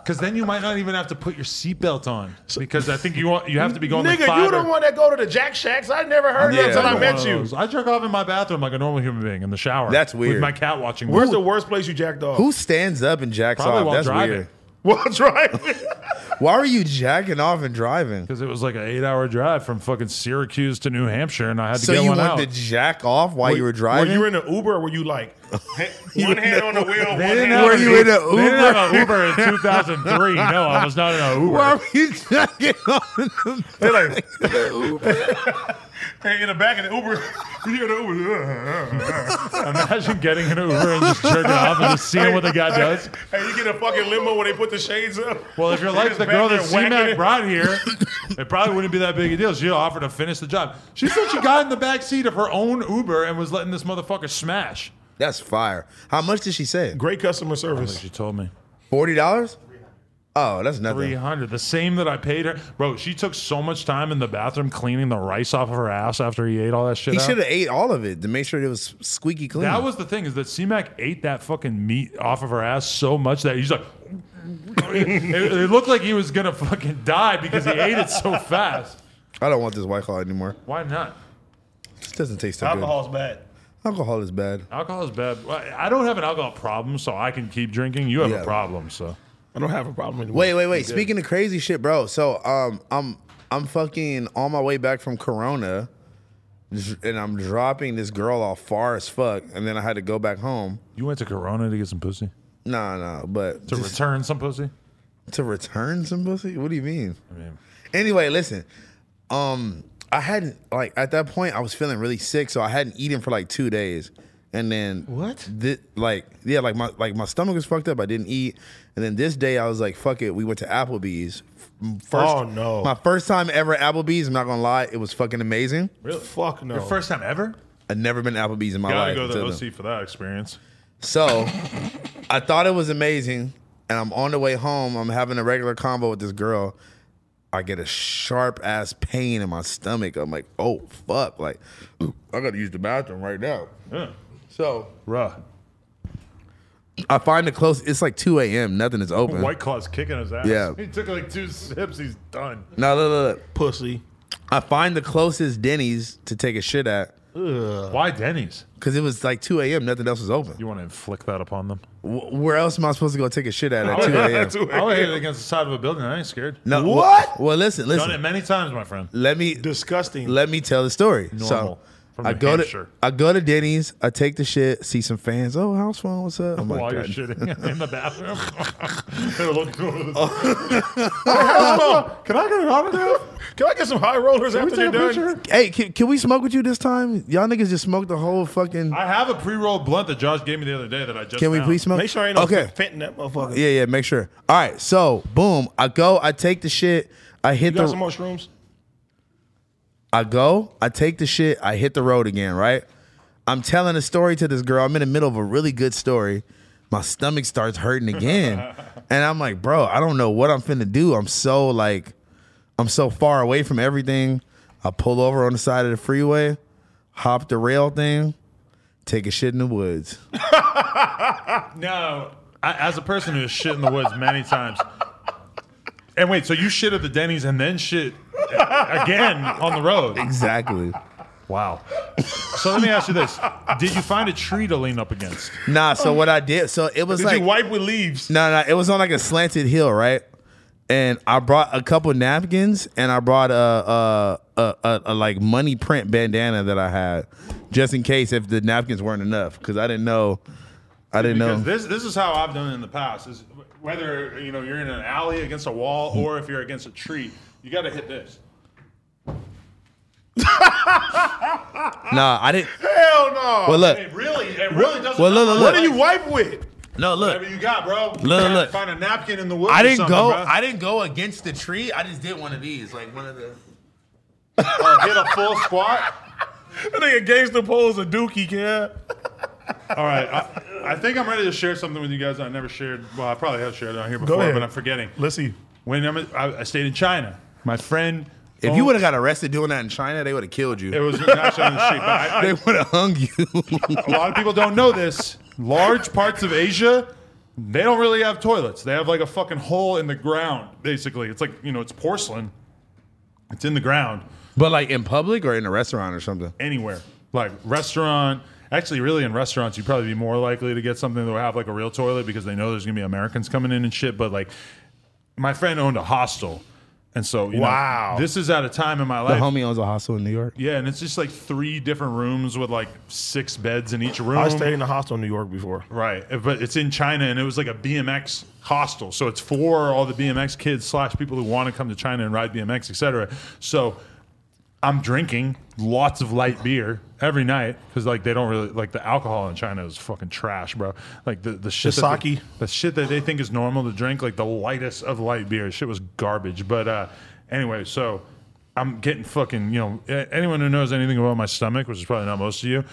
Speaker 1: Because then you might not even have to put your seatbelt on. Because I think you want you have to be going. like
Speaker 2: nigga,
Speaker 1: five
Speaker 2: you the
Speaker 1: or-
Speaker 2: one that go to the Jack Shacks. I never heard
Speaker 3: Yeah,
Speaker 2: of until
Speaker 3: I'm
Speaker 2: I
Speaker 3: one
Speaker 2: met you.
Speaker 1: I jerk off in my bathroom like a normal human being in the shower.
Speaker 3: That's
Speaker 1: With
Speaker 3: weird.
Speaker 1: my cat watching. me.
Speaker 2: *laughs* Where's the worst place you jacked off?
Speaker 3: Who stands up and jacks
Speaker 1: Probably
Speaker 3: off?
Speaker 1: while
Speaker 3: That's
Speaker 1: driving.
Speaker 3: weird.
Speaker 2: Well, that's right.
Speaker 3: Why were you jacking off and driving?
Speaker 1: Because it was like an eight-hour drive from fucking Syracuse to New Hampshire, and I had to
Speaker 3: So
Speaker 1: get
Speaker 3: you
Speaker 1: one
Speaker 3: wanted
Speaker 1: out.
Speaker 3: to jack off while you were
Speaker 2: Were
Speaker 3: driving?
Speaker 2: you in an Uber or were you *laughs* like one hand on the wheel, one
Speaker 1: They didn't
Speaker 2: hand
Speaker 1: have
Speaker 3: Were
Speaker 1: an
Speaker 3: you in
Speaker 1: Uber-
Speaker 3: a
Speaker 1: They didn't
Speaker 3: Uber?
Speaker 1: have an Uber in
Speaker 3: *laughs*
Speaker 1: 2003. No, I was not in an Uber.
Speaker 3: Why were you jacking off?
Speaker 2: They're like, Hey, in the back of the Uber, *laughs* you hear the Uber.
Speaker 1: *laughs* Imagine getting in an Uber and just
Speaker 3: *laughs*
Speaker 1: jerking off and just seeing what the guy does.
Speaker 2: hey, you get a fucking limo when they put the shades up.
Speaker 1: Well, if you're like
Speaker 2: just
Speaker 1: the
Speaker 2: back
Speaker 1: girl
Speaker 2: there
Speaker 1: that
Speaker 2: whacking
Speaker 1: C-Mac
Speaker 2: it.
Speaker 1: brought *laughs* here, it probably wouldn't be that big a deal. She offered to finish the job. She said she got in the back seat of her own Uber and was letting this motherfucker smash.
Speaker 3: That's fire. How much did she say?
Speaker 2: Great customer service.
Speaker 1: She told me.
Speaker 3: Forty dollars? Oh, that's nothing.
Speaker 1: 300 the same that i paid her bro she took so much time in the bathroom cleaning the rice off of her ass after he ate all that shit
Speaker 3: He
Speaker 1: out.
Speaker 3: should have ate all of it to make sure it was squeaky clean.
Speaker 1: that was the thing is that c-mac ate that fucking meat off of her ass so much that he's like *laughs* it, it looked like he was gonna fucking die because he ate it so fast
Speaker 3: I don't want this white claw anymore.
Speaker 1: why not
Speaker 3: This doesn't taste
Speaker 2: *laughs*
Speaker 3: so
Speaker 2: Alcohol's bad.
Speaker 3: good. Alcohol is bad.
Speaker 1: alcohol is bad Well, i don't have an alcohol problem so i can keep drinking you have
Speaker 3: Yeah.
Speaker 1: a problem so
Speaker 2: I don't have a problem anymore.
Speaker 3: Wait, wait, wait. Speaking of crazy shit, bro. So, um, I'm I'm fucking on my way back from Corona, dr- and I'm dropping this girl off far as fuck, and then I had to go back home.
Speaker 1: you went to corona to get some pussy
Speaker 3: Nah, nah. But
Speaker 1: to
Speaker 3: just
Speaker 1: return some pussy
Speaker 3: to return some pussy? What do you mean?
Speaker 1: i mean
Speaker 3: Anyway, listen. Um, I hadn't like at that point I was feeling really sick, so I hadn't eaten for like two days, and then
Speaker 2: What?
Speaker 3: Thi- like yeah, like my like my stomach was fucked up. I didn't eat, and then this day I was like, "Fuck it." We went to Applebee's. First,
Speaker 2: Oh, no.
Speaker 3: My first time ever at Applebee's. I'm not gonna lie, it was fucking amazing.
Speaker 2: Really? Fuck no.
Speaker 1: your first time ever
Speaker 3: I'd never been to Applebee's in my
Speaker 1: gotta
Speaker 3: life.
Speaker 1: go to the
Speaker 3: until then.
Speaker 1: oc for that experience
Speaker 3: So I thought it was amazing. And I'm on the way home. I'm having a regular convo with this girl. I get a sharp ass pain in my stomach. I'm like, oh fuck. Like, I gotta use the bathroom right now.
Speaker 1: yeah
Speaker 3: So
Speaker 1: Bruh.
Speaker 3: I find the close, it's like 2 a.m. Nothing is open.
Speaker 1: White Claw's kicking his ass.
Speaker 3: Yeah.
Speaker 1: *laughs* He took like two sips. He's done.
Speaker 3: No, look, look, look.
Speaker 2: pussy.
Speaker 3: I find the closest Denny's to take a shit at.
Speaker 1: Why Denny's?
Speaker 3: Cause it was like 2 a.m. Nothing else was open.
Speaker 1: You want to inflict that upon them?
Speaker 3: Wh- Where else am I supposed to go take a shit at
Speaker 1: *laughs*
Speaker 3: at 2 a.m.?
Speaker 1: I would hit it against the side of a building. I ain't scared.
Speaker 3: No, wh-
Speaker 2: What?
Speaker 3: Well, listen,
Speaker 1: Done it
Speaker 3: listen.
Speaker 1: many times, my friend.
Speaker 3: Let me
Speaker 2: Disgusting.
Speaker 3: let me tell the story.
Speaker 1: Normal.
Speaker 3: So
Speaker 1: From
Speaker 3: I
Speaker 1: New
Speaker 3: go
Speaker 1: Hampshire.
Speaker 3: to I go to Denny's. I take the shit. See some fans. Oh, house phone.
Speaker 1: *laughs*
Speaker 3: What's up? I'm like,
Speaker 1: While you're
Speaker 2: *laughs*
Speaker 3: "God."
Speaker 1: shitting in the bathroom. They're looking over the-
Speaker 2: *laughs*
Speaker 1: Oh, *laughs* Can I get an autograph?
Speaker 2: Can I get some high rollers
Speaker 1: Can we
Speaker 2: after they're
Speaker 1: take a
Speaker 2: done?
Speaker 1: picture?
Speaker 3: Hey, can, can we smoke with you this time? Y'all niggas just smoked the whole fucking.
Speaker 1: I have a pre-rolled blunt that Josh gave me the other day that I just.
Speaker 3: can we
Speaker 1: found.
Speaker 3: please smoke?
Speaker 2: Make sure ain't no
Speaker 3: okay.
Speaker 2: fent in that motherfucker.
Speaker 3: Yeah, yeah. Make sure. All right. So boom. I go. I take the shit. I hit
Speaker 2: You got
Speaker 3: the.
Speaker 2: some more shrooms?
Speaker 3: I go, I take the shit, I hit the road again, right? I'm telling a story to this girl. I'm in the middle of a really good story. My stomach starts hurting again.
Speaker 2: *laughs*
Speaker 3: and I'm like, bro, I don't know what I'm finna do. I'm so like, I'm so far away from everything. I pull over on the side of the freeway, hop the rail thing, take a shit in the woods.
Speaker 1: No. I, as a person who has shit in the woods many times. And wait, so you shit at the Denny's and then shit again on the road?
Speaker 2: *laughs*
Speaker 3: Exactly.
Speaker 1: Wow. So let me ask you this: Did you find a tree to lean up against?
Speaker 3: nah, so what I did, so it was
Speaker 2: Did
Speaker 3: like
Speaker 2: you wipe with leaves?
Speaker 3: No, no, it was on like a slanted hill, right? And I brought a couple napkins and I brought a a, a, a, a like money print bandana that I had just in case if the napkins weren't enough because I didn't know. I didn't know.
Speaker 1: Because this this is how I've done it in the past. Is whether you know you're in an alley against a
Speaker 3: Hmm.
Speaker 1: wall or if you're against a tree, you got to hit this.
Speaker 3: nah, I didn't.
Speaker 2: Hell no.
Speaker 3: Well, look.
Speaker 1: It really, it really doesn't.
Speaker 3: Well, look, look,
Speaker 2: what
Speaker 3: look.
Speaker 2: do you wipe with?
Speaker 3: No, look.
Speaker 1: Whatever you got, bro. You
Speaker 3: Look,
Speaker 1: gotta
Speaker 3: look.
Speaker 1: Find a napkin in the woods.
Speaker 3: I
Speaker 1: or
Speaker 3: didn't
Speaker 1: something,
Speaker 3: go.
Speaker 1: bruh.
Speaker 3: I didn't go against the tree. I just did one of these, like one of the.
Speaker 1: Uh, hit a full squat.
Speaker 2: That nigga gangster pose a dookie, kid.
Speaker 1: All right, I, I think I'm ready to share something with you guys. I never shared. Well, I probably have shared it on here before,
Speaker 2: ahead.
Speaker 1: but I'm forgetting.
Speaker 2: Let's see.
Speaker 1: When I'm, I, I stayed in China, my friend.
Speaker 3: If you would have got arrested doing that in China, they would have killed
Speaker 1: It
Speaker 3: you.
Speaker 1: was actually on the street, but I, I,
Speaker 3: They would have hung you. *laughs*
Speaker 1: a lot of people don't know this. Large parts of Asia, they don't really have toilets. They have like a fucking hole in the ground, basically. It's like, you know, it's porcelain. It's in the ground
Speaker 3: but like in public or in a restaurant or something.
Speaker 1: anywhere. Like restaurant, Actually, really, in restaurants, you'd probably be more likely to get something that will have like a real toilet because they know there's gonna be Americans coming in and shit. But like, my friend owned a hostel, and so you know,
Speaker 2: Wow.
Speaker 1: this is at a time in my
Speaker 3: The
Speaker 1: life.
Speaker 3: homie owns a hostel in New York.
Speaker 1: yeah, and it's just like three different rooms with like six beds in each room.
Speaker 2: I stayed in a hostel in New York before.
Speaker 1: Right, eh, but it's in China, and it was like a BMX hostel, so it's for all the BMX kids slash people who want to come to China and ride BMX, etc. So I'm drinking lots of light beer every night because like they don't really like the alcohol in China is fucking trash, bro. Like the the shit
Speaker 2: The
Speaker 1: that they-
Speaker 2: sake.
Speaker 1: the shit that they think is normal to drink, like the lightest of light beer, shit was garbage. But uh, anyway, so. I'm getting fucking, you know, a- anyone who knows anything about my stomach, which is probably not most of you,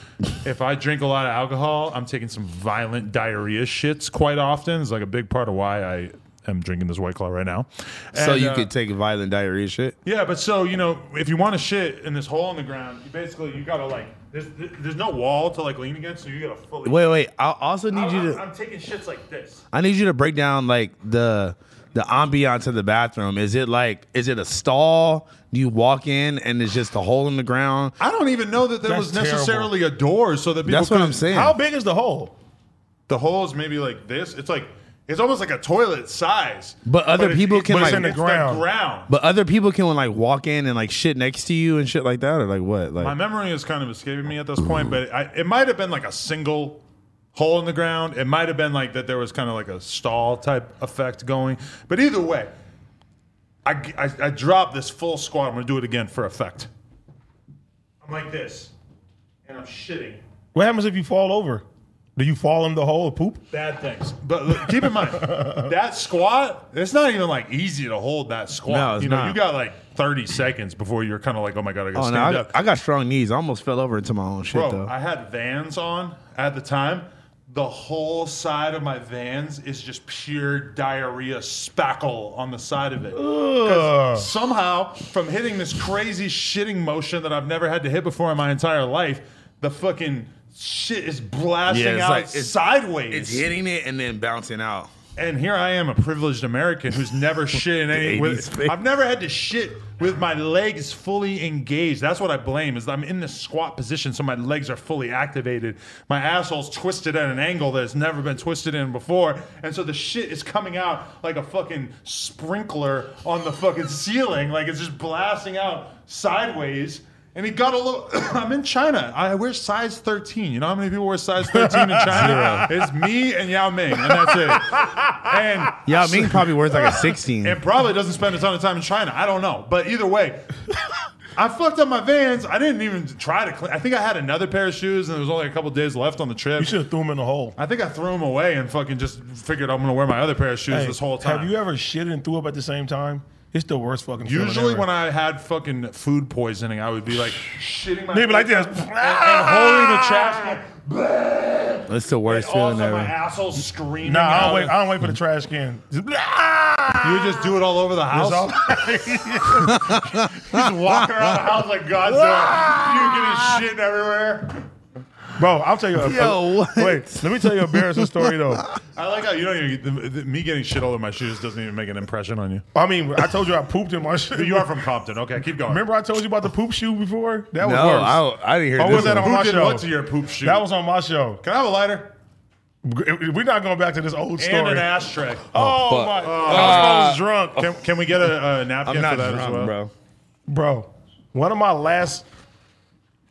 Speaker 1: if I drink a lot of alcohol, I'm taking some violent diarrhea shits quite often. It's like a big part of why I am drinking this White Claw right now.
Speaker 3: so
Speaker 1: And,
Speaker 3: you
Speaker 1: uh,
Speaker 3: could take violent diarrhea shit.
Speaker 1: yeah, but so you know, if you want to shit in this hole in the ground, you basically you gotta like there's there's no wall to like lean against, so you gotta fully.
Speaker 3: Wait, wait. I also need
Speaker 1: I,
Speaker 3: you to.
Speaker 1: am taking shits like this.
Speaker 3: I need you to break down like the the ambiance of the bathroom. Is it like is it a stall? Do you walk in and it's just a hole in the ground?
Speaker 1: I don't even know that there
Speaker 2: That's
Speaker 1: was necessarily a door, so that people.
Speaker 3: That's what
Speaker 1: could-
Speaker 3: I'm saying.
Speaker 2: How big is the hole?
Speaker 1: The hole is maybe like this. It's like it's almost like a toilet size.
Speaker 3: But other
Speaker 1: it's-
Speaker 3: people
Speaker 1: it's-
Speaker 3: can,
Speaker 1: but it's
Speaker 3: like-
Speaker 1: in the
Speaker 2: It's the
Speaker 1: ground.
Speaker 3: But other people can like walk in and like shit next to you and shit like that, or like what? Like
Speaker 1: My memory is kind of escaping me at this point, but I, it might have been like a single hole in the ground. It might have been like that there was kind of like a stall type effect going. But either way, I, I, I dropped this full squat. I'm going to do it again for effect. I'm like this, and I'm shitting.
Speaker 2: What happens if you fall over? Do you fall in the hole or poop?
Speaker 1: Bad things. But look, keep in
Speaker 3: *laughs*
Speaker 1: mind, that squat, it's not even like easy to hold that squat.
Speaker 3: No, it's
Speaker 1: you know,
Speaker 3: not.
Speaker 1: you got like 30 seconds before you're kind of like, oh my God, I got to
Speaker 3: oh no,
Speaker 1: stand
Speaker 3: I,
Speaker 1: up.
Speaker 3: I got strong knees. I almost fell over into my own shit
Speaker 1: Bro,
Speaker 3: though.
Speaker 1: I had Vans on at the time. The whole side of my Vans is just pure diarrhea spackle on the side of it. 'Cause Somehow, from hitting this crazy shitting motion that I've never had to hit before in my entire life, the fucking shit is blasting
Speaker 3: Yeah, it's
Speaker 1: out
Speaker 3: like- it's-
Speaker 1: sideways.
Speaker 3: it's hitting it and then bouncing out.
Speaker 1: And here I am, a privileged American who's never shit in any.
Speaker 3: 80s
Speaker 1: With,
Speaker 3: thing.
Speaker 1: I've never had to shit with my legs fully engaged. That's what I blame is that I'm in this squat position, so my legs are fully activated. My asshole's twisted at an angle that it's never been twisted in before, and so the shit is coming out like a fucking sprinkler on the fucking ceiling, like it's just blasting out sideways. And he got a little. *coughs* I'm in China. I wear size 13. You know how many people wear size 13 in China? It's me and Yao Ming, and that's it. And
Speaker 3: Yeah, I mean probably worth like a
Speaker 1: *laughs*
Speaker 3: sixteen.
Speaker 1: and probably doesn't spend a ton of time in China. I don't know. But either way, I fucked up my vans. I didn't even try to clean. I think I had another pair of shoes, and there was only a couple days left on the trip.
Speaker 2: You should have threw them in the hole.
Speaker 1: I think I threw them away and fucking just figured I'm gonna wear my other pair of shoes
Speaker 2: Hey,
Speaker 1: this whole time.
Speaker 2: Have you ever shitted and threw up at the same time? It's the worst fucking.
Speaker 1: Usually, when I had fucking food poisoning, I would be like shitting my.
Speaker 2: Maybe like this.
Speaker 1: And, and holding the *laughs* trash
Speaker 3: That's the
Speaker 1: can.
Speaker 3: worst feeling
Speaker 1: Also, my
Speaker 3: ever.
Speaker 1: asshole screaming.
Speaker 2: Nah, I
Speaker 1: out.
Speaker 2: don't wait. I don't wait for the trash can. Just,
Speaker 1: You would just do it all over the house. *laughs*
Speaker 2: all-
Speaker 1: just walk around the house like Godzilla, puking and shit everywhere.
Speaker 2: Ah! bro, I'll tell you. A,
Speaker 3: Yo, what?
Speaker 2: wait. Let me tell you an embarrassing story though.
Speaker 1: *laughs* I like how you don't even the, the, me getting shit all over my shoes doesn't even make an impression on you.
Speaker 2: I mean, I told you I pooped in my
Speaker 1: *laughs*
Speaker 2: shit.
Speaker 1: You are from Compton, okay? Keep going.
Speaker 2: Remember I told you about the poop shoe before? That was
Speaker 3: No,
Speaker 2: worse.
Speaker 3: I, I didn't hear
Speaker 2: Oh,
Speaker 3: this.
Speaker 2: was that
Speaker 3: one.
Speaker 2: on
Speaker 1: who
Speaker 2: my
Speaker 1: did
Speaker 2: show.
Speaker 1: what to your poop shoe?
Speaker 2: that was on my show.
Speaker 1: Can I have a lighter
Speaker 2: We're not going back to this old story.
Speaker 1: and an ashtray?
Speaker 2: oh,
Speaker 3: fuck. Uh,
Speaker 2: my!
Speaker 1: I was drunk. Can, can we get a, a napkin
Speaker 3: I'm not
Speaker 1: for that as
Speaker 3: drunk,
Speaker 1: well?
Speaker 3: bro.
Speaker 2: bro. One of my last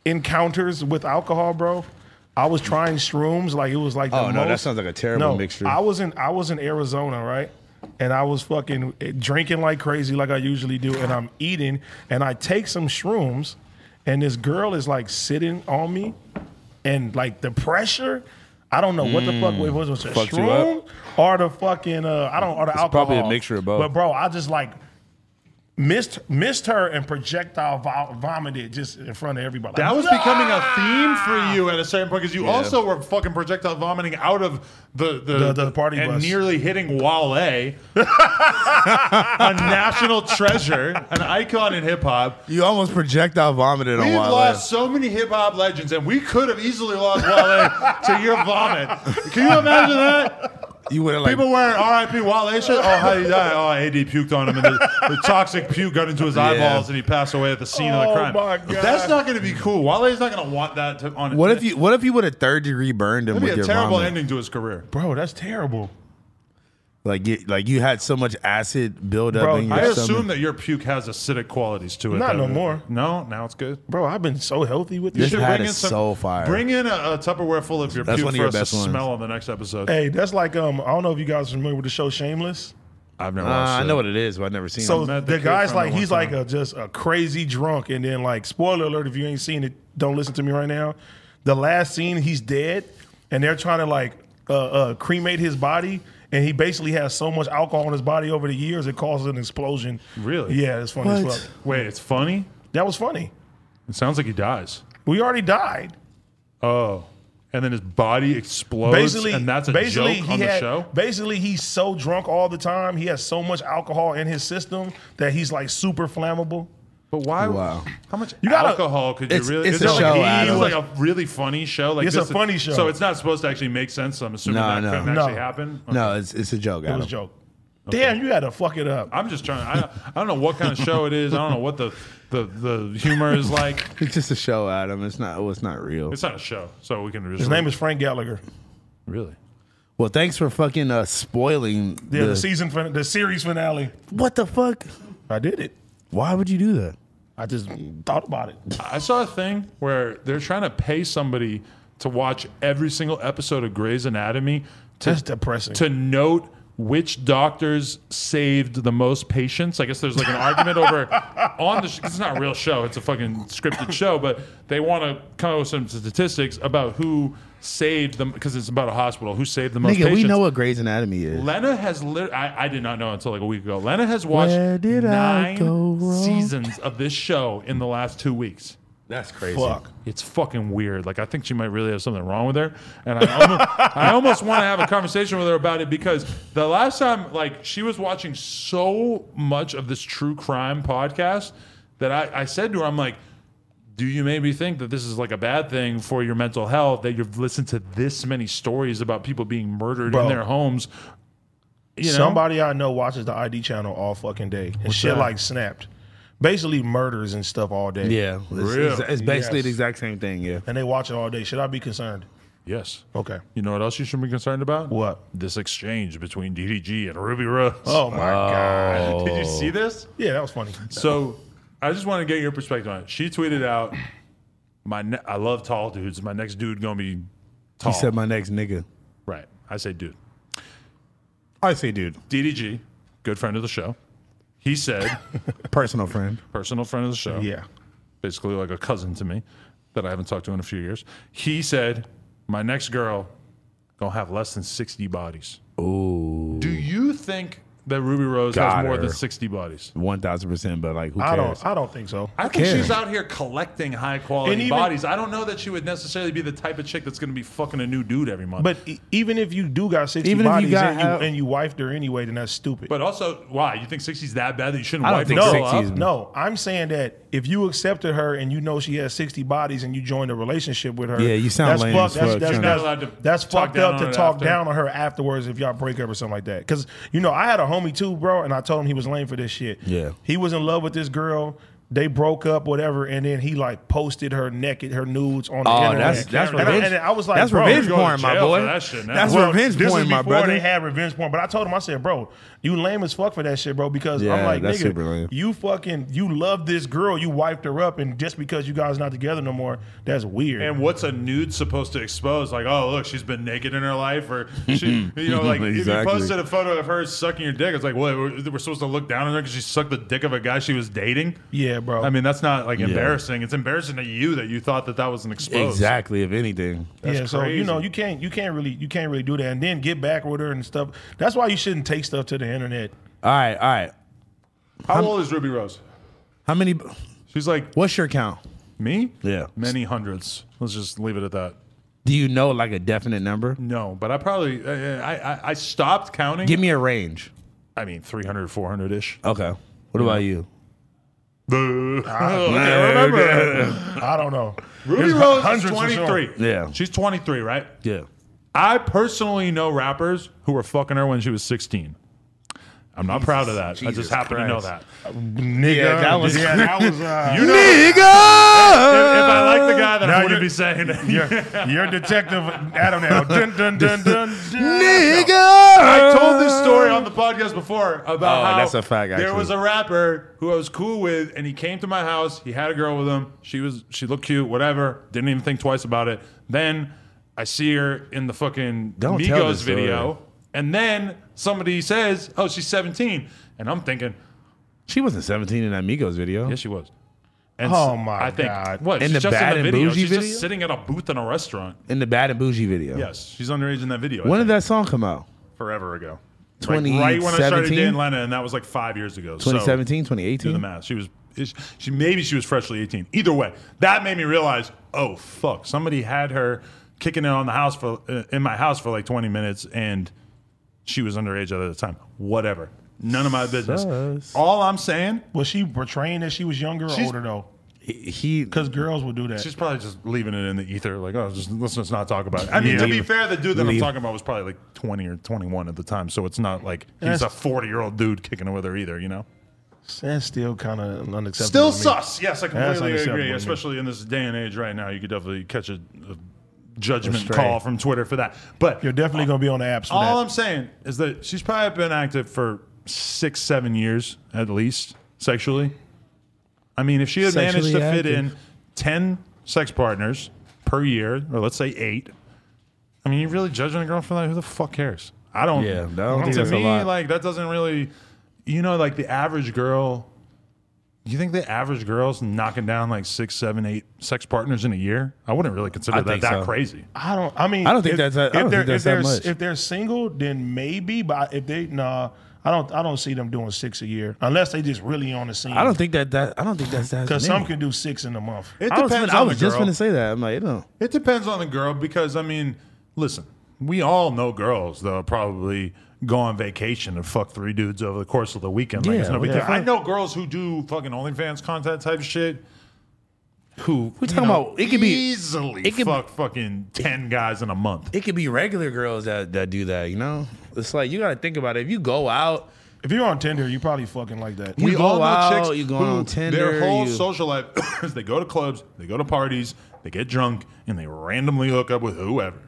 Speaker 2: encounters with alcohol, bro. I was trying shrooms, like it was like the
Speaker 3: Oh, no, that
Speaker 2: most-
Speaker 3: sounds like a terrible mixture.
Speaker 2: I was in I was in Arizona, right? And I was fucking eh, drinking like crazy, like I usually do, and I'm eating, and I take some shrooms, and this girl is like sitting on me, and like the pressure. I don't know what the fuck it was. Was it
Speaker 3: Fucked Hmm. you up?
Speaker 2: shroom or the fucking uh, I don't or the alcohol?
Speaker 3: probably a mixture of both.
Speaker 2: But bro, I just like missed missed her and projectile vo- vomited just in front of everybody.
Speaker 1: That was
Speaker 2: Ah!
Speaker 1: becoming a theme for you at a certain point because you also were fucking projectile vomiting out of the the,
Speaker 2: The- the party
Speaker 1: and
Speaker 2: bus.
Speaker 1: nearly hitting *laughs* Wale, a national treasure, an icon in hip hop.
Speaker 3: You almost projectile vomited on
Speaker 1: We've
Speaker 3: Wild
Speaker 1: lost
Speaker 3: West.
Speaker 1: so many hip hop legends, and we could have easily lost Wale to your vomit. Can you imagine that?
Speaker 3: You would have like
Speaker 1: People wearing RIP Wale shit. Oh, how he died? Oh, AD puked on him, and the, the toxic puke got into his eyeballs, and he passed away at the scene of the
Speaker 2: Oh,
Speaker 1: crime.
Speaker 2: my God.
Speaker 1: That's not going to be cool. Wale's not going to want that to, on.
Speaker 3: What if you What if you would have third degree burned him
Speaker 1: It'd
Speaker 3: with
Speaker 1: be a
Speaker 3: your
Speaker 1: terrible
Speaker 3: vomit?
Speaker 1: ending to his career.
Speaker 2: Bro, that's terrible.
Speaker 3: Like you, like you had so much acid buildup
Speaker 2: Bro,
Speaker 3: in your
Speaker 1: I
Speaker 3: stomach.
Speaker 1: assume that your puke has acidic qualities to it.
Speaker 2: Not
Speaker 1: that-
Speaker 2: no more.
Speaker 1: No, now it's good.
Speaker 2: Bro, I've been so healthy with
Speaker 1: You
Speaker 2: this.
Speaker 3: This
Speaker 1: should
Speaker 3: hat
Speaker 1: bring
Speaker 3: is
Speaker 1: in some-
Speaker 3: so fire.
Speaker 1: Bring in a, a Tupperware full of your
Speaker 3: That's
Speaker 1: puke
Speaker 3: one
Speaker 1: for
Speaker 3: of your
Speaker 1: us to
Speaker 3: best ones.
Speaker 1: smell on the next episode.
Speaker 2: Hey, that's like um, I don't know if you guys are familiar with the show Shameless.
Speaker 1: I've never.
Speaker 3: Uh, I know what it is, but I've never seen
Speaker 2: So the,
Speaker 3: it.
Speaker 1: met Uh, the kid
Speaker 2: guy's
Speaker 1: from
Speaker 2: like
Speaker 1: that
Speaker 2: he's
Speaker 1: one
Speaker 2: like a just a crazy drunk, and then like spoiler alert if you ain't seen it, don't listen to me right now. The last scene, he's dead, and they're trying to like uh, uh, cremate his body, and he basically has so much alcohol in his body over the years it causes an explosion.
Speaker 1: Really?
Speaker 2: Yeah, it's funny
Speaker 3: What?
Speaker 2: as fuck.
Speaker 1: Wait, it's funny.
Speaker 2: That was funny.
Speaker 1: It sounds like he dies.
Speaker 2: We already died.
Speaker 1: Oh, and then his body explodes,
Speaker 2: Basically,
Speaker 1: and that's a
Speaker 2: basically
Speaker 1: joke
Speaker 2: he
Speaker 1: on the
Speaker 2: had-
Speaker 1: show.
Speaker 2: Basically, he's so drunk all the time. He has so much alcohol in his system that he's like super flammable.
Speaker 1: But why?
Speaker 3: Wow.
Speaker 1: How much
Speaker 2: gotta-
Speaker 1: alcohol could you
Speaker 3: It's-
Speaker 1: really?
Speaker 3: it's
Speaker 1: is
Speaker 3: a
Speaker 1: it like
Speaker 3: show,
Speaker 1: E!
Speaker 3: Adam.
Speaker 1: It's like a really funny show. Like
Speaker 2: It's
Speaker 1: this
Speaker 2: a funny show.
Speaker 1: So it's not supposed to actually make sense. I'm assuming
Speaker 3: No,
Speaker 1: that
Speaker 3: no.
Speaker 1: couldn't
Speaker 2: No.
Speaker 1: actually happen.
Speaker 3: no, it's it's a joke.
Speaker 2: It
Speaker 3: Adam.
Speaker 2: was a joke. Damn, you had to fuck it up.
Speaker 1: I'm just trying. I, I don't know what kind of show it is. I don't know what the the, the humor is like.
Speaker 3: It's just a show, Adam. It's not. Well, it's not real.
Speaker 1: It's not a show, so we can just
Speaker 2: His name is Frank Gallagher.
Speaker 1: really.
Speaker 3: well, thanks for fucking uh, spoiling.
Speaker 2: Yeah, the season, fin- the series finale.
Speaker 3: What the fuck?
Speaker 2: I did it.
Speaker 3: Why would you do that?
Speaker 2: I just thought about it.
Speaker 1: I saw a thing where they're trying to pay somebody to watch every single episode of Grey's Anatomy to
Speaker 2: That's depressing.
Speaker 1: to note which doctors saved the most patients. I guess there's like an argument over on the. Sh- 'cause it's not a real show. It's a fucking scripted show, but they want to come up with some statistics about who saved them because it's about a hospital. Who saved the most?
Speaker 3: Nigga, we
Speaker 1: patients.
Speaker 3: know what Grey's Anatomy is.
Speaker 1: Lena has lit- I, I did not know until like a week ago. Lena has watched
Speaker 3: Where did I go
Speaker 1: nine
Speaker 3: wrong?
Speaker 1: seasons of this show in the last two weeks.
Speaker 3: That's crazy.
Speaker 2: Fuck.
Speaker 1: It's fucking weird. Like I think she might really have something wrong with her, and I almost, *laughs* I almost want to have a conversation with her about it because the last time, like, she was watching so much of this true crime podcast that I, I said to her, I'm like, do you maybe think that this is like a bad thing for your mental health that you've listened to this many stories about people being murdered in
Speaker 2: Bro.
Speaker 1: their homes? You know,
Speaker 2: Somebody I know watches the ID channel all fucking day, and shit
Speaker 1: that?
Speaker 2: like snapped. Basically, murders and stuff all day.
Speaker 3: Yeah, it's, it's, it's basically the exact same thing. Yeah.
Speaker 2: and they watch it all day. Should I be concerned?
Speaker 1: yes.
Speaker 2: Okay.
Speaker 1: You know what else you should be concerned about?
Speaker 2: What?
Speaker 1: This exchange between DDG and Ruby Rose.
Speaker 2: Oh my
Speaker 1: Uh, *laughs*
Speaker 2: god.
Speaker 3: Oh,
Speaker 1: Did you see this?
Speaker 2: Yeah, that was funny.
Speaker 1: So *laughs* I just want to get your perspective on it. She tweeted out, "My ne- I love tall dudes. My next dude gonna be tall."
Speaker 3: He said my next nigga.
Speaker 1: right. I say dude.
Speaker 3: I say, dude,
Speaker 1: DDG, good friend of the show. He said,
Speaker 3: *laughs* personal friend.
Speaker 1: personal friend of the show.
Speaker 2: Yeah.
Speaker 1: Basically like a cousin to me that I haven't talked to in a few years. He said, "My next girl gonna have less than sixty bodies." Ooh. Do you think that Ruby Rose
Speaker 3: Got
Speaker 1: has more
Speaker 3: her.
Speaker 1: than sixty bodies?
Speaker 3: One thousand percent. But like, who cares?
Speaker 2: I don't. I don't think so.
Speaker 1: I think
Speaker 3: cares?
Speaker 1: she's out here collecting high quality
Speaker 2: And even-
Speaker 1: bodies. I don't know that she would necessarily be the type of chick that's going to be fucking a new dude every month.
Speaker 2: But e- even if you do got sixty
Speaker 3: Even if you
Speaker 2: bodies
Speaker 3: got
Speaker 2: and,
Speaker 3: how-
Speaker 2: you, and you wifed her anyway, then that's stupid.
Speaker 1: but also, why you think 60's that bad that you shouldn't
Speaker 3: I don't
Speaker 1: wife a
Speaker 3: think
Speaker 1: girl
Speaker 3: 60
Speaker 1: up?
Speaker 3: is-
Speaker 2: No, I'm saying that if you accepted her and you know she has 60 bodies and you joined a relationship with her,
Speaker 3: Yeah, you sound
Speaker 2: that's
Speaker 3: lame
Speaker 2: fucked-
Speaker 3: as
Speaker 2: that's,
Speaker 3: fuck,
Speaker 2: that's,
Speaker 3: You're
Speaker 1: not
Speaker 2: that's-
Speaker 1: allowed to
Speaker 2: that's
Speaker 1: talk
Speaker 2: fucked
Speaker 1: down
Speaker 2: up
Speaker 1: on
Speaker 2: to
Speaker 1: it
Speaker 2: talk
Speaker 1: after.
Speaker 2: down on her afterwards if y'all break up or something like that. Because you know, I had a homie too, bro, and I told him he was lame for this shit.
Speaker 3: Yeah.
Speaker 2: he was in love with this girl. They broke up, whatever, and then he like posted her naked, her nudes on the
Speaker 3: Oh,
Speaker 2: internet.
Speaker 3: that's that's
Speaker 2: and, I,
Speaker 3: revenge.
Speaker 2: and I was like,
Speaker 3: that's
Speaker 2: bro,
Speaker 3: revenge
Speaker 2: you're
Speaker 1: to
Speaker 3: porn, my
Speaker 1: jail
Speaker 3: boy.
Speaker 1: for that shit now.
Speaker 3: That's
Speaker 2: well,
Speaker 3: revenge
Speaker 2: this
Speaker 3: porn,
Speaker 2: is
Speaker 3: my
Speaker 2: before
Speaker 3: brother.
Speaker 2: They had revenge porn, but I told him, I said, bro, you lame as fuck for that shit, bro. Because
Speaker 3: Yeah,
Speaker 2: I'm like,
Speaker 3: that's
Speaker 2: nigga,
Speaker 3: super lame.
Speaker 2: you fucking, you love this girl, you wiped her up, and just because you guys not together no more, that's weird.
Speaker 1: And what's a nude supposed to expose? Like, oh, look, she's been naked in her life,
Speaker 3: *laughs*
Speaker 1: or she, you know, like if you
Speaker 3: Exactly.
Speaker 1: posted a photo of her sucking your dick, it's like, what? We're, we're supposed to look down on her because she sucked the dick of a guy she was dating?
Speaker 2: yeah, bro.
Speaker 1: I mean, that's not like embarrassing. It's embarrassing to you that you thought that that was an expose.
Speaker 3: Exactly. If anything,
Speaker 2: yeah, so
Speaker 1: crazy.
Speaker 2: you know, you can't, you can't really, you can't really do that, and then get back with her and stuff. That's why you shouldn't take stuff to the internet.
Speaker 3: All right, all right.
Speaker 1: How old is Ruby Rose?
Speaker 3: How many?
Speaker 1: She's like
Speaker 3: What's your count?
Speaker 1: me.
Speaker 3: Yeah.
Speaker 1: many hundreds. Let's just leave it at that.
Speaker 3: Do you know like a definite number?
Speaker 1: No, but I probably I I, I stopped counting.
Speaker 3: Give me a range.
Speaker 1: I mean, 300, 400 ish.
Speaker 3: Okay. What about you?
Speaker 2: I don't know.
Speaker 1: Ruby
Speaker 2: There's
Speaker 3: Ah,
Speaker 1: Rose is
Speaker 2: hundreds for sure.
Speaker 1: *laughs* twenty three.
Speaker 3: Yeah.
Speaker 1: she's twenty three, right?
Speaker 3: Yeah.
Speaker 1: I personally know rappers who were fucking her when she was 16. I'm not proud of that. I just
Speaker 3: Jesus
Speaker 1: happen to know that.
Speaker 3: Christ.
Speaker 2: Nigga,
Speaker 3: that was-
Speaker 2: yeah, that
Speaker 1: *laughs*
Speaker 2: was uh,
Speaker 1: You know, if, if
Speaker 3: Nigga!
Speaker 1: I like the guy, then
Speaker 2: Now
Speaker 1: I wouldn't
Speaker 2: you're-
Speaker 1: be saying that.
Speaker 2: your, your detective Adam now. Dun, dun,
Speaker 3: *laughs*
Speaker 2: dun, dun, dun.
Speaker 3: Nigga!
Speaker 1: I told this story on the podcast before about
Speaker 3: Uh, Oh,
Speaker 1: how
Speaker 3: that's a fact,
Speaker 1: There was
Speaker 3: actually.
Speaker 1: a rapper who I was cool with, and he came to my house. He had a girl with him. She was she looked cute, whatever. Didn't even think twice about it. Then I see her in the fucking
Speaker 3: Don't tell
Speaker 1: Migos
Speaker 3: this story.
Speaker 1: video, and then somebody says, "Oh, she's 17," and I'm thinking,
Speaker 3: She wasn't 17 in that Migos video.
Speaker 1: "Yes, she was." And
Speaker 2: Oh,
Speaker 1: s-
Speaker 2: my
Speaker 1: I think,
Speaker 2: God.
Speaker 1: What?
Speaker 3: In
Speaker 1: she's
Speaker 3: the
Speaker 1: just
Speaker 3: Bad
Speaker 1: in
Speaker 3: and
Speaker 1: the video.
Speaker 3: Bougie
Speaker 1: she's
Speaker 3: video? Oh.
Speaker 1: just sitting at a booth in a restaurant.
Speaker 3: In the Bad and Bougie video.
Speaker 1: Yes, she's underage in that video. I
Speaker 3: When did
Speaker 1: think,
Speaker 3: that song come out?
Speaker 1: forever ago. Like,
Speaker 3: 2017?
Speaker 1: right when I started dating Lena, and that was like five years ago. So,
Speaker 3: 2017,
Speaker 1: do the
Speaker 3: 2018?
Speaker 1: math. She was is- she maybe she was freshly 18. Either way, that made me realize, oh fuck, somebody had her kicking it on the house for uh, in my house for like 20 minutes and she was underage at the time. Whatever. None of my business.
Speaker 3: Sus.
Speaker 1: All I'm saying,
Speaker 2: Was she portraying that she was younger or
Speaker 1: She's-
Speaker 2: older though?
Speaker 3: He,
Speaker 2: Because girls will do that.
Speaker 1: she's probably just leaving it in the ether like, oh, just let's just not talk about it. I mean, to be
Speaker 3: Leave.
Speaker 1: fair, the dude that I'm
Speaker 3: Leave.
Speaker 1: talking about was probably like 20 or 21 at the time, so it's not like he's
Speaker 2: Yes.
Speaker 3: Eh.
Speaker 1: a 40-year-old dude kicking it with her either, you know.
Speaker 2: That's still kind of unacceptable.
Speaker 1: Still
Speaker 2: to me.
Speaker 1: sus. Yes, I
Speaker 2: That's
Speaker 1: completely
Speaker 2: unacceptable to
Speaker 1: agree.
Speaker 2: me.
Speaker 1: Especially in this day and age right now, you could definitely catch a, a judgment
Speaker 3: Astray.
Speaker 1: call from Twitter for that. But
Speaker 2: You're definitely gonna be on the apps for
Speaker 1: all
Speaker 2: that.
Speaker 1: I'm saying is that she's probably been active for six, seven years at least sexually. I mean, if she had managed to
Speaker 3: Sexually
Speaker 1: fit in 10 sex partners per year, or let's say eight, I mean, you're really judging a girl for that? Who the fuck cares? I don't.
Speaker 3: Yeah, I don't think
Speaker 1: to
Speaker 3: that's a
Speaker 1: me,
Speaker 3: lot.
Speaker 1: like that doesn't really, you know, like the average girl. You think the average girl's knocking down like six, seven, eight sex partners in a year? I wouldn't really consider
Speaker 3: I
Speaker 1: that
Speaker 3: think
Speaker 1: that
Speaker 3: so.
Speaker 1: crazy.
Speaker 2: I don't. I mean,
Speaker 3: I don't think
Speaker 2: if-
Speaker 3: that's that- I
Speaker 2: if
Speaker 3: don't
Speaker 2: they're-
Speaker 3: think that's
Speaker 2: if
Speaker 3: that
Speaker 2: they're-
Speaker 3: much.
Speaker 2: If they're single, then maybe. But if they nah, I don't. I don't see them doing six a year unless they just really on the scene.
Speaker 3: I don't think that, that I don't think that's that.
Speaker 2: because
Speaker 3: many.
Speaker 2: some can do six in a month.
Speaker 1: It
Speaker 3: I was,
Speaker 1: depends
Speaker 3: fin- I
Speaker 1: on
Speaker 3: was
Speaker 1: the
Speaker 3: just
Speaker 1: girl.
Speaker 3: going to say that. I'm like, you know.
Speaker 1: It depends on the girl because I mean, listen, we all know girls that will probably go on vacation and fuck three dudes over the course of the weekend. Like it's
Speaker 3: Yeah,
Speaker 1: no big
Speaker 3: what the
Speaker 1: deal. I know girls who do fucking OnlyFans content type shit. Who we
Speaker 3: talking about- it could be-
Speaker 1: easily
Speaker 3: it could be-
Speaker 1: fuck fucking ten guys in a month.
Speaker 3: It could be regular girls that, that do that, you know? It's like, you got to think about it. If you go out,
Speaker 2: If you're on Tinder, you probably fucking like that.
Speaker 3: You
Speaker 1: we
Speaker 3: go
Speaker 1: all know
Speaker 3: out,
Speaker 1: chicks
Speaker 3: you going
Speaker 1: who
Speaker 3: on
Speaker 1: Their
Speaker 3: Tinder,
Speaker 1: whole
Speaker 3: you-
Speaker 1: social life *coughs* is they go to clubs, they go to parties, they get drunk, and they randomly hook up with whoever.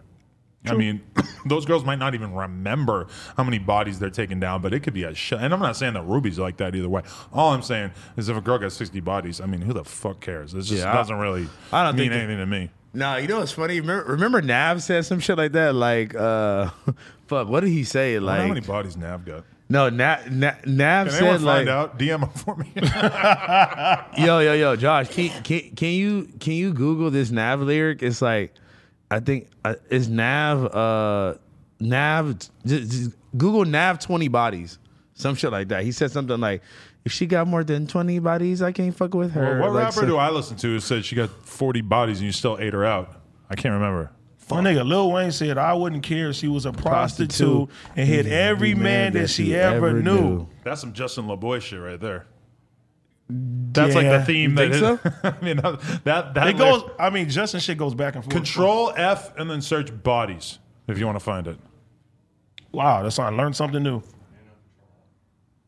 Speaker 1: I mean, *coughs* those girls might not even remember how many bodies they're taking down, but it could be a shit. And I'm not saying that Ruby's like that either way. All I'm saying is if a girl got 60 bodies, I mean, who the fuck cares? It just
Speaker 3: Yeah, I-
Speaker 1: doesn't really
Speaker 3: I don't
Speaker 1: mean
Speaker 3: think that-
Speaker 1: anything to me.
Speaker 3: Nah, you know what's funny? Remember, remember Nav said some shit like that? Like, uh, *laughs* fuck, what did he say?
Speaker 1: I wonder how many
Speaker 3: Like,
Speaker 1: bodies Nav got?
Speaker 3: no, Nav, Nav, Nav
Speaker 1: Can anyone find
Speaker 3: said, like,
Speaker 1: out? DM them for
Speaker 3: *laughs*
Speaker 1: me.
Speaker 3: yo, yo, yo, Josh, can, can, can you can you Google this Nav lyric? It's like, I think, uh, it's Nav, uh, Nav, just, just Google Nav 20 bodies, some shit like that. He said something like, if she got more than 20 bodies, I can't fuck with her.
Speaker 1: what
Speaker 3: Like,
Speaker 1: rapper
Speaker 3: so-
Speaker 1: do I listen to who said she got 40 bodies and you still ate her out? I can't remember.
Speaker 2: My nigga Lil Wayne said, "I wouldn't care if she was a prostitute,
Speaker 3: Prostitute.
Speaker 2: and hit every man that she ever knew."
Speaker 1: That's some Justin LeBoy shit right there. That's like
Speaker 2: Yeah.
Speaker 1: the theme
Speaker 3: You
Speaker 1: that
Speaker 3: think
Speaker 1: is- *laughs* I mean that that, that
Speaker 2: It goes. I mean, Justin shit goes back and forth.
Speaker 1: Control F and then search bodies if you want to find it.
Speaker 2: Wow, that's I learned something new.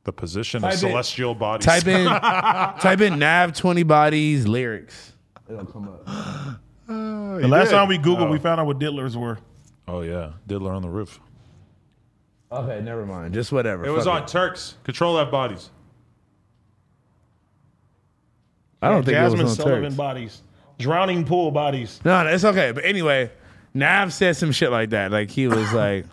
Speaker 1: The position
Speaker 3: Type
Speaker 1: of
Speaker 3: it.
Speaker 1: celestial bodies.
Speaker 2: *laughs*
Speaker 3: Type in, type in Nav 20 bodies lyrics.
Speaker 2: The last
Speaker 1: did.
Speaker 2: time we Googled, we found out what diddlers were.
Speaker 1: Oh yeah, Diddler on the Roof.
Speaker 3: Okay, never mind. Just whatever.
Speaker 1: It was
Speaker 3: Fuck
Speaker 1: on Turks. Control F bodies.
Speaker 3: I don't think
Speaker 2: Jasmine
Speaker 3: it was on
Speaker 2: Sullivan
Speaker 3: Turks.
Speaker 2: bodies, drowning pool bodies.
Speaker 3: No, no, it's okay. But anyway, Nav said some shit like that. Like he *laughs* was like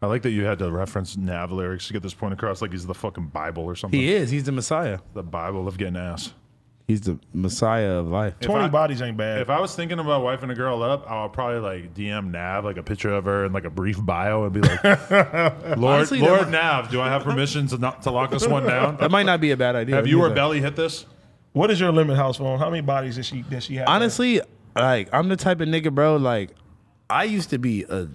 Speaker 1: I like that you had to reference Nav lyrics to get this point across, like he's the fucking Bible or something.
Speaker 3: he is. He's the Messiah.
Speaker 1: The Bible of getting ass.
Speaker 3: He's the Messiah of life.
Speaker 2: Twenty
Speaker 1: I-
Speaker 2: bodies ain't bad.
Speaker 1: If I was thinking about wifing a girl up, I would probably like DM Nav like a picture of her and like a brief bio and be
Speaker 3: *laughs*
Speaker 1: like, "Lord,
Speaker 3: Honestly, that
Speaker 1: Lord
Speaker 3: might-
Speaker 1: Nav, do I have permission to not to lock this one down?
Speaker 3: That might not be a bad idea.
Speaker 1: Have you or
Speaker 3: Either.
Speaker 1: Belly hit this?"
Speaker 2: What is your limit house phone? How many bodies does she does she have?
Speaker 3: Honestly, like I'm the type of nigga, bro. Like I used to be a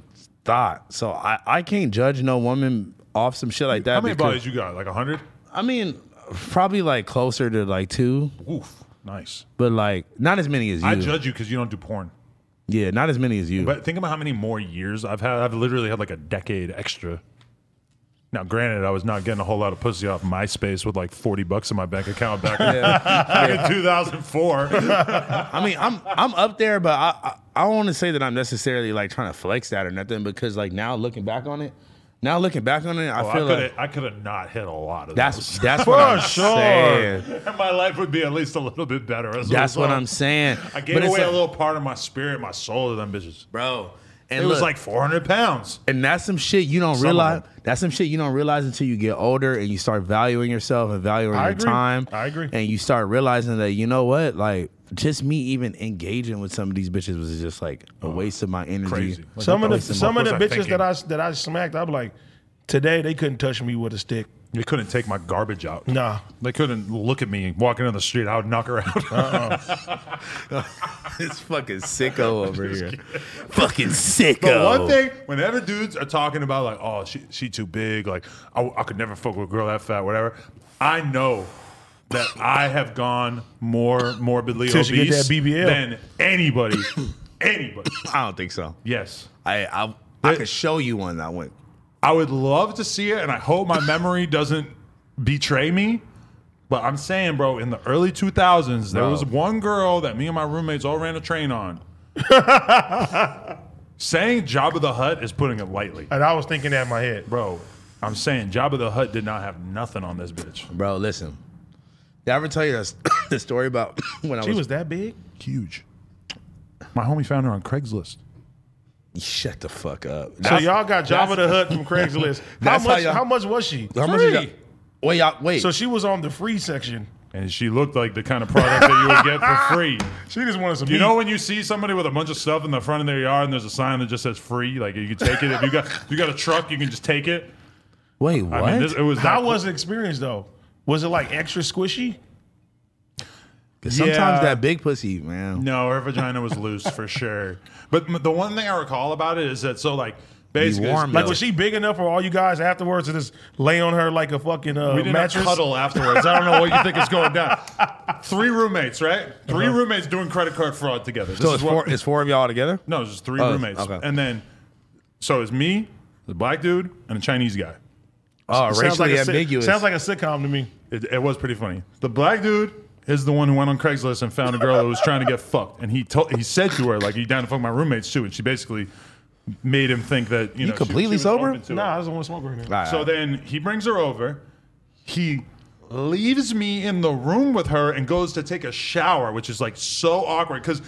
Speaker 3: thought, so I I can't judge no woman off some shit like that.
Speaker 1: How many
Speaker 3: because-
Speaker 1: bodies you got? Like hundred?
Speaker 3: I mean, probably like closer to like two,
Speaker 1: Oof, nice.
Speaker 3: but like not as many as you.
Speaker 1: I judge you because you don't do porn.
Speaker 3: Yeah, not as many as you.
Speaker 1: But *laughs* think about how many more years I've had. I've literally had like a decade extra. Now, granted, I was not getting a whole lot of pussy off MySpace with like 40 bucks in my bank account
Speaker 3: *laughs*
Speaker 1: back, back in 2004.
Speaker 3: I mean, I'm I'm up there, but I I, I don't want to say that I'm necessarily like trying to flex that or nothing because like now looking back on it, now looking back on it, I
Speaker 1: I
Speaker 3: feel
Speaker 1: could
Speaker 3: like
Speaker 1: have I could have not hit a lot of
Speaker 3: that's
Speaker 1: those. *laughs*
Speaker 3: that's what I'm
Speaker 2: For sure.
Speaker 3: saying.
Speaker 1: and my life would be at least a little bit better.
Speaker 3: That's what
Speaker 1: I'm
Speaker 3: I'm saying.
Speaker 1: I gave
Speaker 3: But it's
Speaker 1: away a
Speaker 3: like-
Speaker 1: little part of my spirit, my soul to them bitches.
Speaker 3: bro. And
Speaker 1: It was
Speaker 3: look,
Speaker 1: like 400 pounds.
Speaker 3: and that's some shit you don't
Speaker 1: of
Speaker 3: realize.
Speaker 1: them.
Speaker 3: That's some shit you don't realize until you get older and you start valuing yourself and valuing your
Speaker 2: agree.
Speaker 3: time.
Speaker 2: I agree.
Speaker 3: And you start realizing that you know what, like just me even engaging with some of these bitches was just like a waste of my energy.
Speaker 1: Oh, Crazy. Like,
Speaker 2: some
Speaker 1: what
Speaker 2: of the
Speaker 1: fuck
Speaker 2: some of
Speaker 1: was
Speaker 2: the
Speaker 1: I
Speaker 2: bitches
Speaker 1: thinking?
Speaker 2: that I that I smacked, I'm like, today they couldn't touch me with a stick.
Speaker 1: They couldn't take my garbage out.
Speaker 2: Nah.
Speaker 1: They couldn't look at me walking down the street. I would knock her out.
Speaker 3: *laughs* It's
Speaker 1: *laughs*
Speaker 3: fucking sicko over here. fucking sicko.
Speaker 1: But one thing, whenever dudes are talking about like, oh, she she too big, like I, I could never fuck with a girl that fat, whatever. I know that I have gone more morbidly
Speaker 2: Till
Speaker 1: obese
Speaker 2: she get that BBL.
Speaker 1: than anybody, anybody.
Speaker 3: I don't think so.
Speaker 1: Yes,
Speaker 3: I I, I could show you one that went.
Speaker 1: I would love to see it, and I hope my memory doesn't betray me. But I'm saying, bro, in the early 2000s, there
Speaker 3: Bro.
Speaker 1: was one girl that me and my roommates all ran a train
Speaker 2: *laughs*
Speaker 1: on. saying Jabba the Hutt is putting it lightly.
Speaker 2: And I was thinking that in my head.
Speaker 1: Bro, I'm saying Jabba the Hutt did not have nothing on this bitch.
Speaker 3: Bro, listen. Did I ever tell you that, *coughs* the story about *coughs* when I
Speaker 2: She was that big?
Speaker 1: Huge. My homie found her on Craigslist.
Speaker 3: Shut the fuck up.
Speaker 2: So
Speaker 3: That's-
Speaker 2: y'all got Java the Hutt from Craigslist. How
Speaker 3: That's how
Speaker 2: much?
Speaker 3: y'all-
Speaker 2: How, much was she?
Speaker 3: how much? is
Speaker 1: Free.
Speaker 3: y'all- Wait, y'all, wait.
Speaker 2: So she was on the free section.
Speaker 1: And she looked like the kind of product that you would get for *laughs* free.
Speaker 2: She just wanted some.
Speaker 1: You
Speaker 2: meat.
Speaker 1: know when you see somebody with a bunch of stuff in the front of their yard and there's a sign that just says free, like you can take it. If you got if you got a truck, you can just take it.
Speaker 3: wait, what?
Speaker 1: I mean, this, it was
Speaker 2: How
Speaker 1: that-
Speaker 2: was the experience though? Was it like extra squishy?
Speaker 3: 'Cause sometimes
Speaker 1: Yeah.
Speaker 3: that big pussy, man.
Speaker 1: No, her vagina was loose for sure. But m- the one thing I recall about it is that so like basically
Speaker 3: warm
Speaker 2: Like
Speaker 3: No.
Speaker 2: was she big enough for all you guys afterwards to just lay on her like a fucking uh,
Speaker 1: We did
Speaker 2: mattress?
Speaker 1: not cuddle afterwards. I don't know what you think is going down. *laughs* Uh-huh. Three roommates, right? 3 roommates doing credit card fraud together. This
Speaker 3: So
Speaker 1: is
Speaker 3: it's
Speaker 1: what-
Speaker 3: four, it's four of y'all together?
Speaker 1: No, it's just three
Speaker 3: Oh,
Speaker 1: roommates.
Speaker 3: okay.
Speaker 1: And then, so it's me, the black dude, and a Chinese guy.
Speaker 3: Oh,
Speaker 2: Sounds like
Speaker 3: racially
Speaker 2: a sit-
Speaker 3: ambiguous.
Speaker 2: Sounds like a sitcom to me.
Speaker 1: It, it was pretty funny. The black dude is the one who went on Craigslist and found a girl that was trying to get fucked. And he told, he said to her, like, you down to fuck my roommates too? And she basically made him think that, you know, she-
Speaker 3: completely
Speaker 1: she was
Speaker 3: sober?
Speaker 1: open to it.
Speaker 2: Nah, I just want to smoke right now.
Speaker 3: All right,
Speaker 1: So then he brings her over. He leaves me in the room with her and goes to take a shower, which is like so awkward because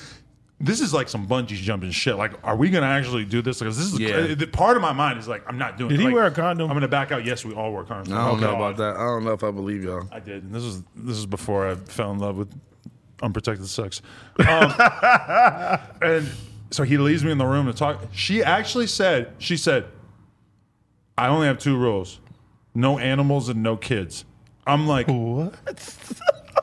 Speaker 1: this is like some bungee jumping shit. Like, are we gonna actually do this? Because this is
Speaker 3: Yeah.
Speaker 1: the part of my mind is like, I'm not doing.
Speaker 2: Did
Speaker 1: it.
Speaker 2: he
Speaker 1: Like,
Speaker 2: wear a condom?
Speaker 1: I'm gonna back out. Yes, we all wear condoms.
Speaker 3: I don't
Speaker 1: Oh,
Speaker 3: know
Speaker 1: God.
Speaker 3: about that. I don't know if I believe y'all.
Speaker 1: I did, and this was this is before I fell in love with unprotected sex. Um, and so he leaves me in the room to talk. She actually said, she said, I only have two rules: no animals and no kids. I'm like,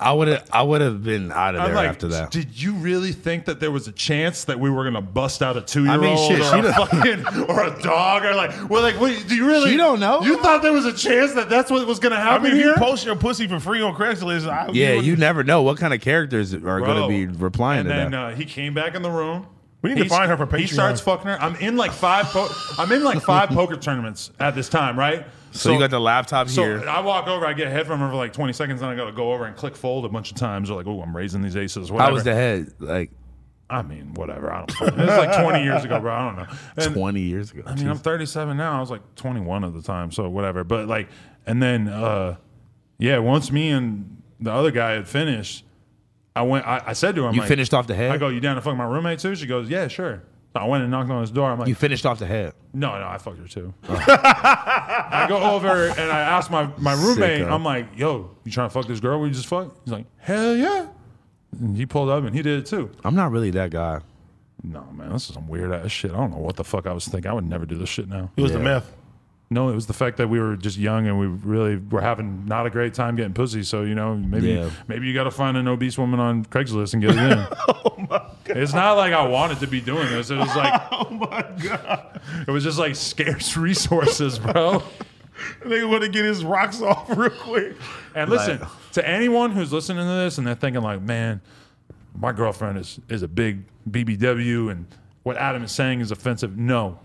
Speaker 3: I would have I would have been out of
Speaker 1: I'm
Speaker 3: there
Speaker 1: like,
Speaker 3: after that.
Speaker 1: did you really think that there was a chance that we were gonna bust out a two year
Speaker 3: I mean,
Speaker 1: old
Speaker 3: shit,
Speaker 1: or
Speaker 3: she
Speaker 1: a fucking or a dog or like, well, like, what, do you really?
Speaker 3: She don't know.
Speaker 1: You thought there was a chance that that's what was gonna
Speaker 2: I
Speaker 1: happen
Speaker 2: mean, if
Speaker 1: here?
Speaker 2: you post your pussy for free on Craigslist, I,
Speaker 3: yeah,
Speaker 2: would-
Speaker 3: you never know what kind of characters are going to
Speaker 1: Bro.
Speaker 3: be replying
Speaker 1: and
Speaker 3: to
Speaker 1: then,
Speaker 3: that.
Speaker 1: Uh, he came back in the room.
Speaker 2: We need to
Speaker 1: He-
Speaker 2: find her for
Speaker 1: He
Speaker 2: Patreon.
Speaker 1: starts fucking her. I'm in like five. Po- I'm in like
Speaker 3: *laughs*
Speaker 1: five poker tournaments at this time, right?
Speaker 3: so, you got the laptop
Speaker 1: So uh,
Speaker 3: here.
Speaker 1: I walk over, I get head from her for like 20 seconds, and I gotta go over and click fold a bunch of times. They're like, oh, I'm raising these aces. Whatever.
Speaker 3: I was the head like
Speaker 1: I mean, whatever. I don't. fucking- It was like 20 years ago, bro. I don't
Speaker 3: *laughs*
Speaker 1: know. And-
Speaker 3: 20 years ago.
Speaker 1: I mean, I'm 37 now. I was like 21 at the time, so whatever. But like, and then, uh, yeah, once me and the other guy had finished, I went. I, I said to him,
Speaker 3: you
Speaker 1: like,
Speaker 3: finished off the head.
Speaker 1: I go, you down to fuck my roommate too? She goes, yeah, sure. So I went and knocked on his door. I'm like,
Speaker 3: you finished off the head.
Speaker 1: no, no, I fucked her too. *laughs* I go over and I ask my, my roommate,
Speaker 3: Sicko.
Speaker 1: I'm like, yo, you trying to fuck this girl we just fucked? He's like, hell yeah. And he pulled up and he did it too.
Speaker 3: I'm not really that guy.
Speaker 1: No, man, this is some weird ass shit. I don't know what the fuck I was thinking. I would never do this shit now.
Speaker 2: It was the meth.
Speaker 1: No, it was the fact that we were just young and we really were having not a great time getting pussy. So you know, maybe
Speaker 3: Yeah.
Speaker 1: maybe you got to find an obese woman on Craigslist and get it in. *laughs* oh my god! It's not like I wanted to be doing this. It was like, *laughs* oh my god! It was just like scarce *laughs* resources, bro.
Speaker 2: They want to get his rocks *laughs* off real quick.
Speaker 1: And listen to anyone who's listening to this and they're thinking like, man, my girlfriend is is a big BBW and what Adam is saying is offensive. No,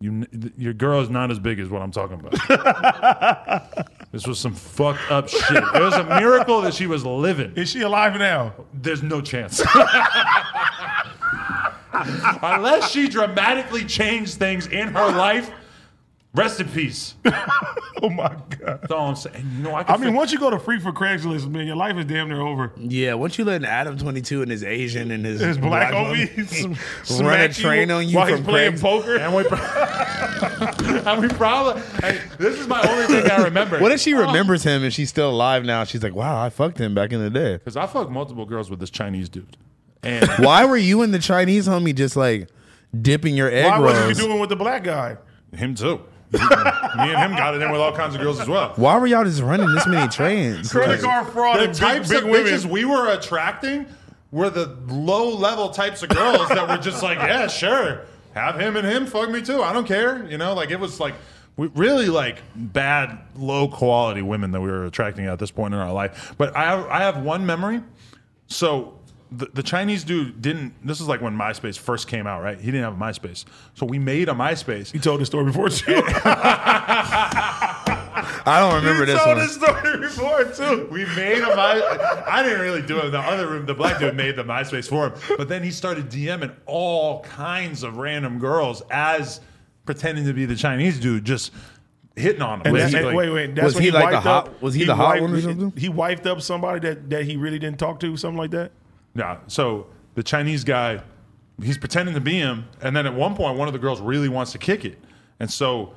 Speaker 1: you, th- your girl is not as big as what I'm talking about. *laughs* this was some fucked up shit. It was a miracle that she was living.
Speaker 2: Is she alive now?
Speaker 1: There's no chance. *laughs* Unless she dramatically changed things in her life, rest in peace. That's
Speaker 2: Oh my god!
Speaker 1: all I'm saying. You know, I,
Speaker 2: I
Speaker 1: can
Speaker 2: mean, once you go to free for Craigslist, man, your life is damn near over.
Speaker 3: Yeah, once you let an Adam 22 and his Asian and his,
Speaker 2: His black
Speaker 3: homie
Speaker 2: OBs
Speaker 3: run a train on you
Speaker 2: while
Speaker 3: from
Speaker 2: he's playing
Speaker 3: Craigslist.
Speaker 2: poker.
Speaker 1: And we, pro- *laughs* and we probably. Hey, this is my only thing I remember.
Speaker 3: *laughs* What if she remembers him and she's still alive now? She's like, wow, I fucked him back in the day.
Speaker 1: Because I fucked multiple girls with this Chinese dude, and
Speaker 3: Why were you and the Chinese homie just like dipping your egg
Speaker 2: Why wasn't you
Speaker 3: rolls?
Speaker 2: doing with the black guy?
Speaker 1: him too. *laughs* Me and him got it in with all kinds of girls as well.
Speaker 3: Why were y'all just running this many trains?
Speaker 2: Credit
Speaker 3: Like,
Speaker 2: card fraud
Speaker 1: the
Speaker 2: and big,
Speaker 1: types
Speaker 2: big
Speaker 1: of
Speaker 2: women.
Speaker 1: bitches we were attracting were the low level types of girls that were just like, yeah, sure, have him and him fuck me too. I don't care. You know, like it was like we really like bad, low quality women that we were attracting at this point in our life. But I have, I have one memory. So the, the Chinese dude didn't. This is like when MySpace first came out, right? He didn't have a MySpace, so we made a MySpace.
Speaker 2: You told the story before too.
Speaker 3: I don't remember
Speaker 1: You
Speaker 3: this
Speaker 1: told
Speaker 3: one.
Speaker 1: this story *laughs* before too. We made a my. I didn't really do it. The other room, the black dude made the MySpace for him, but then he started DMing all kinds of random girls as pretending to be the Chinese dude, just hitting on them.
Speaker 2: And that-
Speaker 1: basically.
Speaker 2: and wait, wait. That's
Speaker 3: Was
Speaker 2: when
Speaker 3: he like the
Speaker 2: wiped
Speaker 3: hot-
Speaker 2: up-
Speaker 3: was he the hot one or
Speaker 2: wiped-
Speaker 3: something?
Speaker 2: He wiped up somebody that, that he really didn't talk to, something like that.
Speaker 1: Yeah. So the Chinese guy, he's pretending to be him, and then at one point, one of the girls really wants to kick it, and so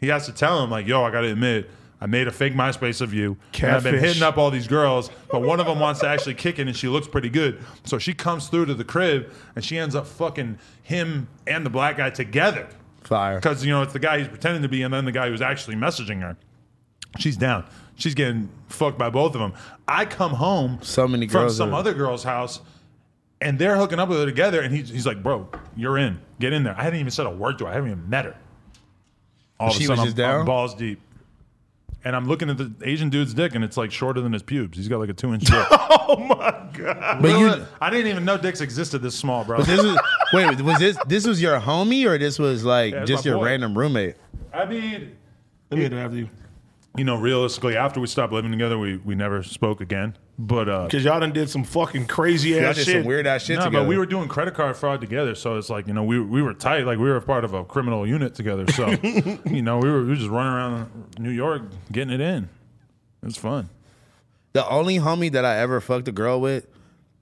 Speaker 1: he has to tell him like, "Yo, I gotta admit." I made a fake MySpace of you. And I've been
Speaker 2: Catfish.
Speaker 1: hitting up all these girls, but one of them wants to actually kick it, and she looks pretty good. So she comes through to the crib, and she ends up fucking him and the black guy together.
Speaker 3: Fire.
Speaker 1: Because, you know, it's the guy he's pretending to be, and then the guy who's actually messaging her. She's down. She's getting fucked by both of them. I come home
Speaker 3: So many
Speaker 1: from
Speaker 3: girls
Speaker 1: some
Speaker 3: are-
Speaker 1: other girl's house, and they're hooking up with her together. And he's, he's like, "Bro, you're in. Get in there." I hadn't even said a word to her. I haven't even met her. All of
Speaker 3: She
Speaker 1: a
Speaker 3: was
Speaker 1: sudden,
Speaker 3: just
Speaker 1: I'm, I'm
Speaker 3: down?
Speaker 1: balls deep, and I'm looking at the Asian dude's dick, and it's like shorter than his pubes. He's got like a two inch dick.
Speaker 3: But *laughs* you,
Speaker 1: I didn't even know dicks existed this small, bro.
Speaker 3: this was, wait, was this this was your homie or this was like
Speaker 1: it's
Speaker 3: just
Speaker 1: my
Speaker 3: your
Speaker 1: boy.
Speaker 3: random roommate?
Speaker 1: I mean,
Speaker 2: Let me hit it after you.
Speaker 1: you know, realistically, after we stopped living together, we we never spoke again. But uh,
Speaker 2: Because y'all done did some fucking crazy
Speaker 3: Y'all
Speaker 2: ass
Speaker 3: did
Speaker 2: shit.
Speaker 3: some weird ass shit
Speaker 1: No,
Speaker 3: together.
Speaker 1: but we were doing credit card fraud together, so it's like you know we we were tight, like we were part of a criminal unit together.
Speaker 3: *laughs*
Speaker 1: So you know we were, we were just running around New York getting it in. It was fun.
Speaker 3: The only homie that I ever fucked a girl with,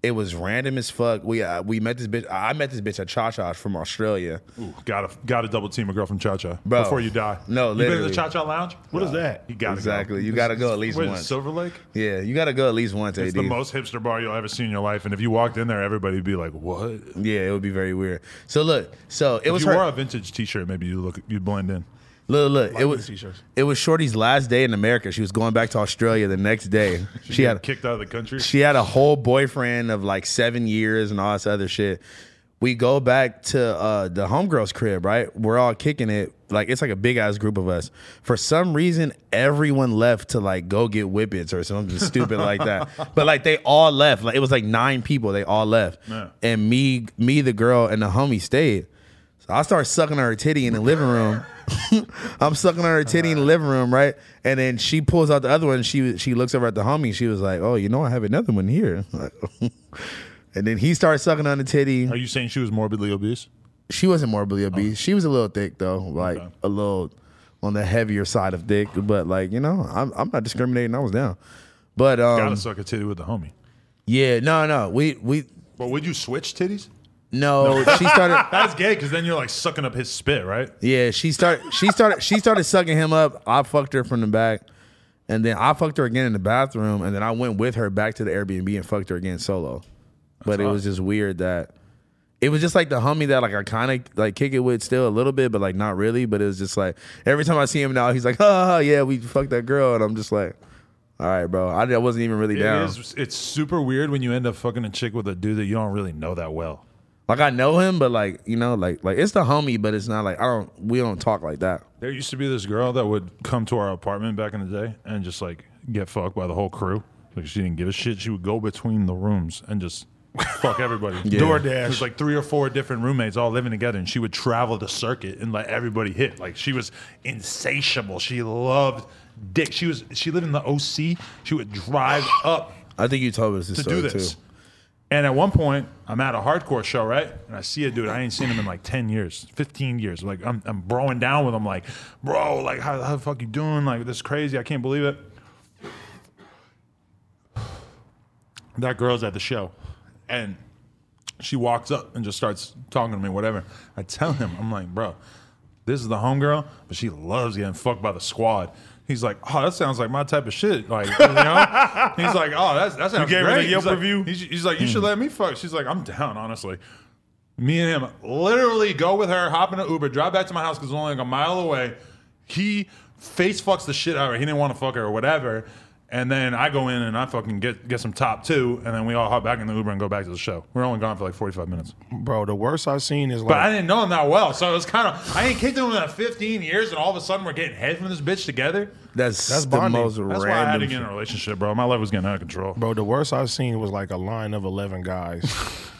Speaker 3: it was random as fuck. We uh, we met this bitch. I met this bitch at Cha Cha's from Australia.
Speaker 1: Ooh, gotta gotta double team a girl from Cha Cha
Speaker 3: Bro.
Speaker 1: before you die.
Speaker 3: No,
Speaker 1: you been to
Speaker 3: literally.
Speaker 1: the Cha Cha Lounge?
Speaker 2: What is that?
Speaker 1: You gotta
Speaker 3: Exactly.
Speaker 1: Go.
Speaker 3: You gotta go at least
Speaker 1: Wait,
Speaker 3: once.
Speaker 1: Silver Lake.
Speaker 3: Yeah, you gotta go at least once, AD.
Speaker 1: It's the most hipster bar you'll ever see in your life, and if you walked in there, everybody'd be like, "What?" If
Speaker 3: yeah, it would be very weird. So look, so it was
Speaker 1: you
Speaker 3: her.
Speaker 1: wore a vintage T-shirt, maybe you look you blend in.
Speaker 3: Look, look, it was
Speaker 2: t-shirts.
Speaker 3: it was Shorty's last day in America. She was going back to Australia the next
Speaker 1: *laughs*
Speaker 3: day. she had
Speaker 1: kicked out of the country.
Speaker 3: she had a whole boyfriend of like seven years and all this other shit. We go back to uh, the homegirl's crib, right? We're all kicking it. Like it's like a big ass group of us. For some reason, everyone left to like go get whippets or something stupid like that. But like they all left. Like it was like nine people. They all left,
Speaker 1: Yeah.
Speaker 3: and me, me, the girl, and the homie stayed. So I start sucking her titty in the living room. I'm sucking on her titty in the living room, right? And then she pulls out the other one. And she she looks over at the homie. She was like, "Oh, you know, I have another one here." *laughs* Like, and then he starts sucking on the titty.
Speaker 1: Are you saying she was morbidly obese?
Speaker 3: She wasn't morbidly obese. She was a little thick though, like a little on the heavier side of thick. But like you know, I'm I'm not discriminating. I was down, but
Speaker 1: Gotta
Speaker 3: um,
Speaker 1: suck a titty with the homie.
Speaker 3: yeah, no, no, we we
Speaker 1: But would you switch titties?
Speaker 3: no. she started.
Speaker 1: That's gay because then you're like sucking up his spit, right?
Speaker 3: Yeah, she started. She started. She started sucking him up. I fucked her from the back, and then I fucked her again in the bathroom, and then I went with her back to the Airbnb and fucked her again solo. But it was just weird that it was just like the homie that like I kind of like kick it with still a little bit, but like not really. But it was just like every time I see him now, he's like, *laughs* "Oh yeah, we fucked that girl," and I'm just like, "All right, bro, I, I wasn't even really down."
Speaker 1: It is. It's super weird when you end up fucking a chick with a dude that you don't really know that well.
Speaker 3: Like I know him, but like you know, like like it's the homie, but it's not like I don't. We don't talk like that.
Speaker 1: There used to be this girl that would come to our apartment back in the day and just like get fucked by the whole crew. Like she didn't give a shit. She would go between the rooms and just fuck everybody.
Speaker 6: DoorDash.
Speaker 1: There's like three or four different roommates all living together, and she would travel the circuit and let everybody hit. Like she was insatiable. She loved dick. She was she lived in the OC. She would drive up
Speaker 3: I think you told us this
Speaker 1: to
Speaker 3: story
Speaker 1: do this.
Speaker 3: too.
Speaker 1: And at one point, I'm at a hardcore show, right? And I see a dude. I ain't seen him in like 10 years, 15 years. Like, I'm, I'm broing down with him, like, bro, like, how, how the fuck you doing? Like, this is crazy. I can't believe it. That girl's at the show. And she walks up and just starts talking to me, whatever. I tell him, I'm like, bro, this is the homegirl, but she loves getting fucked by the squad. He's like, oh, that sounds like my type of shit. Like, you
Speaker 6: *laughs*
Speaker 1: know? he's like, oh, that's, that sounds
Speaker 6: gave her
Speaker 1: great.
Speaker 6: the Yelp
Speaker 1: he's like,
Speaker 6: review? Hmm.
Speaker 1: he's, he's like, you should let me fuck. She's like, I'm down, honestly. Me and him literally go with her, hop in an Uber, drive back to my house because it's only like a mile away. He face fucks the shit out of her. He didn't want to fuck her or whatever. And then I go in and I fucking get, get some top two. And then we all hop back in the Uber and go back to the show. We're only gone for like 45 minutes.
Speaker 2: Bro, the worst I've seen is like
Speaker 1: But I didn't know him that well. So it was kind of, I ain't kicked him in that 15 years and all of a sudden we're getting head from this bitch together.
Speaker 3: That's,
Speaker 2: That's
Speaker 3: the
Speaker 2: bonding.
Speaker 3: most
Speaker 1: That's
Speaker 3: random.
Speaker 1: why I had to
Speaker 3: shit.
Speaker 1: get in a relationship, bro. My life was getting out of control.
Speaker 2: Bro, the worst I've seen was like a line of eleven
Speaker 3: *laughs*
Speaker 2: guys,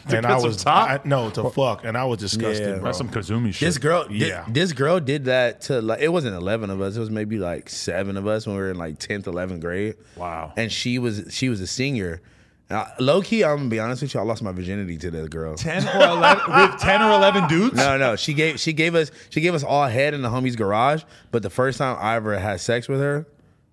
Speaker 1: get
Speaker 2: and I
Speaker 1: some
Speaker 2: was
Speaker 1: top?
Speaker 2: I, no to fuck, and I was disgusted.
Speaker 3: Yeah.
Speaker 2: bro.
Speaker 1: That's some Kazumi shit.
Speaker 3: This girl, thi-
Speaker 2: Yeah.
Speaker 3: this girl did that to like it wasn't eleven of us. It was maybe like seven of us when we were in like tenth, eleventh grade.
Speaker 1: Wow.
Speaker 3: And she was she was a senior. And I- low key, I'm gonna be honest with you. I lost my virginity to this girl.
Speaker 1: 10 or 11, with 10 or 11 dudes?
Speaker 3: No, no. She gave she gave us she gave us all head in the homie's garage. But the first time I ever had sex with her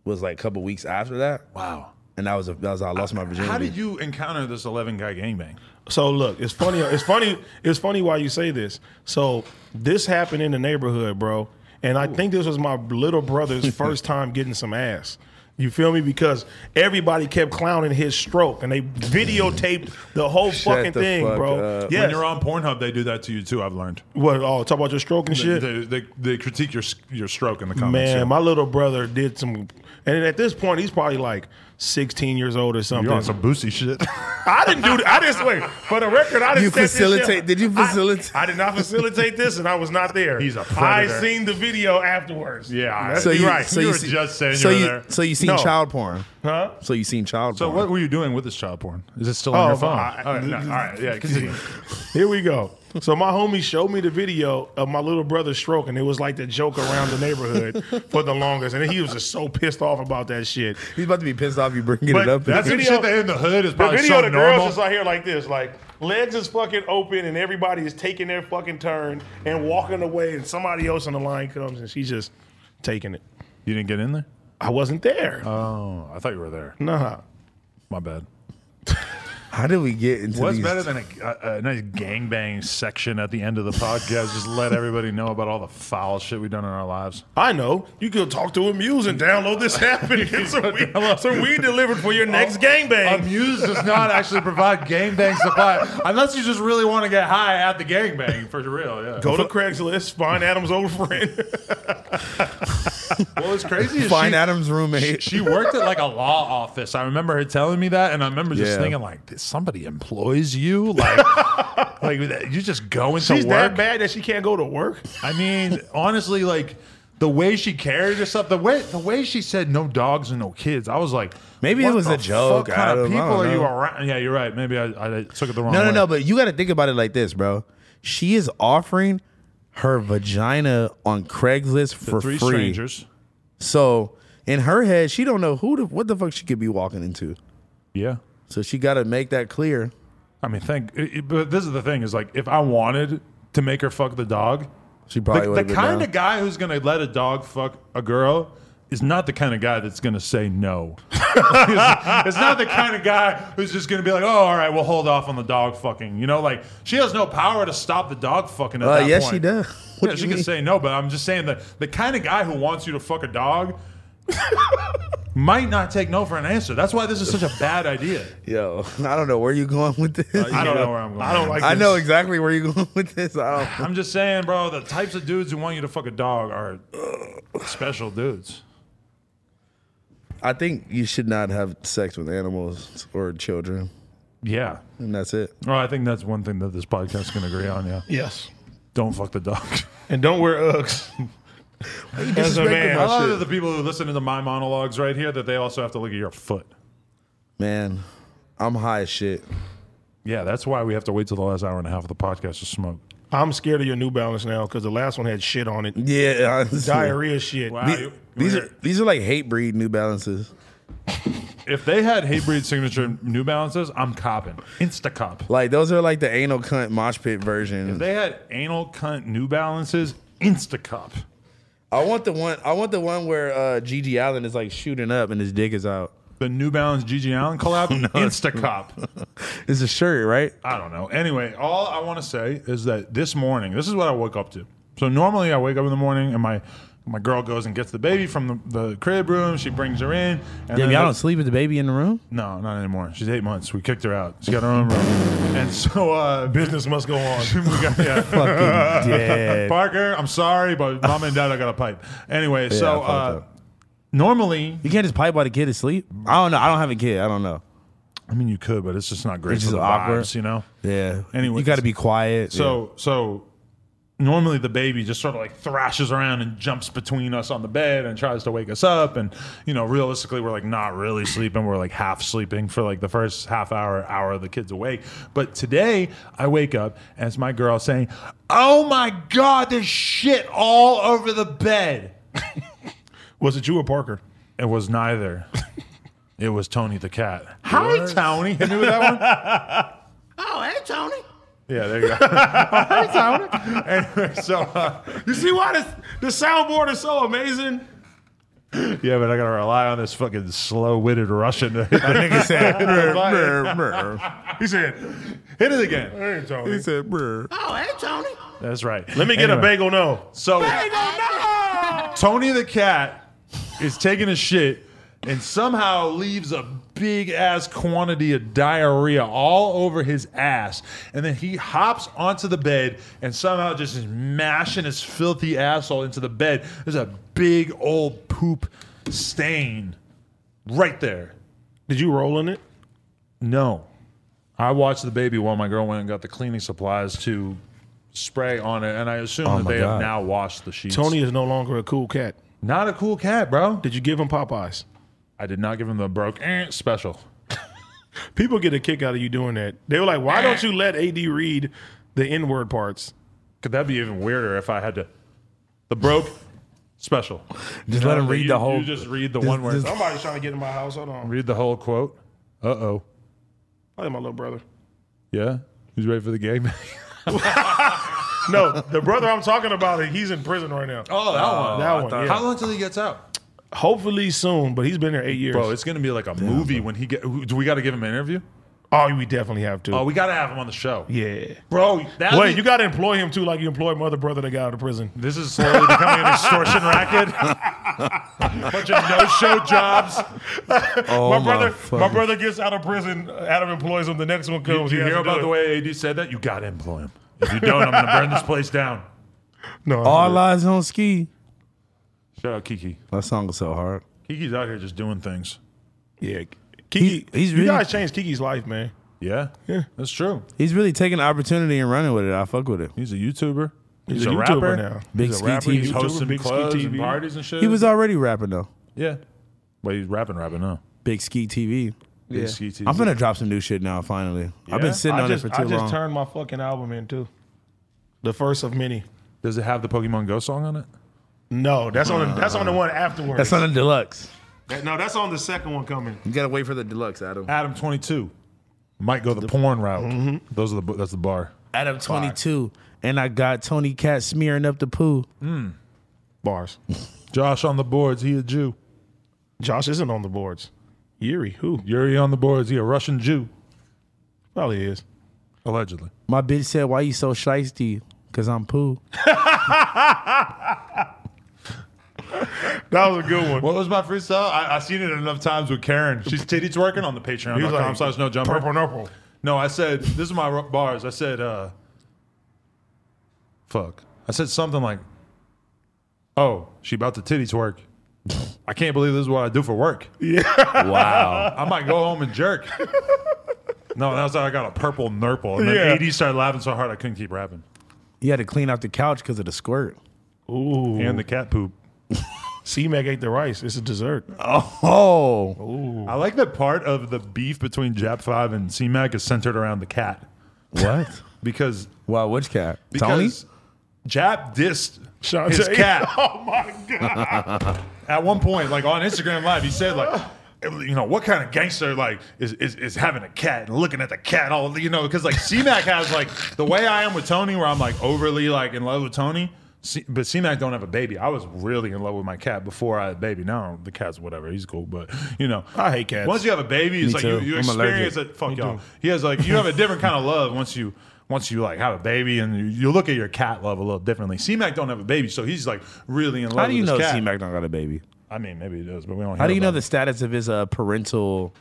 Speaker 3: was like a couple weeks after that.
Speaker 1: Wow.
Speaker 3: And that was a, that was how I lost my virginity.
Speaker 1: How did you encounter this 11 guy gangbang?
Speaker 2: So look, it's funny. It's funny. It's funny why you say this. So this happened in the neighborhood, bro, and I think this was my little
Speaker 3: *laughs*
Speaker 2: brother's first time getting some ass. You feel me? Because everybody kept clowning his stroke, and they videotaped the whole
Speaker 3: Shut
Speaker 2: fucking
Speaker 3: the
Speaker 2: thing,
Speaker 3: fuck
Speaker 2: bro.
Speaker 3: up.
Speaker 2: Yes.
Speaker 1: When you're on Pornhub, they do that to you too, I've learned.
Speaker 2: what? Oh, talk about your stroke and shit.
Speaker 1: They, they, they critique your your stroke in the comments.
Speaker 2: Man,
Speaker 1: yeah.
Speaker 2: my little brother did some, and then at this point he's probably like 16 years old or something.
Speaker 1: you're on some boozy *laughs* shit.
Speaker 2: I didn't do. th- I just wait for the record. I didn't.
Speaker 3: You
Speaker 2: set this shit up.
Speaker 3: facilitate- did you
Speaker 2: I-
Speaker 3: facilitate-
Speaker 2: I, did not facilitate this, and I was not there.
Speaker 1: He's a
Speaker 2: I
Speaker 1: predator.
Speaker 2: seen the video afterwards.
Speaker 1: Yeah,
Speaker 2: Let's
Speaker 1: so
Speaker 2: be
Speaker 1: you-
Speaker 2: right.
Speaker 1: You
Speaker 3: you
Speaker 1: were
Speaker 3: see-
Speaker 1: just saying
Speaker 3: so
Speaker 1: you were
Speaker 3: you
Speaker 1: there.
Speaker 3: so you seen
Speaker 2: No.
Speaker 3: child porn,
Speaker 2: Huh?
Speaker 3: So you seen child
Speaker 1: so
Speaker 3: porn.
Speaker 1: what were you doing with this child porn? Is it still on
Speaker 2: Oh,
Speaker 1: your phone?
Speaker 2: I-
Speaker 1: all, right, no, all right, yeah, continue.
Speaker 2: *laughs* Here we go. So my homie showed me the video of my little brother stroking. It was like the joke around the
Speaker 3: *laughs*
Speaker 2: neighborhood for the longest, and he was just so pissed off about that shit.
Speaker 3: He's about to be pissed off. You bringing
Speaker 2: But
Speaker 3: it up. *laughs*
Speaker 1: That's
Speaker 2: The
Speaker 1: the
Speaker 2: video-
Speaker 1: shit that in the hood is
Speaker 2: The
Speaker 1: probably
Speaker 2: video,
Speaker 1: so
Speaker 2: the
Speaker 1: normal.
Speaker 2: girls is out here like this, like legs is fucking open, and everybody is taking their fucking turn and walking away, and somebody else on the line comes, and she's just taking it.
Speaker 1: you didn't get in there?
Speaker 2: I wasn't there.
Speaker 1: Oh, I thought you were there.
Speaker 2: nah.
Speaker 1: My bad.
Speaker 3: How did we get into
Speaker 1: What's
Speaker 3: these-
Speaker 1: better than a, a, a nice gangbang section at the end of the podcast? Just let everybody know about all the foul shit we've done in our lives.
Speaker 2: I know. You can talk to Amuse and download this *laughs* app and get some weed, some weed delivered for your next
Speaker 1: Uh,
Speaker 2: gangbang.
Speaker 1: Amuse Um, does not actually provide gangbang supply unless you just really want to get high at the gangbang for real. Yeah.
Speaker 2: Go to Craigslist, find Adam's old friend. *laughs*
Speaker 1: Well, it's crazy. is
Speaker 3: Find
Speaker 1: she,
Speaker 3: Adam's roommate.
Speaker 1: She worked at like a law office. I remember her telling me that, and I remember just
Speaker 3: Yeah.
Speaker 1: thinking like, "Did somebody employs you?
Speaker 3: *laughs*
Speaker 1: Like, like you just go into
Speaker 2: She's
Speaker 1: work.
Speaker 2: that bad that she can't go to work.
Speaker 1: I mean, honestly, like the way she carried herself, the way the way she said no dogs and no kids, I was like,
Speaker 3: Maybe it
Speaker 1: what
Speaker 3: was
Speaker 1: the
Speaker 3: a joke.
Speaker 1: Fuck kind
Speaker 3: I
Speaker 1: of
Speaker 3: don't- I
Speaker 1: people
Speaker 3: don't
Speaker 1: are you
Speaker 3: know.
Speaker 1: around? Yeah, you're right. Maybe I, I took it the wrong
Speaker 3: No,
Speaker 1: way.
Speaker 3: no, no. But you got to think about it like this, bro. She is offering her vagina on Craigslist for
Speaker 1: three
Speaker 3: free.
Speaker 1: strangers.
Speaker 3: So in her head, she don't know who the what the fuck she could be walking into.
Speaker 1: Yeah.
Speaker 3: So she got to make that clear.
Speaker 1: I mean, thank. it- it- But this is the thing: is like, if I wanted to make her fuck the dog,
Speaker 3: She
Speaker 1: the,
Speaker 3: probably
Speaker 1: the
Speaker 3: would've been
Speaker 1: kind
Speaker 3: down.
Speaker 1: of guy who's gonna let a dog fuck a girl is not the kind of guy that's gonna say no. *laughs* it's, it's not the kind of guy who's just gonna be like, oh, all right, we'll hold off on the dog fucking. You know, like she has no power to stop the dog fucking. At
Speaker 3: Uh,
Speaker 1: that
Speaker 3: yes,
Speaker 1: point.
Speaker 3: she does. What
Speaker 1: Yeah,
Speaker 3: do
Speaker 1: she
Speaker 3: you *laughs*
Speaker 1: can
Speaker 3: mean?
Speaker 1: say no, but I'm just saying that the kind of guy who wants you to fuck a dog. *laughs* might not take no for an answer. That's why this is such a bad idea.
Speaker 3: Yo, *laughs* I don't know where you going with this.
Speaker 1: I don't know where I'm going.
Speaker 2: I don't like
Speaker 3: I
Speaker 2: this.
Speaker 3: know exactly where you *laughs* going with this. I don't.
Speaker 1: I'm just saying, bro, the types of dudes who want you to fuck a dog are special dudes.
Speaker 3: I think you should not have sex with animals or children,
Speaker 1: Yeah.
Speaker 3: and that's it.
Speaker 1: Well, I think that's one thing that this podcast can agree on, yeah.
Speaker 2: Yes.
Speaker 1: Don't fuck the dog.
Speaker 2: And don't wear
Speaker 1: *laughs*
Speaker 2: Uggs. As a man.
Speaker 1: I love that the people who listen to my monologues right here that they also have to look at your foot.
Speaker 3: Man, I'm high as shit.
Speaker 1: Yeah, that's why we have to wait till the last hour and a half of the podcast to smoke.
Speaker 2: I'm scared of your New Balance now because the last one had shit on it.
Speaker 3: Yeah, *laughs* honestly.
Speaker 2: Diarrhea shit.
Speaker 1: Wow.
Speaker 3: The- These are these are like hate breed New Balances.
Speaker 1: If they had hate breed signature New Balances, I'm copping. Insta cop.
Speaker 3: Like those are like the anal cunt mosh pit version.
Speaker 1: They had anal cunt New Balances, Insta cop.
Speaker 3: I want the one. I want the one where uh, Gigi Allen is like shooting up and his dick is out. *laughs*
Speaker 1: The New Balance Gigi Allen collab, Insta cop.
Speaker 3: It's a shirt, right?
Speaker 1: I don't know. Anyway, all I want to say is that this morning, this is what I woke up to. So normally I wake up in the morning and my my girl goes and gets the baby from the, the crib room. She brings her in. And then
Speaker 3: Damn, y'all
Speaker 1: the-
Speaker 3: don't sleep with the baby in
Speaker 1: *laughs*
Speaker 3: the room.
Speaker 1: no, not anymore. She's eight months. We kicked her out. She's got her own room. And so uh,
Speaker 2: Business must go on.
Speaker 1: *laughs* we got, yeah.
Speaker 3: *laughs* Fucking
Speaker 1: *laughs*
Speaker 3: dead.
Speaker 1: Parker, I'm sorry, but mom and dad, I got a pipe. Anyway, so
Speaker 3: I fucked
Speaker 1: uh,
Speaker 3: up.
Speaker 1: normally,
Speaker 3: You can't just pipe while the kid is asleep. I don't know. I don't have a kid. I don't know.
Speaker 1: I mean, you could, but it's just not great.
Speaker 3: It's
Speaker 1: for
Speaker 3: just
Speaker 1: the
Speaker 3: awkward.
Speaker 1: vibes, you know.
Speaker 3: Yeah.
Speaker 1: Anyways.
Speaker 3: you got to be quiet.
Speaker 1: So so normally the baby just sort of like thrashes around and jumps between us on the bed and tries to wake us up and you know realistically we're like not really sleeping we're like half sleeping for like the first half hour hour the kid's awake but today I wake up and it's my girl saying oh my god there's shit all over the *laughs* bed
Speaker 2: Was it you or Parker?
Speaker 1: it was neither *laughs* it was Tony the cat hi Tony hit me with that one *laughs*
Speaker 3: oh, hey Tony.
Speaker 1: yeah there you go hi Tony anyway so uh,
Speaker 2: You see why this, the soundboard is so amazing?
Speaker 1: Yeah, but I gotta rely on this fucking slow-witted Russian. to hit
Speaker 3: That
Speaker 1: that-
Speaker 2: *laughs*
Speaker 3: nigga said. "Brr, brr, brr."
Speaker 2: He said,
Speaker 1: *laughs* Hit it again.
Speaker 2: hey, Tony.
Speaker 3: He said, brr.
Speaker 1: That's right.
Speaker 2: Let me get a bagel no.
Speaker 1: So Tony the cat is taking a shit and somehow leaves a big ass quantity of diarrhea all over his ass, and then he hops onto the bed and somehow just is mashing his filthy asshole into the bed. There's a big old poop stain right there.
Speaker 2: Did you roll in it?
Speaker 1: No. I watched the baby while my girl went and got the cleaning supplies to spray on it, and I assume that
Speaker 3: Oh my
Speaker 1: they have
Speaker 3: God.
Speaker 1: now washed the sheets.
Speaker 2: Tony is no longer a cool cat.
Speaker 1: not a cool cat, bro.
Speaker 2: Did you give him Popeyes?
Speaker 1: I did not give him the broke eh, special.
Speaker 2: People get a kick out of you doing that. They were like, why don't you let AD read the N word parts?
Speaker 1: Could that be even weirder if I had to? The broke *laughs* special.
Speaker 3: Just let him read
Speaker 1: you,
Speaker 3: the whole.
Speaker 1: You just read the one word.
Speaker 3: just-
Speaker 2: Somebody's trying to get in my house. Hold on.
Speaker 1: read the whole quote. Uh oh.
Speaker 2: Probably my little brother.
Speaker 1: Yeah. Who's ready for the game?
Speaker 2: No, the brother I'm talking about, he's in prison right now.
Speaker 1: *laughs* oh, that one.
Speaker 2: that one. yeah.
Speaker 1: How long till he gets out?
Speaker 2: Hopefully soon, but he's been there eight years.
Speaker 1: Bro, it's gonna be like a movie when he get. Do we got to give him an interview?
Speaker 2: oh, we definitely have to.
Speaker 1: Oh, we got to have him on the show.
Speaker 2: yeah.
Speaker 1: Bro, that
Speaker 2: Wait, you got to employ him too, like you employed my other brother that got out of prison.
Speaker 1: This is slowly becoming an extortion *laughs* racket. Bunch of no-show jobs.
Speaker 3: oh,
Speaker 2: my brother,
Speaker 3: fucking-
Speaker 2: my, brother gets out of prison. Adam employs him. The next one
Speaker 1: You,
Speaker 2: comes.
Speaker 1: you
Speaker 2: he has
Speaker 1: hear
Speaker 2: to do
Speaker 1: about
Speaker 2: it.
Speaker 1: the way AD said that? You got to employ him. If you don't, I'm going to burn this place down.
Speaker 2: No,
Speaker 3: All lives on ski.
Speaker 1: Shout out Kiki.
Speaker 3: That song was so hard.
Speaker 1: Kiki's out here just doing things.
Speaker 2: yeah. Kiki,
Speaker 3: He- he's
Speaker 2: you
Speaker 3: really-
Speaker 2: guys changed Kiki's life, man.
Speaker 1: Yeah? Yeah. That's true.
Speaker 3: He's really taking the opportunity and running with it. I fuck with it.
Speaker 1: He's a YouTuber. He's,
Speaker 2: a
Speaker 1: a,
Speaker 2: YouTuber
Speaker 1: rapper.
Speaker 2: now.
Speaker 3: Big
Speaker 1: He's a
Speaker 3: Ski
Speaker 1: rapper. He's
Speaker 3: TV.
Speaker 1: hosting
Speaker 2: Big Ski
Speaker 1: clubs and
Speaker 2: TV.
Speaker 1: parties and shit.
Speaker 3: He was already rapping though.
Speaker 1: Yeah. But he's rapping, rapping now.
Speaker 3: Big Ski TV.
Speaker 1: Big Ski TV.
Speaker 3: I'm gonna drop some new shit now. Finally, I've
Speaker 1: Yeah?
Speaker 3: been sitting
Speaker 2: I
Speaker 3: on
Speaker 2: just,
Speaker 3: it for too
Speaker 2: I just
Speaker 3: long.
Speaker 2: turned my fucking album in too. The first of many.
Speaker 1: Does it have the Pokemon Go song on it?
Speaker 2: No, that's on. that's on the one afterwards.
Speaker 3: That's on the deluxe.
Speaker 2: That- no, that's on the second one coming.
Speaker 3: You gotta wait for the deluxe, Adam.
Speaker 1: Adam 22. Might go the, porn route.
Speaker 3: Mm-hmm.
Speaker 1: Those are the that's the bar.
Speaker 3: Adam 22, and I got Tony Cat smearing up the poo.
Speaker 2: Bars.
Speaker 1: Josh on the boards. He a Jew.
Speaker 2: Josh isn't on the boards. Yuri, who
Speaker 1: Yuri on the boards. He a Russian Jew,
Speaker 2: probably is.
Speaker 1: allegedly.
Speaker 3: My bitch said, "Why you so shiesty?" Cause I'm poo.
Speaker 2: That was a good one.
Speaker 1: What was my freestyle? I, I seen it enough times with Karen. She's titties working on the Patreon.com
Speaker 2: like,
Speaker 1: slash no jumper.
Speaker 2: Purple Nurple.
Speaker 1: No, I said this is my ru- bars. I said, uh, fuck. I said something like, oh, she about to titties work. I can't believe this is what I do for work. *laughs*
Speaker 3: Wow.
Speaker 1: I might go home and jerk. No, that was how I got a purple nurple. And then
Speaker 2: Yeah.
Speaker 1: AD started laughing so hard I couldn't keep rapping.
Speaker 3: you had to clean out the couch because of the squirt.
Speaker 2: Ooh.
Speaker 1: And the cat poop.
Speaker 2: C Mac ate the rice. It's a dessert.
Speaker 3: Oh,
Speaker 1: I like that part of the beef between Jap Five and C Mac is centered around the cat
Speaker 3: *laughs* what?
Speaker 1: because
Speaker 3: Wow, which cat? Tony?
Speaker 1: because Jap dissed
Speaker 2: Shantae.
Speaker 1: his cat.
Speaker 2: *laughs* Oh my god.
Speaker 1: at one point, like on Instagram Live, he said like, you know, what kind of gangster like is is, is having a cat and looking at the cat all you know? Because like C-Mac has like the way I am with Tony, where I'm like overly like in love with Tony. C- but C-Mac don't have a baby. I was really in love with my cat before I had a baby. Now the cat's whatever. He's cool, but you know,
Speaker 2: I hate cats.
Speaker 1: Once you have a baby, it's like you,
Speaker 3: too.
Speaker 1: you
Speaker 3: I'm
Speaker 1: experience
Speaker 3: allergic.
Speaker 1: it. Fuck y'all. He has like you have a different kind of love once you. Once you like have a baby and you, you look at your cat love a little differently. C-Mac don't have a baby, so he's like really in love.
Speaker 3: How do you
Speaker 1: with
Speaker 3: know
Speaker 1: his cat.
Speaker 3: C Mac don't got a baby?
Speaker 1: I mean, maybe it does, but we don't.
Speaker 3: How
Speaker 1: hear
Speaker 3: do you know
Speaker 1: about
Speaker 3: the status of his uh, parental?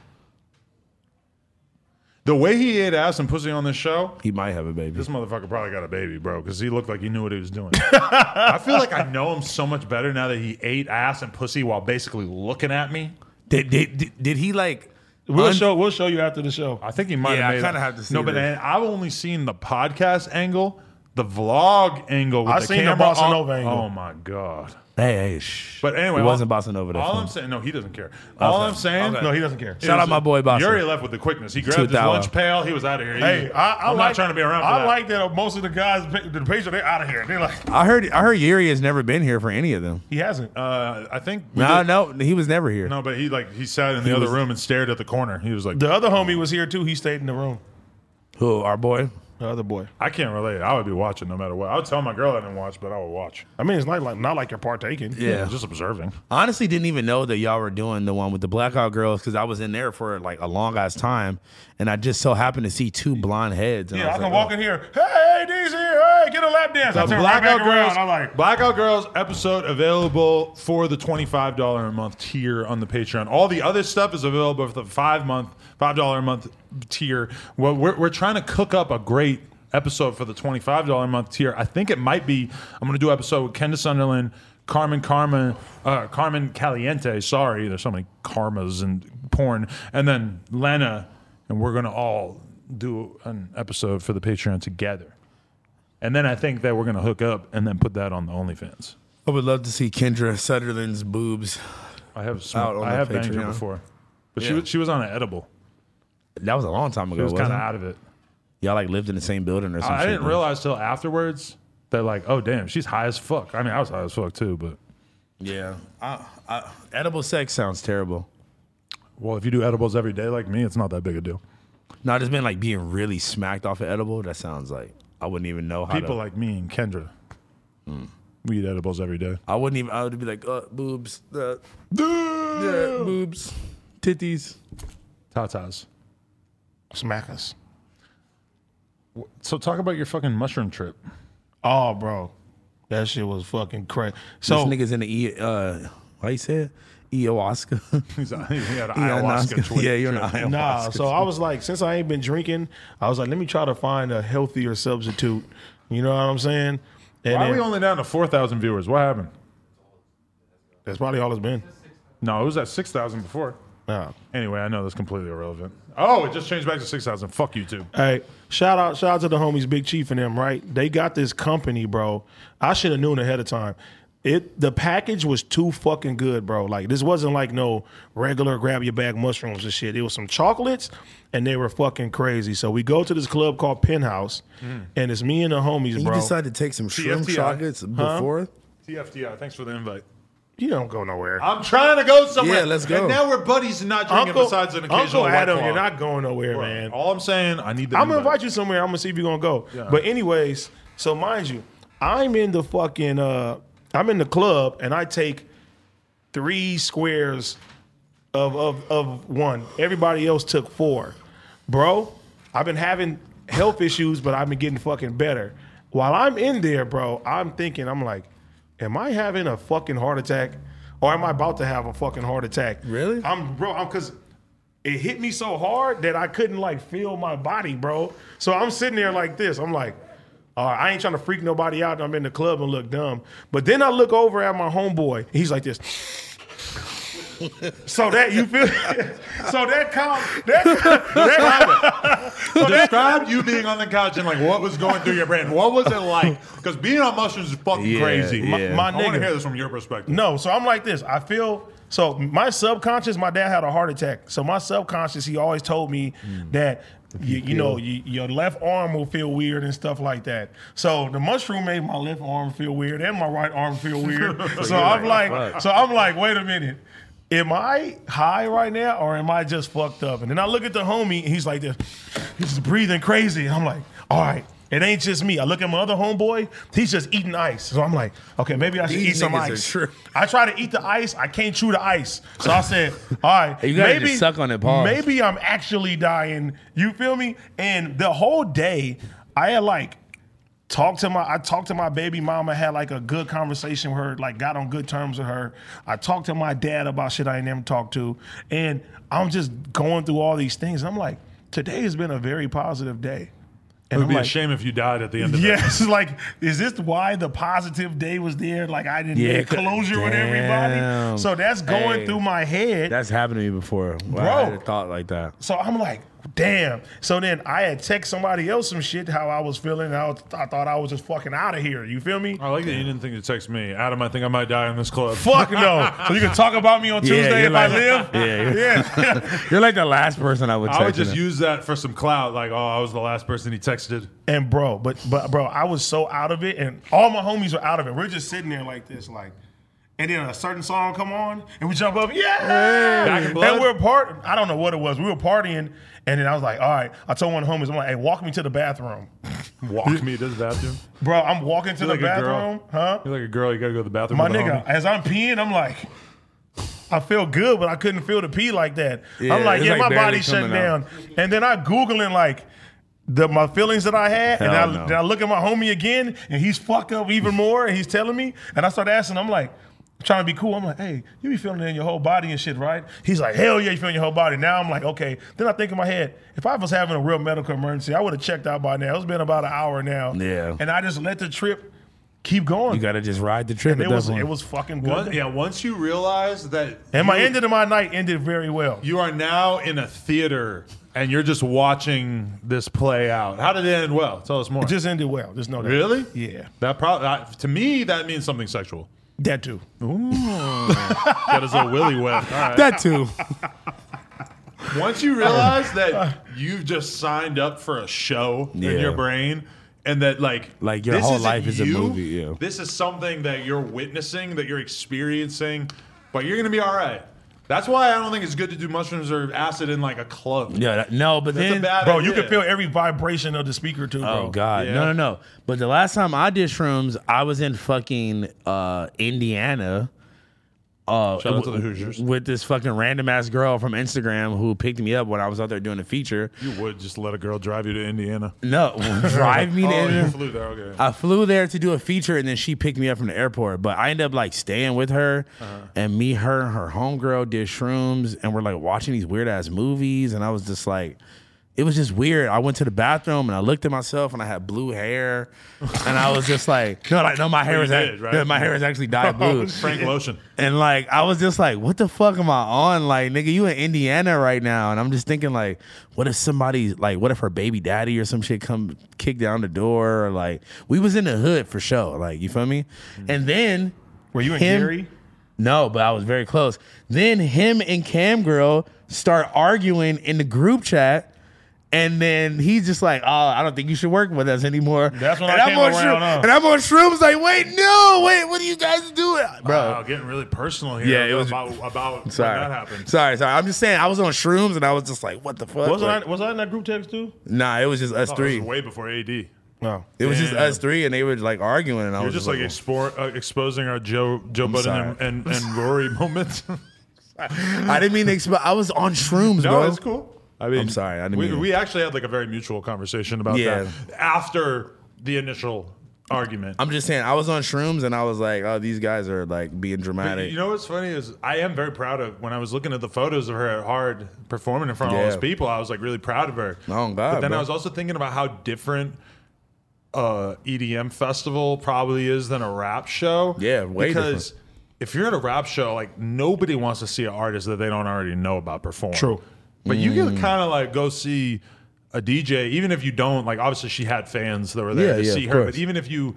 Speaker 1: it. The way he ate ass and pussy on this show,
Speaker 3: He might have a baby.
Speaker 1: this motherfucker probably got a baby, bro, because he looked like he knew what he was doing. I feel like I know him so much better now that he ate ass and pussy while basically looking at me.
Speaker 3: Did, did, did, did he like?
Speaker 2: We'll
Speaker 3: un-
Speaker 2: show we'll show you after the show.
Speaker 1: I think he might.
Speaker 3: Yeah,
Speaker 1: have
Speaker 3: I
Speaker 1: made
Speaker 3: kinda
Speaker 1: it.
Speaker 3: have to see
Speaker 1: No, but
Speaker 3: this.
Speaker 1: I've only seen the podcast angle, the vlog angle. With
Speaker 2: I
Speaker 1: the
Speaker 2: seen the
Speaker 1: camera
Speaker 2: Bossa
Speaker 1: on-
Speaker 2: Nova angle.
Speaker 1: Oh my god!
Speaker 3: Hey, hey, shh.
Speaker 1: But anyway,
Speaker 3: it wasn't
Speaker 1: all-
Speaker 3: bossing over that.
Speaker 1: All I'm
Speaker 3: phone.
Speaker 1: saying, no, he doesn't care. All I'm saying,
Speaker 3: Okay.
Speaker 2: No, he doesn't care.
Speaker 1: is
Speaker 3: Shout out my boy, Bossa.
Speaker 1: Yuri left with the quickness. He grabbed his
Speaker 3: 2000.
Speaker 1: lunch pail. He was out of here. He-
Speaker 2: Hey, I, I
Speaker 1: I'm
Speaker 2: like,
Speaker 1: not trying to be around. For
Speaker 2: I
Speaker 1: that.
Speaker 2: like that most of the guys, the Patriots, they're out of here. They're like,
Speaker 3: I heard I heard Yuri has never been here for any of them.
Speaker 2: he hasn't.
Speaker 1: Uh, I think we
Speaker 3: No,
Speaker 1: did-
Speaker 3: no, he was never here.
Speaker 1: no, but he like he sat in the other
Speaker 3: was-
Speaker 1: room and stared at the corner. He was like,
Speaker 2: the other homie was here too. He stayed in the room.
Speaker 3: Who our boy?
Speaker 2: The other boy.
Speaker 1: I can't relate. I would be watching no matter what. I would tell my girl I didn't watch, but I would watch.
Speaker 2: I mean, it's not like not like you're partaking.
Speaker 1: just observing.
Speaker 3: honestly didn't even know that y'all were doing the one with the blackout girls because I was in there for like a long ass time, and I just so happened to see two blonde heads. And
Speaker 2: Yeah, I,
Speaker 3: was
Speaker 2: can
Speaker 3: like,
Speaker 2: walk
Speaker 3: oh.
Speaker 2: in here. Hey, D's here. Hey, get a lap dance. I
Speaker 1: The
Speaker 2: turn right
Speaker 1: Blackout
Speaker 2: back
Speaker 1: Girls,
Speaker 2: around. I'm like,
Speaker 1: Blackout Girls episode available for the twenty five dollar a month tier on the Patreon. All the other stuff is available for the five month, five dollar a month tier. Well, we're we're trying to cook up a great episode for the twenty five dollar a month tier. I think it might be. I'm going to do an episode with Kendra Sunderland. Carmen Carmen uh, Carmen Caliente, sorry, there's so many karmas and porn. And then Lena, and we're gonna all do an episode for the Patreon together. And then I think that we're gonna hook up and then put that on the OnlyFans.
Speaker 3: "Oh, I would love to see Kendra Sutherland's boobs.
Speaker 1: I have
Speaker 3: Out
Speaker 1: smoked,
Speaker 3: on
Speaker 1: I
Speaker 3: the
Speaker 1: have banged her
Speaker 3: Patreon.
Speaker 1: before, but she was, she was on an edible.
Speaker 3: That was a long time ago.
Speaker 1: It Oh, was
Speaker 3: wasn't
Speaker 1: kind of
Speaker 3: it?
Speaker 1: out of it.
Speaker 3: Y'all like lived in the same building or something.
Speaker 1: I, I didn't realize till afterwards that like, oh damn, she's high as fuck. I mean, I was high as fuck too, but
Speaker 3: Yeah, I, I, edible sex sounds terrible.
Speaker 1: well, if you do edibles every day like me, it's not that big a deal.
Speaker 3: No, I just been like being really smacked off of edible. That sounds like I wouldn't even know how
Speaker 1: People
Speaker 3: to.
Speaker 1: like me and Kendra, Hmm. we eat edibles every day.
Speaker 3: I wouldn't even. I would be like uh, boobs, uh, uh,
Speaker 1: Yeah.
Speaker 3: boobs, titties.
Speaker 1: Tatas.
Speaker 2: smack us.
Speaker 1: So talk about your fucking mushroom trip.
Speaker 2: Oh, bro. That shit was fucking crazy.
Speaker 3: This
Speaker 2: So,
Speaker 3: nigga's in the e. Uh, why you say it? E *laughs* Ayahuasca.
Speaker 1: *laughs* He's on, he *laughs* had an
Speaker 3: Yeah, nah,
Speaker 1: ayahuasca
Speaker 3: it's-
Speaker 1: trip.
Speaker 3: Yeah, you're not
Speaker 1: *laughs*
Speaker 3: ayahuasca.
Speaker 2: nah, so I was like, since I ain't been drinking, I was like, let me try to find a healthier substitute. You know what I'm saying? And
Speaker 1: Why are we
Speaker 2: then-
Speaker 1: only down to four thousand viewers? What happened?
Speaker 2: that's probably all it's been.
Speaker 1: No, it was at six thousand before.
Speaker 2: Nah.
Speaker 1: Anyway, I know that's completely irrelevant. Oh, it just changed back to six thousand. Fuck YouTube.
Speaker 2: Hey, shout out, shout out to the homies, Big Chief and them, right? They got this company, bro. I should have known ahead of time. It the package was too fucking good, bro. Like this wasn't like no regular grab your bag mushrooms and shit. It was some chocolates, and they were fucking crazy. So we go to this club called Penthouse,
Speaker 1: Mm.
Speaker 2: and it's me and the homies,
Speaker 3: You
Speaker 2: bro.
Speaker 3: decided to take some shrimp
Speaker 1: TFTI.
Speaker 3: chocolates before?
Speaker 1: TFTI. Thanks for the invite.
Speaker 2: you don't go nowhere.
Speaker 1: I'm trying to go somewhere.
Speaker 3: Yeah, let's go.
Speaker 1: And now we're buddies and not drinking besides an occasional
Speaker 2: Uncle
Speaker 1: White
Speaker 2: Adam,
Speaker 1: Claw.
Speaker 2: you're not going nowhere,
Speaker 1: Bro,
Speaker 2: man.
Speaker 1: All I'm saying, I need. The
Speaker 2: I'm gonna invite you somewhere. I'm gonna see if you're gonna go. But anyways, so mind you, I'm in the fucking uh I'm in the club and I take three squares of of of one. Everybody else took four. Bro, I've been having health issues, but I've been getting fucking better. While I'm in there, bro, I'm thinking, I'm like, am I having a fucking heart attack? Or am I about to have a fucking heart attack?
Speaker 3: Really?
Speaker 2: I'm bro, I'm cause it hit me so hard that I couldn't like feel my body, bro. So I'm sitting there like this. I'm like, all right, I ain't trying to freak nobody out. I'm in the club and look dumb. But then I look over at my homeboy. He's like this. *laughs* So that you feel, *laughs* so that com, that, *laughs* that-
Speaker 1: Describe *laughs* you being on the couch and like what was going through your brain. What was it like? Because being on mushrooms is fucking
Speaker 3: Yeah,
Speaker 1: crazy.
Speaker 3: My- yeah.
Speaker 2: my
Speaker 1: I want to
Speaker 2: nigga.
Speaker 1: hear this from your perspective.
Speaker 2: no. So I'm like this. I feel so. My subconscious, my dad had a heart attack. So my subconscious, he always told me that Mm. you, you know you, your left arm will feel weird and stuff like that. So the mushroom made my left arm feel weird and my right arm feel *laughs* weird. so I'm like, so I'm like, wait a minute. Am I high right now or am I just fucked up? And then I look at the homie and he's like this. He's just breathing crazy. And I'm like, all right, it ain't just me. I look at my other homeboy, he's just eating ice. So I'm like, okay, maybe I should
Speaker 3: These
Speaker 2: eat some
Speaker 3: niggas are
Speaker 2: ice.
Speaker 3: true.
Speaker 2: I try to eat the ice, I can't chew the ice. So I said, all right,
Speaker 3: *laughs* You gotta just suck on it, pause.
Speaker 2: Maybe I'm actually dying. You feel me? And the whole day, I had like talked to my I talked to my baby mama, had like a good conversation with her, like got on good terms with her. I talked to my dad about shit I ain't never talked to. And I'm just going through all these things. I'm like, today has been a very positive day.
Speaker 1: it
Speaker 2: And
Speaker 1: would
Speaker 2: I'm
Speaker 1: be
Speaker 2: like,
Speaker 1: a shame if you died at the end of it.
Speaker 2: Yes, *laughs* like is this why the positive day was there? Like I didn't
Speaker 3: Yeah,
Speaker 2: get closure with
Speaker 3: damn.
Speaker 2: everybody. So that's going
Speaker 3: Hey.
Speaker 2: through my head.
Speaker 3: That's happened to me before.
Speaker 2: Bro.
Speaker 3: Wow, I had a thought like that.
Speaker 2: So I'm like, damn. So then I had text somebody else some shit how I was feeling. I, was, I thought I was just fucking out of here. You feel me?
Speaker 1: I like that you didn't think to text me, Adam. I think I might die in this club.
Speaker 2: Fuck no. So you can talk about me on
Speaker 3: Yeah,
Speaker 2: Tuesday
Speaker 3: you're
Speaker 2: if
Speaker 3: like-
Speaker 2: I live.
Speaker 3: *laughs* yeah, you're-
Speaker 2: yeah.
Speaker 3: You're like *laughs* the last person I would text.
Speaker 1: I would just use that for some clout. Like, oh, I was the last person he texted.
Speaker 2: and bro, but but bro, I was so out of it, and all my homies were out of it. We're just sitting there like this, like. And then a certain song come on, and we jump up, yeah!
Speaker 1: Back in blood?
Speaker 2: And we're part. I don't know what it was. We were partying, and then I was like, all right. I told one of the homies, I'm like, hey, walk me to the bathroom,
Speaker 1: Walk me to the bathroom.
Speaker 2: bro. I'm walking to the
Speaker 1: like a
Speaker 2: bathroom,
Speaker 1: girl.
Speaker 2: huh?
Speaker 1: You're like a girl. You gotta go to the bathroom.
Speaker 2: My
Speaker 1: with a
Speaker 2: nigga,
Speaker 1: homie.
Speaker 2: as I'm peeing, I'm like, I feel good, but I couldn't feel the pee like that. I'm like,
Speaker 3: it's
Speaker 2: yeah,
Speaker 3: like
Speaker 2: my
Speaker 3: barely
Speaker 2: body's shutting
Speaker 3: coming
Speaker 2: down.
Speaker 3: out.
Speaker 2: And then I googling like the my feelings that I had, and I,
Speaker 3: Hell no.
Speaker 2: then I look at my homie again, and he's fucked up even more, and he's telling me, and I start asking, I'm like. Trying to be cool, I'm like, hey, you be feeling it in your whole body and shit, right? He's like, hell yeah, you feeling your whole body. Now I'm like, okay. Then I think in my head, if I was having a real medical emergency, I would have checked out by now. It's been about an hour now,
Speaker 3: Yeah.
Speaker 2: And I just let the trip keep going.
Speaker 3: You gotta just ride the trip.
Speaker 2: It
Speaker 3: at
Speaker 2: was
Speaker 3: that point.
Speaker 2: it was fucking good.
Speaker 1: Once- yeah, once you realize that,
Speaker 2: And my
Speaker 1: you-
Speaker 2: ended of my night ended very well.
Speaker 1: you are now in a theater and you're just watching this play out. How did it end? Well, tell us more.
Speaker 2: It just ended well. There's no doubt.
Speaker 1: really?
Speaker 2: Yeah,
Speaker 1: That probably to me that means something sexual.
Speaker 2: that too.
Speaker 1: That is a willy wet. All right.
Speaker 3: *laughs* that
Speaker 1: *laughs*
Speaker 3: too.
Speaker 1: Once you realize *laughs* that you've just signed up for a show in
Speaker 3: Yeah.
Speaker 1: your brain, and that like
Speaker 3: Like, your
Speaker 1: this
Speaker 3: whole
Speaker 1: isn't
Speaker 3: life is a movie, yeah.
Speaker 1: this is something that you're witnessing, that you're experiencing, but you're gonna be all right. That's why I don't think it's good to do mushrooms or acid in like a club.
Speaker 3: Yeah, that- no, but
Speaker 1: That's
Speaker 3: then
Speaker 1: a bad
Speaker 2: Bro,
Speaker 1: idea.
Speaker 2: you can feel every vibration of the speaker too, bro.
Speaker 3: Oh God,
Speaker 1: Yeah.
Speaker 3: no, no, no! But the last time I did shrooms, I was in fucking uh, Indiana. Uh,
Speaker 1: Shout out to the Hoosiers.
Speaker 3: with this fucking random ass girl from Instagram who picked me up when I was out there doing a feature.
Speaker 1: You would just let a girl drive you to Indiana.
Speaker 3: No, *laughs* drive me to
Speaker 1: oh, you
Speaker 3: Indiana.
Speaker 1: flew there. Okay.
Speaker 3: I flew there to do a feature, and then she picked me up from the airport. But I ended up like staying with her, and me, her, and her homegirl did shrooms, and we're like watching these weird ass movies, and I was just like. It was just weird. I went to the bathroom and I looked at myself and I had blue hair, and I was just like, *laughs* no, like no, my hair
Speaker 1: you
Speaker 3: is ac-
Speaker 1: did, right?
Speaker 3: yeah, my hair is actually *laughs* dyed blue.
Speaker 1: Oh, Frank Lotion.
Speaker 3: And like I was just like, what the fuck am I on? Like, nigga, you in Indiana right now. And I'm just thinking like, what if somebody like what if her baby daddy or some shit come kick down the door or like we was in the hood for sure. Like, you feel me?
Speaker 2: Mm-hmm.
Speaker 3: And then
Speaker 2: Were you in
Speaker 3: Him-
Speaker 2: Gary?
Speaker 3: no, but I was very close. Then him and Cam Girl start arguing in the group chat. And then he's just like, "Oh, I don't think you should work with us anymore."
Speaker 2: That's when
Speaker 3: and
Speaker 2: I came
Speaker 3: on
Speaker 2: around,
Speaker 3: shroom-
Speaker 2: huh?
Speaker 3: and I'm on shrooms. Like, wait, no, wait, what are you guys doing, bro?
Speaker 1: Wow, getting really personal here.
Speaker 3: Yeah, it was-
Speaker 1: about about
Speaker 3: Sorry.
Speaker 1: when that happened.
Speaker 3: Sorry, sorry. I'm just saying I was on shrooms and I was just like, what the fuck?
Speaker 2: Was
Speaker 3: Like,
Speaker 2: I was I in that group text too?
Speaker 3: nah, it was just us
Speaker 1: Oh,
Speaker 3: three.
Speaker 1: It was way before AD.
Speaker 2: No.
Speaker 3: it was just
Speaker 1: Damn.
Speaker 3: us three and they were like arguing and I
Speaker 1: You're
Speaker 3: was
Speaker 1: just like expor- uh, exposing our Joe Joe Budden
Speaker 3: sorry.
Speaker 1: and, and, and Rory *laughs* moments.
Speaker 3: I didn't mean to exp- I was on shrooms, bro.
Speaker 1: cool. I mean,
Speaker 3: I'm sorry, I didn't
Speaker 1: we,
Speaker 3: mean to-
Speaker 1: we actually had like a very mutual conversation about
Speaker 3: Yeah.
Speaker 1: that after the initial argument.
Speaker 3: I'm just saying I was on shrooms and I was like, oh, these guys are like being dramatic.
Speaker 1: you know what's funny is I am very proud of when I was looking at the photos of her at Hard performing in front of all
Speaker 3: Yeah.
Speaker 1: those people. I was like really proud of her.
Speaker 3: Oh, God,
Speaker 1: But then
Speaker 3: bro.
Speaker 1: I was also thinking about how different E uh, EDM festival probably is than a rap show.
Speaker 3: Yeah, way
Speaker 1: because if you're at a rap show, like nobody wants to see an artist that they don't already know about perform.
Speaker 2: True.
Speaker 1: But you
Speaker 3: Mm.
Speaker 1: can kind of like go see a DJ, even if you don't like. Obviously, she had fans that were there
Speaker 3: Yeah,
Speaker 1: to
Speaker 3: yeah,
Speaker 1: see
Speaker 3: of
Speaker 1: her.
Speaker 3: course.
Speaker 1: But even if you,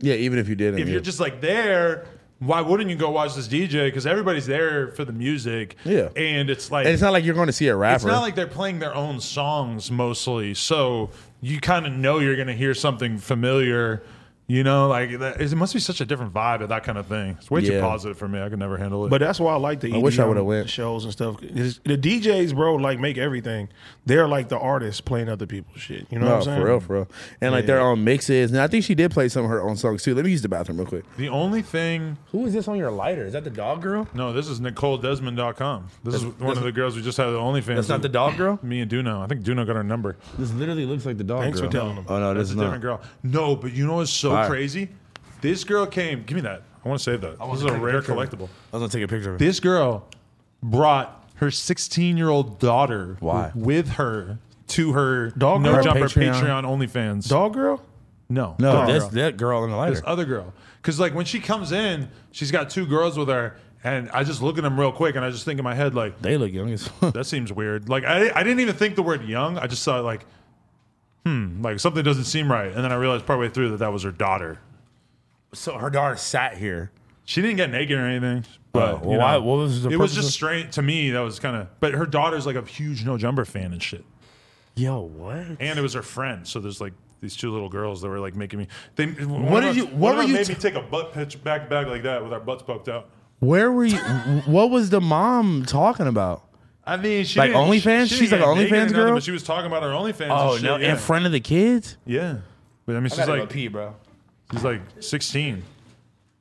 Speaker 3: Yeah, even if you didn't.
Speaker 1: if
Speaker 3: yeah.
Speaker 1: you're just like there. Why wouldn't you go watch this DJ? Because everybody's there for the music.
Speaker 3: Yeah.
Speaker 1: And it's like.
Speaker 3: and it's not like you're going to see a rapper.
Speaker 1: It's not like they're playing their own songs mostly, so you kind of know you're going to hear something familiar. You know, like that, it must be such a different vibe of that kind of thing. It's way too
Speaker 3: Yeah.
Speaker 1: positive for me. I could never handle it.
Speaker 2: But that's why I like the EDM
Speaker 3: I wish I would've went.
Speaker 2: shows and stuff. 'Cause The DJs, bro, like make everything. They're like the artists playing other people's shit. You know
Speaker 3: no,
Speaker 2: what I'm saying?
Speaker 3: for real, for real. And like their own mixes. And I think she did play some of her own songs too. Let me use the bathroom real quick.
Speaker 1: the only thing,
Speaker 3: Who is this on your lighter? Is that the dog girl?
Speaker 1: no, this is NicoleDesmond.com. This is one of the girls we just had the OnlyFans.
Speaker 3: That's not the dog girl.
Speaker 1: Me and Duno. I think Duno got her number.
Speaker 3: This literally looks like the dog
Speaker 2: Thanks for telling them.
Speaker 3: Oh no, this
Speaker 1: That's
Speaker 3: is
Speaker 1: a
Speaker 3: not.
Speaker 1: different girl. No, but you know what's so
Speaker 3: Fire.
Speaker 1: crazy? This girl came. Give me that. I want to save that. This is a rare collectible.
Speaker 3: I was gonna take a picture of it.
Speaker 1: this girl brought her 16 year old daughter
Speaker 3: Why?
Speaker 1: with her to her
Speaker 2: Dog
Speaker 1: no
Speaker 2: girl?
Speaker 1: jumper
Speaker 3: Patreon?
Speaker 1: Patreon, OnlyFans.
Speaker 2: Dog girl?
Speaker 1: No,
Speaker 3: No,
Speaker 1: dog
Speaker 3: that's
Speaker 1: girl.
Speaker 3: that girl in the lighter.
Speaker 1: this other girl. Because like when she comes in, she's got two girls with her, and I just look at them real quick, and I just think in my head like
Speaker 3: they look young as fuck.
Speaker 1: that seems weird. Like I, I didn't even think the word young. I just saw like, hmm, like something doesn't seem right, and then I realized partway through that that was her daughter.
Speaker 3: So her daughter sat here.
Speaker 1: She didn't get naked or anything. But
Speaker 3: well,
Speaker 1: you
Speaker 3: why-
Speaker 1: know,
Speaker 3: what was the
Speaker 1: It Oh, was
Speaker 3: purpose
Speaker 1: just
Speaker 3: of-
Speaker 1: straight to me. That was kind of. But her daughter's like a huge No Jumper fan and shit.
Speaker 3: Yo, what?
Speaker 1: And it was her friend. So there's like these two little girls that were like making me. They, one
Speaker 3: What
Speaker 1: of
Speaker 3: did
Speaker 1: us-
Speaker 3: you-
Speaker 1: one
Speaker 3: what
Speaker 1: of
Speaker 3: were
Speaker 1: them
Speaker 3: you
Speaker 1: Made
Speaker 3: t-
Speaker 1: me take a butt pitch back to back like that with our butts poked out.
Speaker 3: Where were you? what was the mom talking about?
Speaker 1: I mean, she
Speaker 3: Like
Speaker 1: didn't-
Speaker 3: OnlyFans?
Speaker 1: she
Speaker 3: She's
Speaker 1: didn't
Speaker 3: like
Speaker 1: get
Speaker 3: an
Speaker 1: naked or
Speaker 3: OnlyFans
Speaker 1: nothing,
Speaker 3: girl?
Speaker 1: But she was talking about her OnlyFans.
Speaker 3: Oh
Speaker 1: and shit,
Speaker 3: no!
Speaker 1: yeah.
Speaker 3: In front of the kids.
Speaker 1: Yeah, but I mean, she's like
Speaker 3: pee, bro.
Speaker 1: she's like 16. It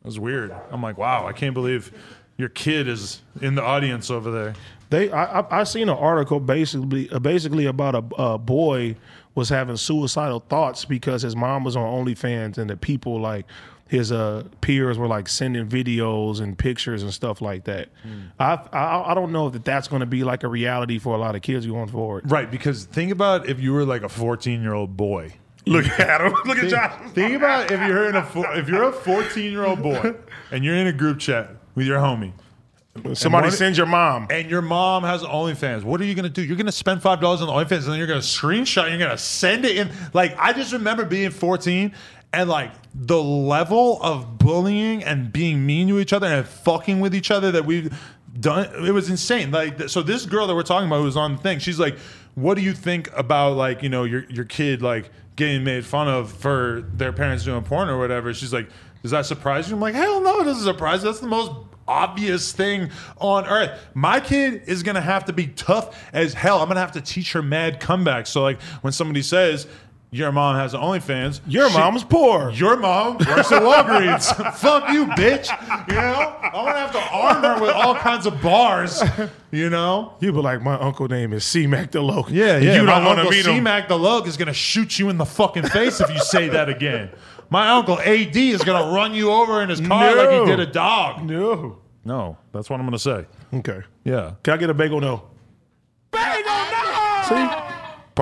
Speaker 1: was weird. I'm like, wow, I can't believe your kid is in the audience over there.
Speaker 2: They, I, I, I seen an article basically, uh, basically about a, a boy was having suicidal thoughts because his mom was on OnlyFans and the people like his uh, peers were like sending videos and pictures and stuff like that. I, I, I don't know if that's going to be like a reality for a lot of kids going forward.
Speaker 1: Right, because think about if you were like a 14 year old boy.
Speaker 2: Look
Speaker 1: *laughs*
Speaker 2: at him. Look at
Speaker 1: Think, think about if you're in a fo- if you're a 14 year old boy and you're in a group chat with your homie,
Speaker 2: Somebody
Speaker 1: And what-
Speaker 2: sends your mom.
Speaker 1: and your mom has OnlyFans. What are you gonna do? You're gonna spend five dollars on the OnlyFans, and then you're gonna screenshot. And you're gonna send it in. Like I just remember being 14 and like the level of bullying and being mean to each other and fucking with each other that we've done. It was insane. Like th- so, this girl that we're talking about who was on the thing, she's like, "What do you think about like you know your your kid like getting made fun of for their parents doing porn or whatever?" She's like. Does that surprise you? I'm like, hell no, it doesn't surprise. you. That's the most obvious thing on earth. My kid is gonna have to be tough as hell. I'm gonna have to teach her mad comebacks. So like when somebody says your mom has OnlyFans,
Speaker 2: Your
Speaker 1: she-
Speaker 2: mom's poor.
Speaker 1: Your mom works at Walgreens. *laughs* Fuck you, bitch. You know I'm gonna have to arm her with all kinds of bars. You know.
Speaker 2: You be like, my uncle name is C Mac the Local.
Speaker 1: You
Speaker 2: You
Speaker 1: my
Speaker 2: don't want to
Speaker 1: uncle
Speaker 2: meet him.
Speaker 1: C-Mac the Lug is gonna shoot you in the fucking face if you say that again. My uncle AD is gonna run you over in his car like
Speaker 2: No.
Speaker 1: he did a dog.
Speaker 2: No.
Speaker 1: No, that's what I'm gonna say.
Speaker 2: Okay.
Speaker 1: Yeah.
Speaker 2: Can I get a bagel? No.
Speaker 1: Parker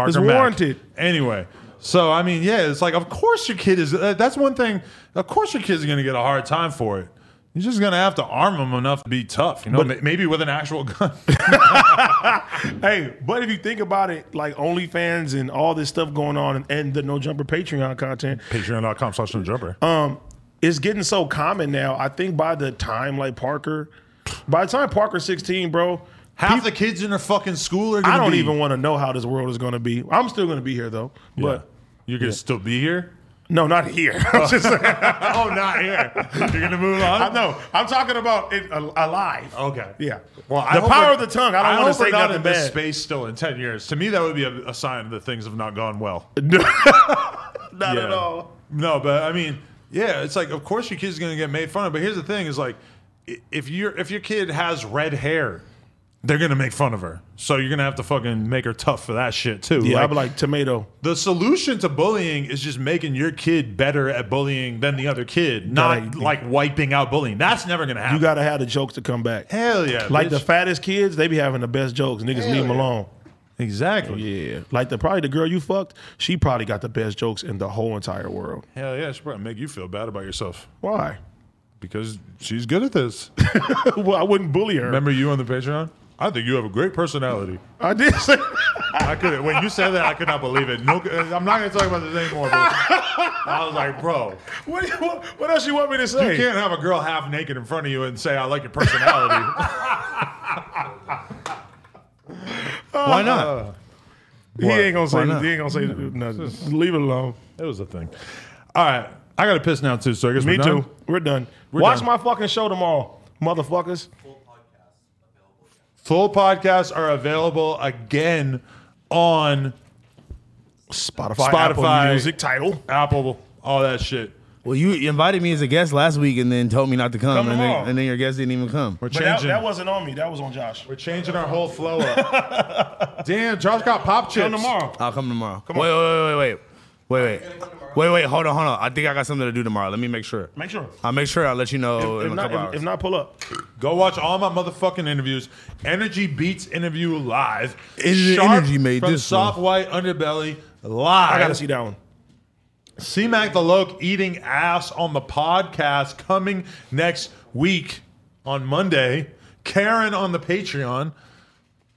Speaker 2: It's
Speaker 1: Mack.
Speaker 2: warranted.
Speaker 1: Anyway, so I mean, yeah, it's like of course your kid is. Uh, that's one thing. Of course your kid's gonna get a hard time for it. You're just gonna have to arm them enough to be tough, you know. But, maybe with an actual gun.
Speaker 2: Hey, but if you think about it, like OnlyFans and all this stuff going on and, and the No Jumper Patreon content,
Speaker 1: Patreon.com slash no jumper.
Speaker 2: Um, it's getting so common now. I think by the time like Parker, by the time Parker's 16, bro,
Speaker 1: Half the kids in their fucking school are. Gonna
Speaker 2: I don't
Speaker 1: be-
Speaker 2: even want to know how this world is going to be. I'm still going to be here though. But
Speaker 1: You're gonna still be here.
Speaker 2: no, not here. *laughs* I'm just saying.
Speaker 1: *laughs* oh, not here. You're gonna move on.
Speaker 2: I know. I'm talking about it al- alive.
Speaker 1: Okay.
Speaker 2: Yeah.
Speaker 1: Well, I
Speaker 2: the
Speaker 1: hope
Speaker 2: power
Speaker 1: we're-
Speaker 2: of the tongue. I don't want
Speaker 1: hope
Speaker 2: to say
Speaker 1: we're not
Speaker 2: nothing
Speaker 1: in this
Speaker 2: bad.
Speaker 1: space still in ten years. To me, that would be a, a sign that things have not gone well.
Speaker 2: Not
Speaker 1: Yeah. No, but I mean, yeah, it's like of course your kid's gonna get made fun of. But here's the thing: is like i- if your if your kid has red hair, they're gonna make fun of her. So you're gonna have to fucking make her tough for that shit too.
Speaker 2: Yeah,
Speaker 1: Like,
Speaker 2: I'd be like tomato.
Speaker 1: the solution to bullying is just making your kid better at bullying than the other kid, not
Speaker 2: Gotta-
Speaker 1: like wiping out bullying. That's never gonna happen.
Speaker 2: You gotta have the jokes to come back.
Speaker 1: hell yeah,
Speaker 2: Like
Speaker 1: bitch.
Speaker 2: the fattest kids, they be having the best jokes. Niggas leave them alone.
Speaker 1: exactly.
Speaker 2: Yeah. Like the probably the girl you fucked, she probably got the best jokes in the whole entire world.
Speaker 1: Hell yeah, it should probably make you feel bad about yourself.
Speaker 2: Why?
Speaker 1: because she's good at this.
Speaker 4: *laughs* well, I wouldn't bully her.
Speaker 1: Remember you on the Patreon? I think you have a great personality.
Speaker 4: I did say
Speaker 1: I could when you said that I could not believe it. No, uh, I'm not gonna talk about this anymore. But I was like, bro,
Speaker 4: what, do you- what, what else you want me to
Speaker 1: you
Speaker 4: say?
Speaker 1: can't have a girl half naked in front of you and say I like your
Speaker 4: *laughs*
Speaker 1: personality.
Speaker 3: Why not?
Speaker 4: he ain't gonna say.
Speaker 3: Why not?
Speaker 4: He ain't gonna say nothing. Leave it alone.
Speaker 1: It was a thing. All right, I gotta piss now too. So I guess
Speaker 4: Me
Speaker 1: we're done?
Speaker 4: too. We're done. Watch
Speaker 1: done.
Speaker 4: my fucking show tomorrow, motherfuckers.
Speaker 1: Full podcasts are available again on
Speaker 4: Spotify,
Speaker 1: Spotify.
Speaker 4: Apple Music title.
Speaker 1: Apple, all that shit.
Speaker 3: Well, you invited me as a guest last week and then told me not to come,
Speaker 4: Come
Speaker 3: and, then,
Speaker 4: tomorrow.
Speaker 3: and then your guest didn't even come.
Speaker 1: We're
Speaker 4: But that,
Speaker 1: changing.
Speaker 4: that wasn't on me. That was on Josh.
Speaker 1: we're changing our whole flow
Speaker 4: *laughs*
Speaker 1: up. Damn, Josh got pop chips
Speaker 4: Come tomorrow.
Speaker 3: I'll come tomorrow. Come wait, on. wait, wait, wait, wait, wait, wait, wait, wait. Hold on, hold on. I think I got something to do tomorrow. Let me make sure.
Speaker 4: Make sure.
Speaker 3: I'll make sure. I'll let you know
Speaker 4: If
Speaker 3: in a
Speaker 4: not,
Speaker 3: couple
Speaker 4: if,
Speaker 3: hours.
Speaker 4: if not, pull up.
Speaker 1: Go watch all my motherfucking interviews. Energy Beats interview live.
Speaker 3: Energy- Energy made
Speaker 1: from
Speaker 3: this
Speaker 1: Soft White Underbelly live.
Speaker 4: I gotta see that one.
Speaker 1: C-Mac the Loke eating ass on the podcast coming next week on Monday. Karen on the Patreon.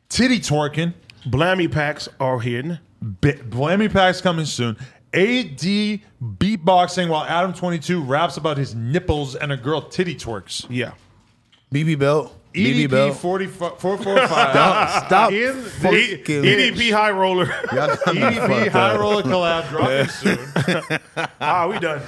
Speaker 1: Titty twerking.
Speaker 4: Blammy packs are hidden.
Speaker 1: B- Blammy Pack's coming soon. AD beatboxing while Adam 22 raps about his nipples and a girl titty twerks. E
Speaker 4: Yeah.
Speaker 3: BB belt. BB
Speaker 1: EDP
Speaker 3: belt.
Speaker 1: 40 445.
Speaker 3: *laughs* Stop- stop
Speaker 1: In the
Speaker 3: fucking-
Speaker 4: EDP E high roller.
Speaker 3: Y'all got me
Speaker 1: EDP
Speaker 3: fucked
Speaker 1: E High
Speaker 3: up.
Speaker 1: Roller collab dropping soon.
Speaker 4: ah, we done.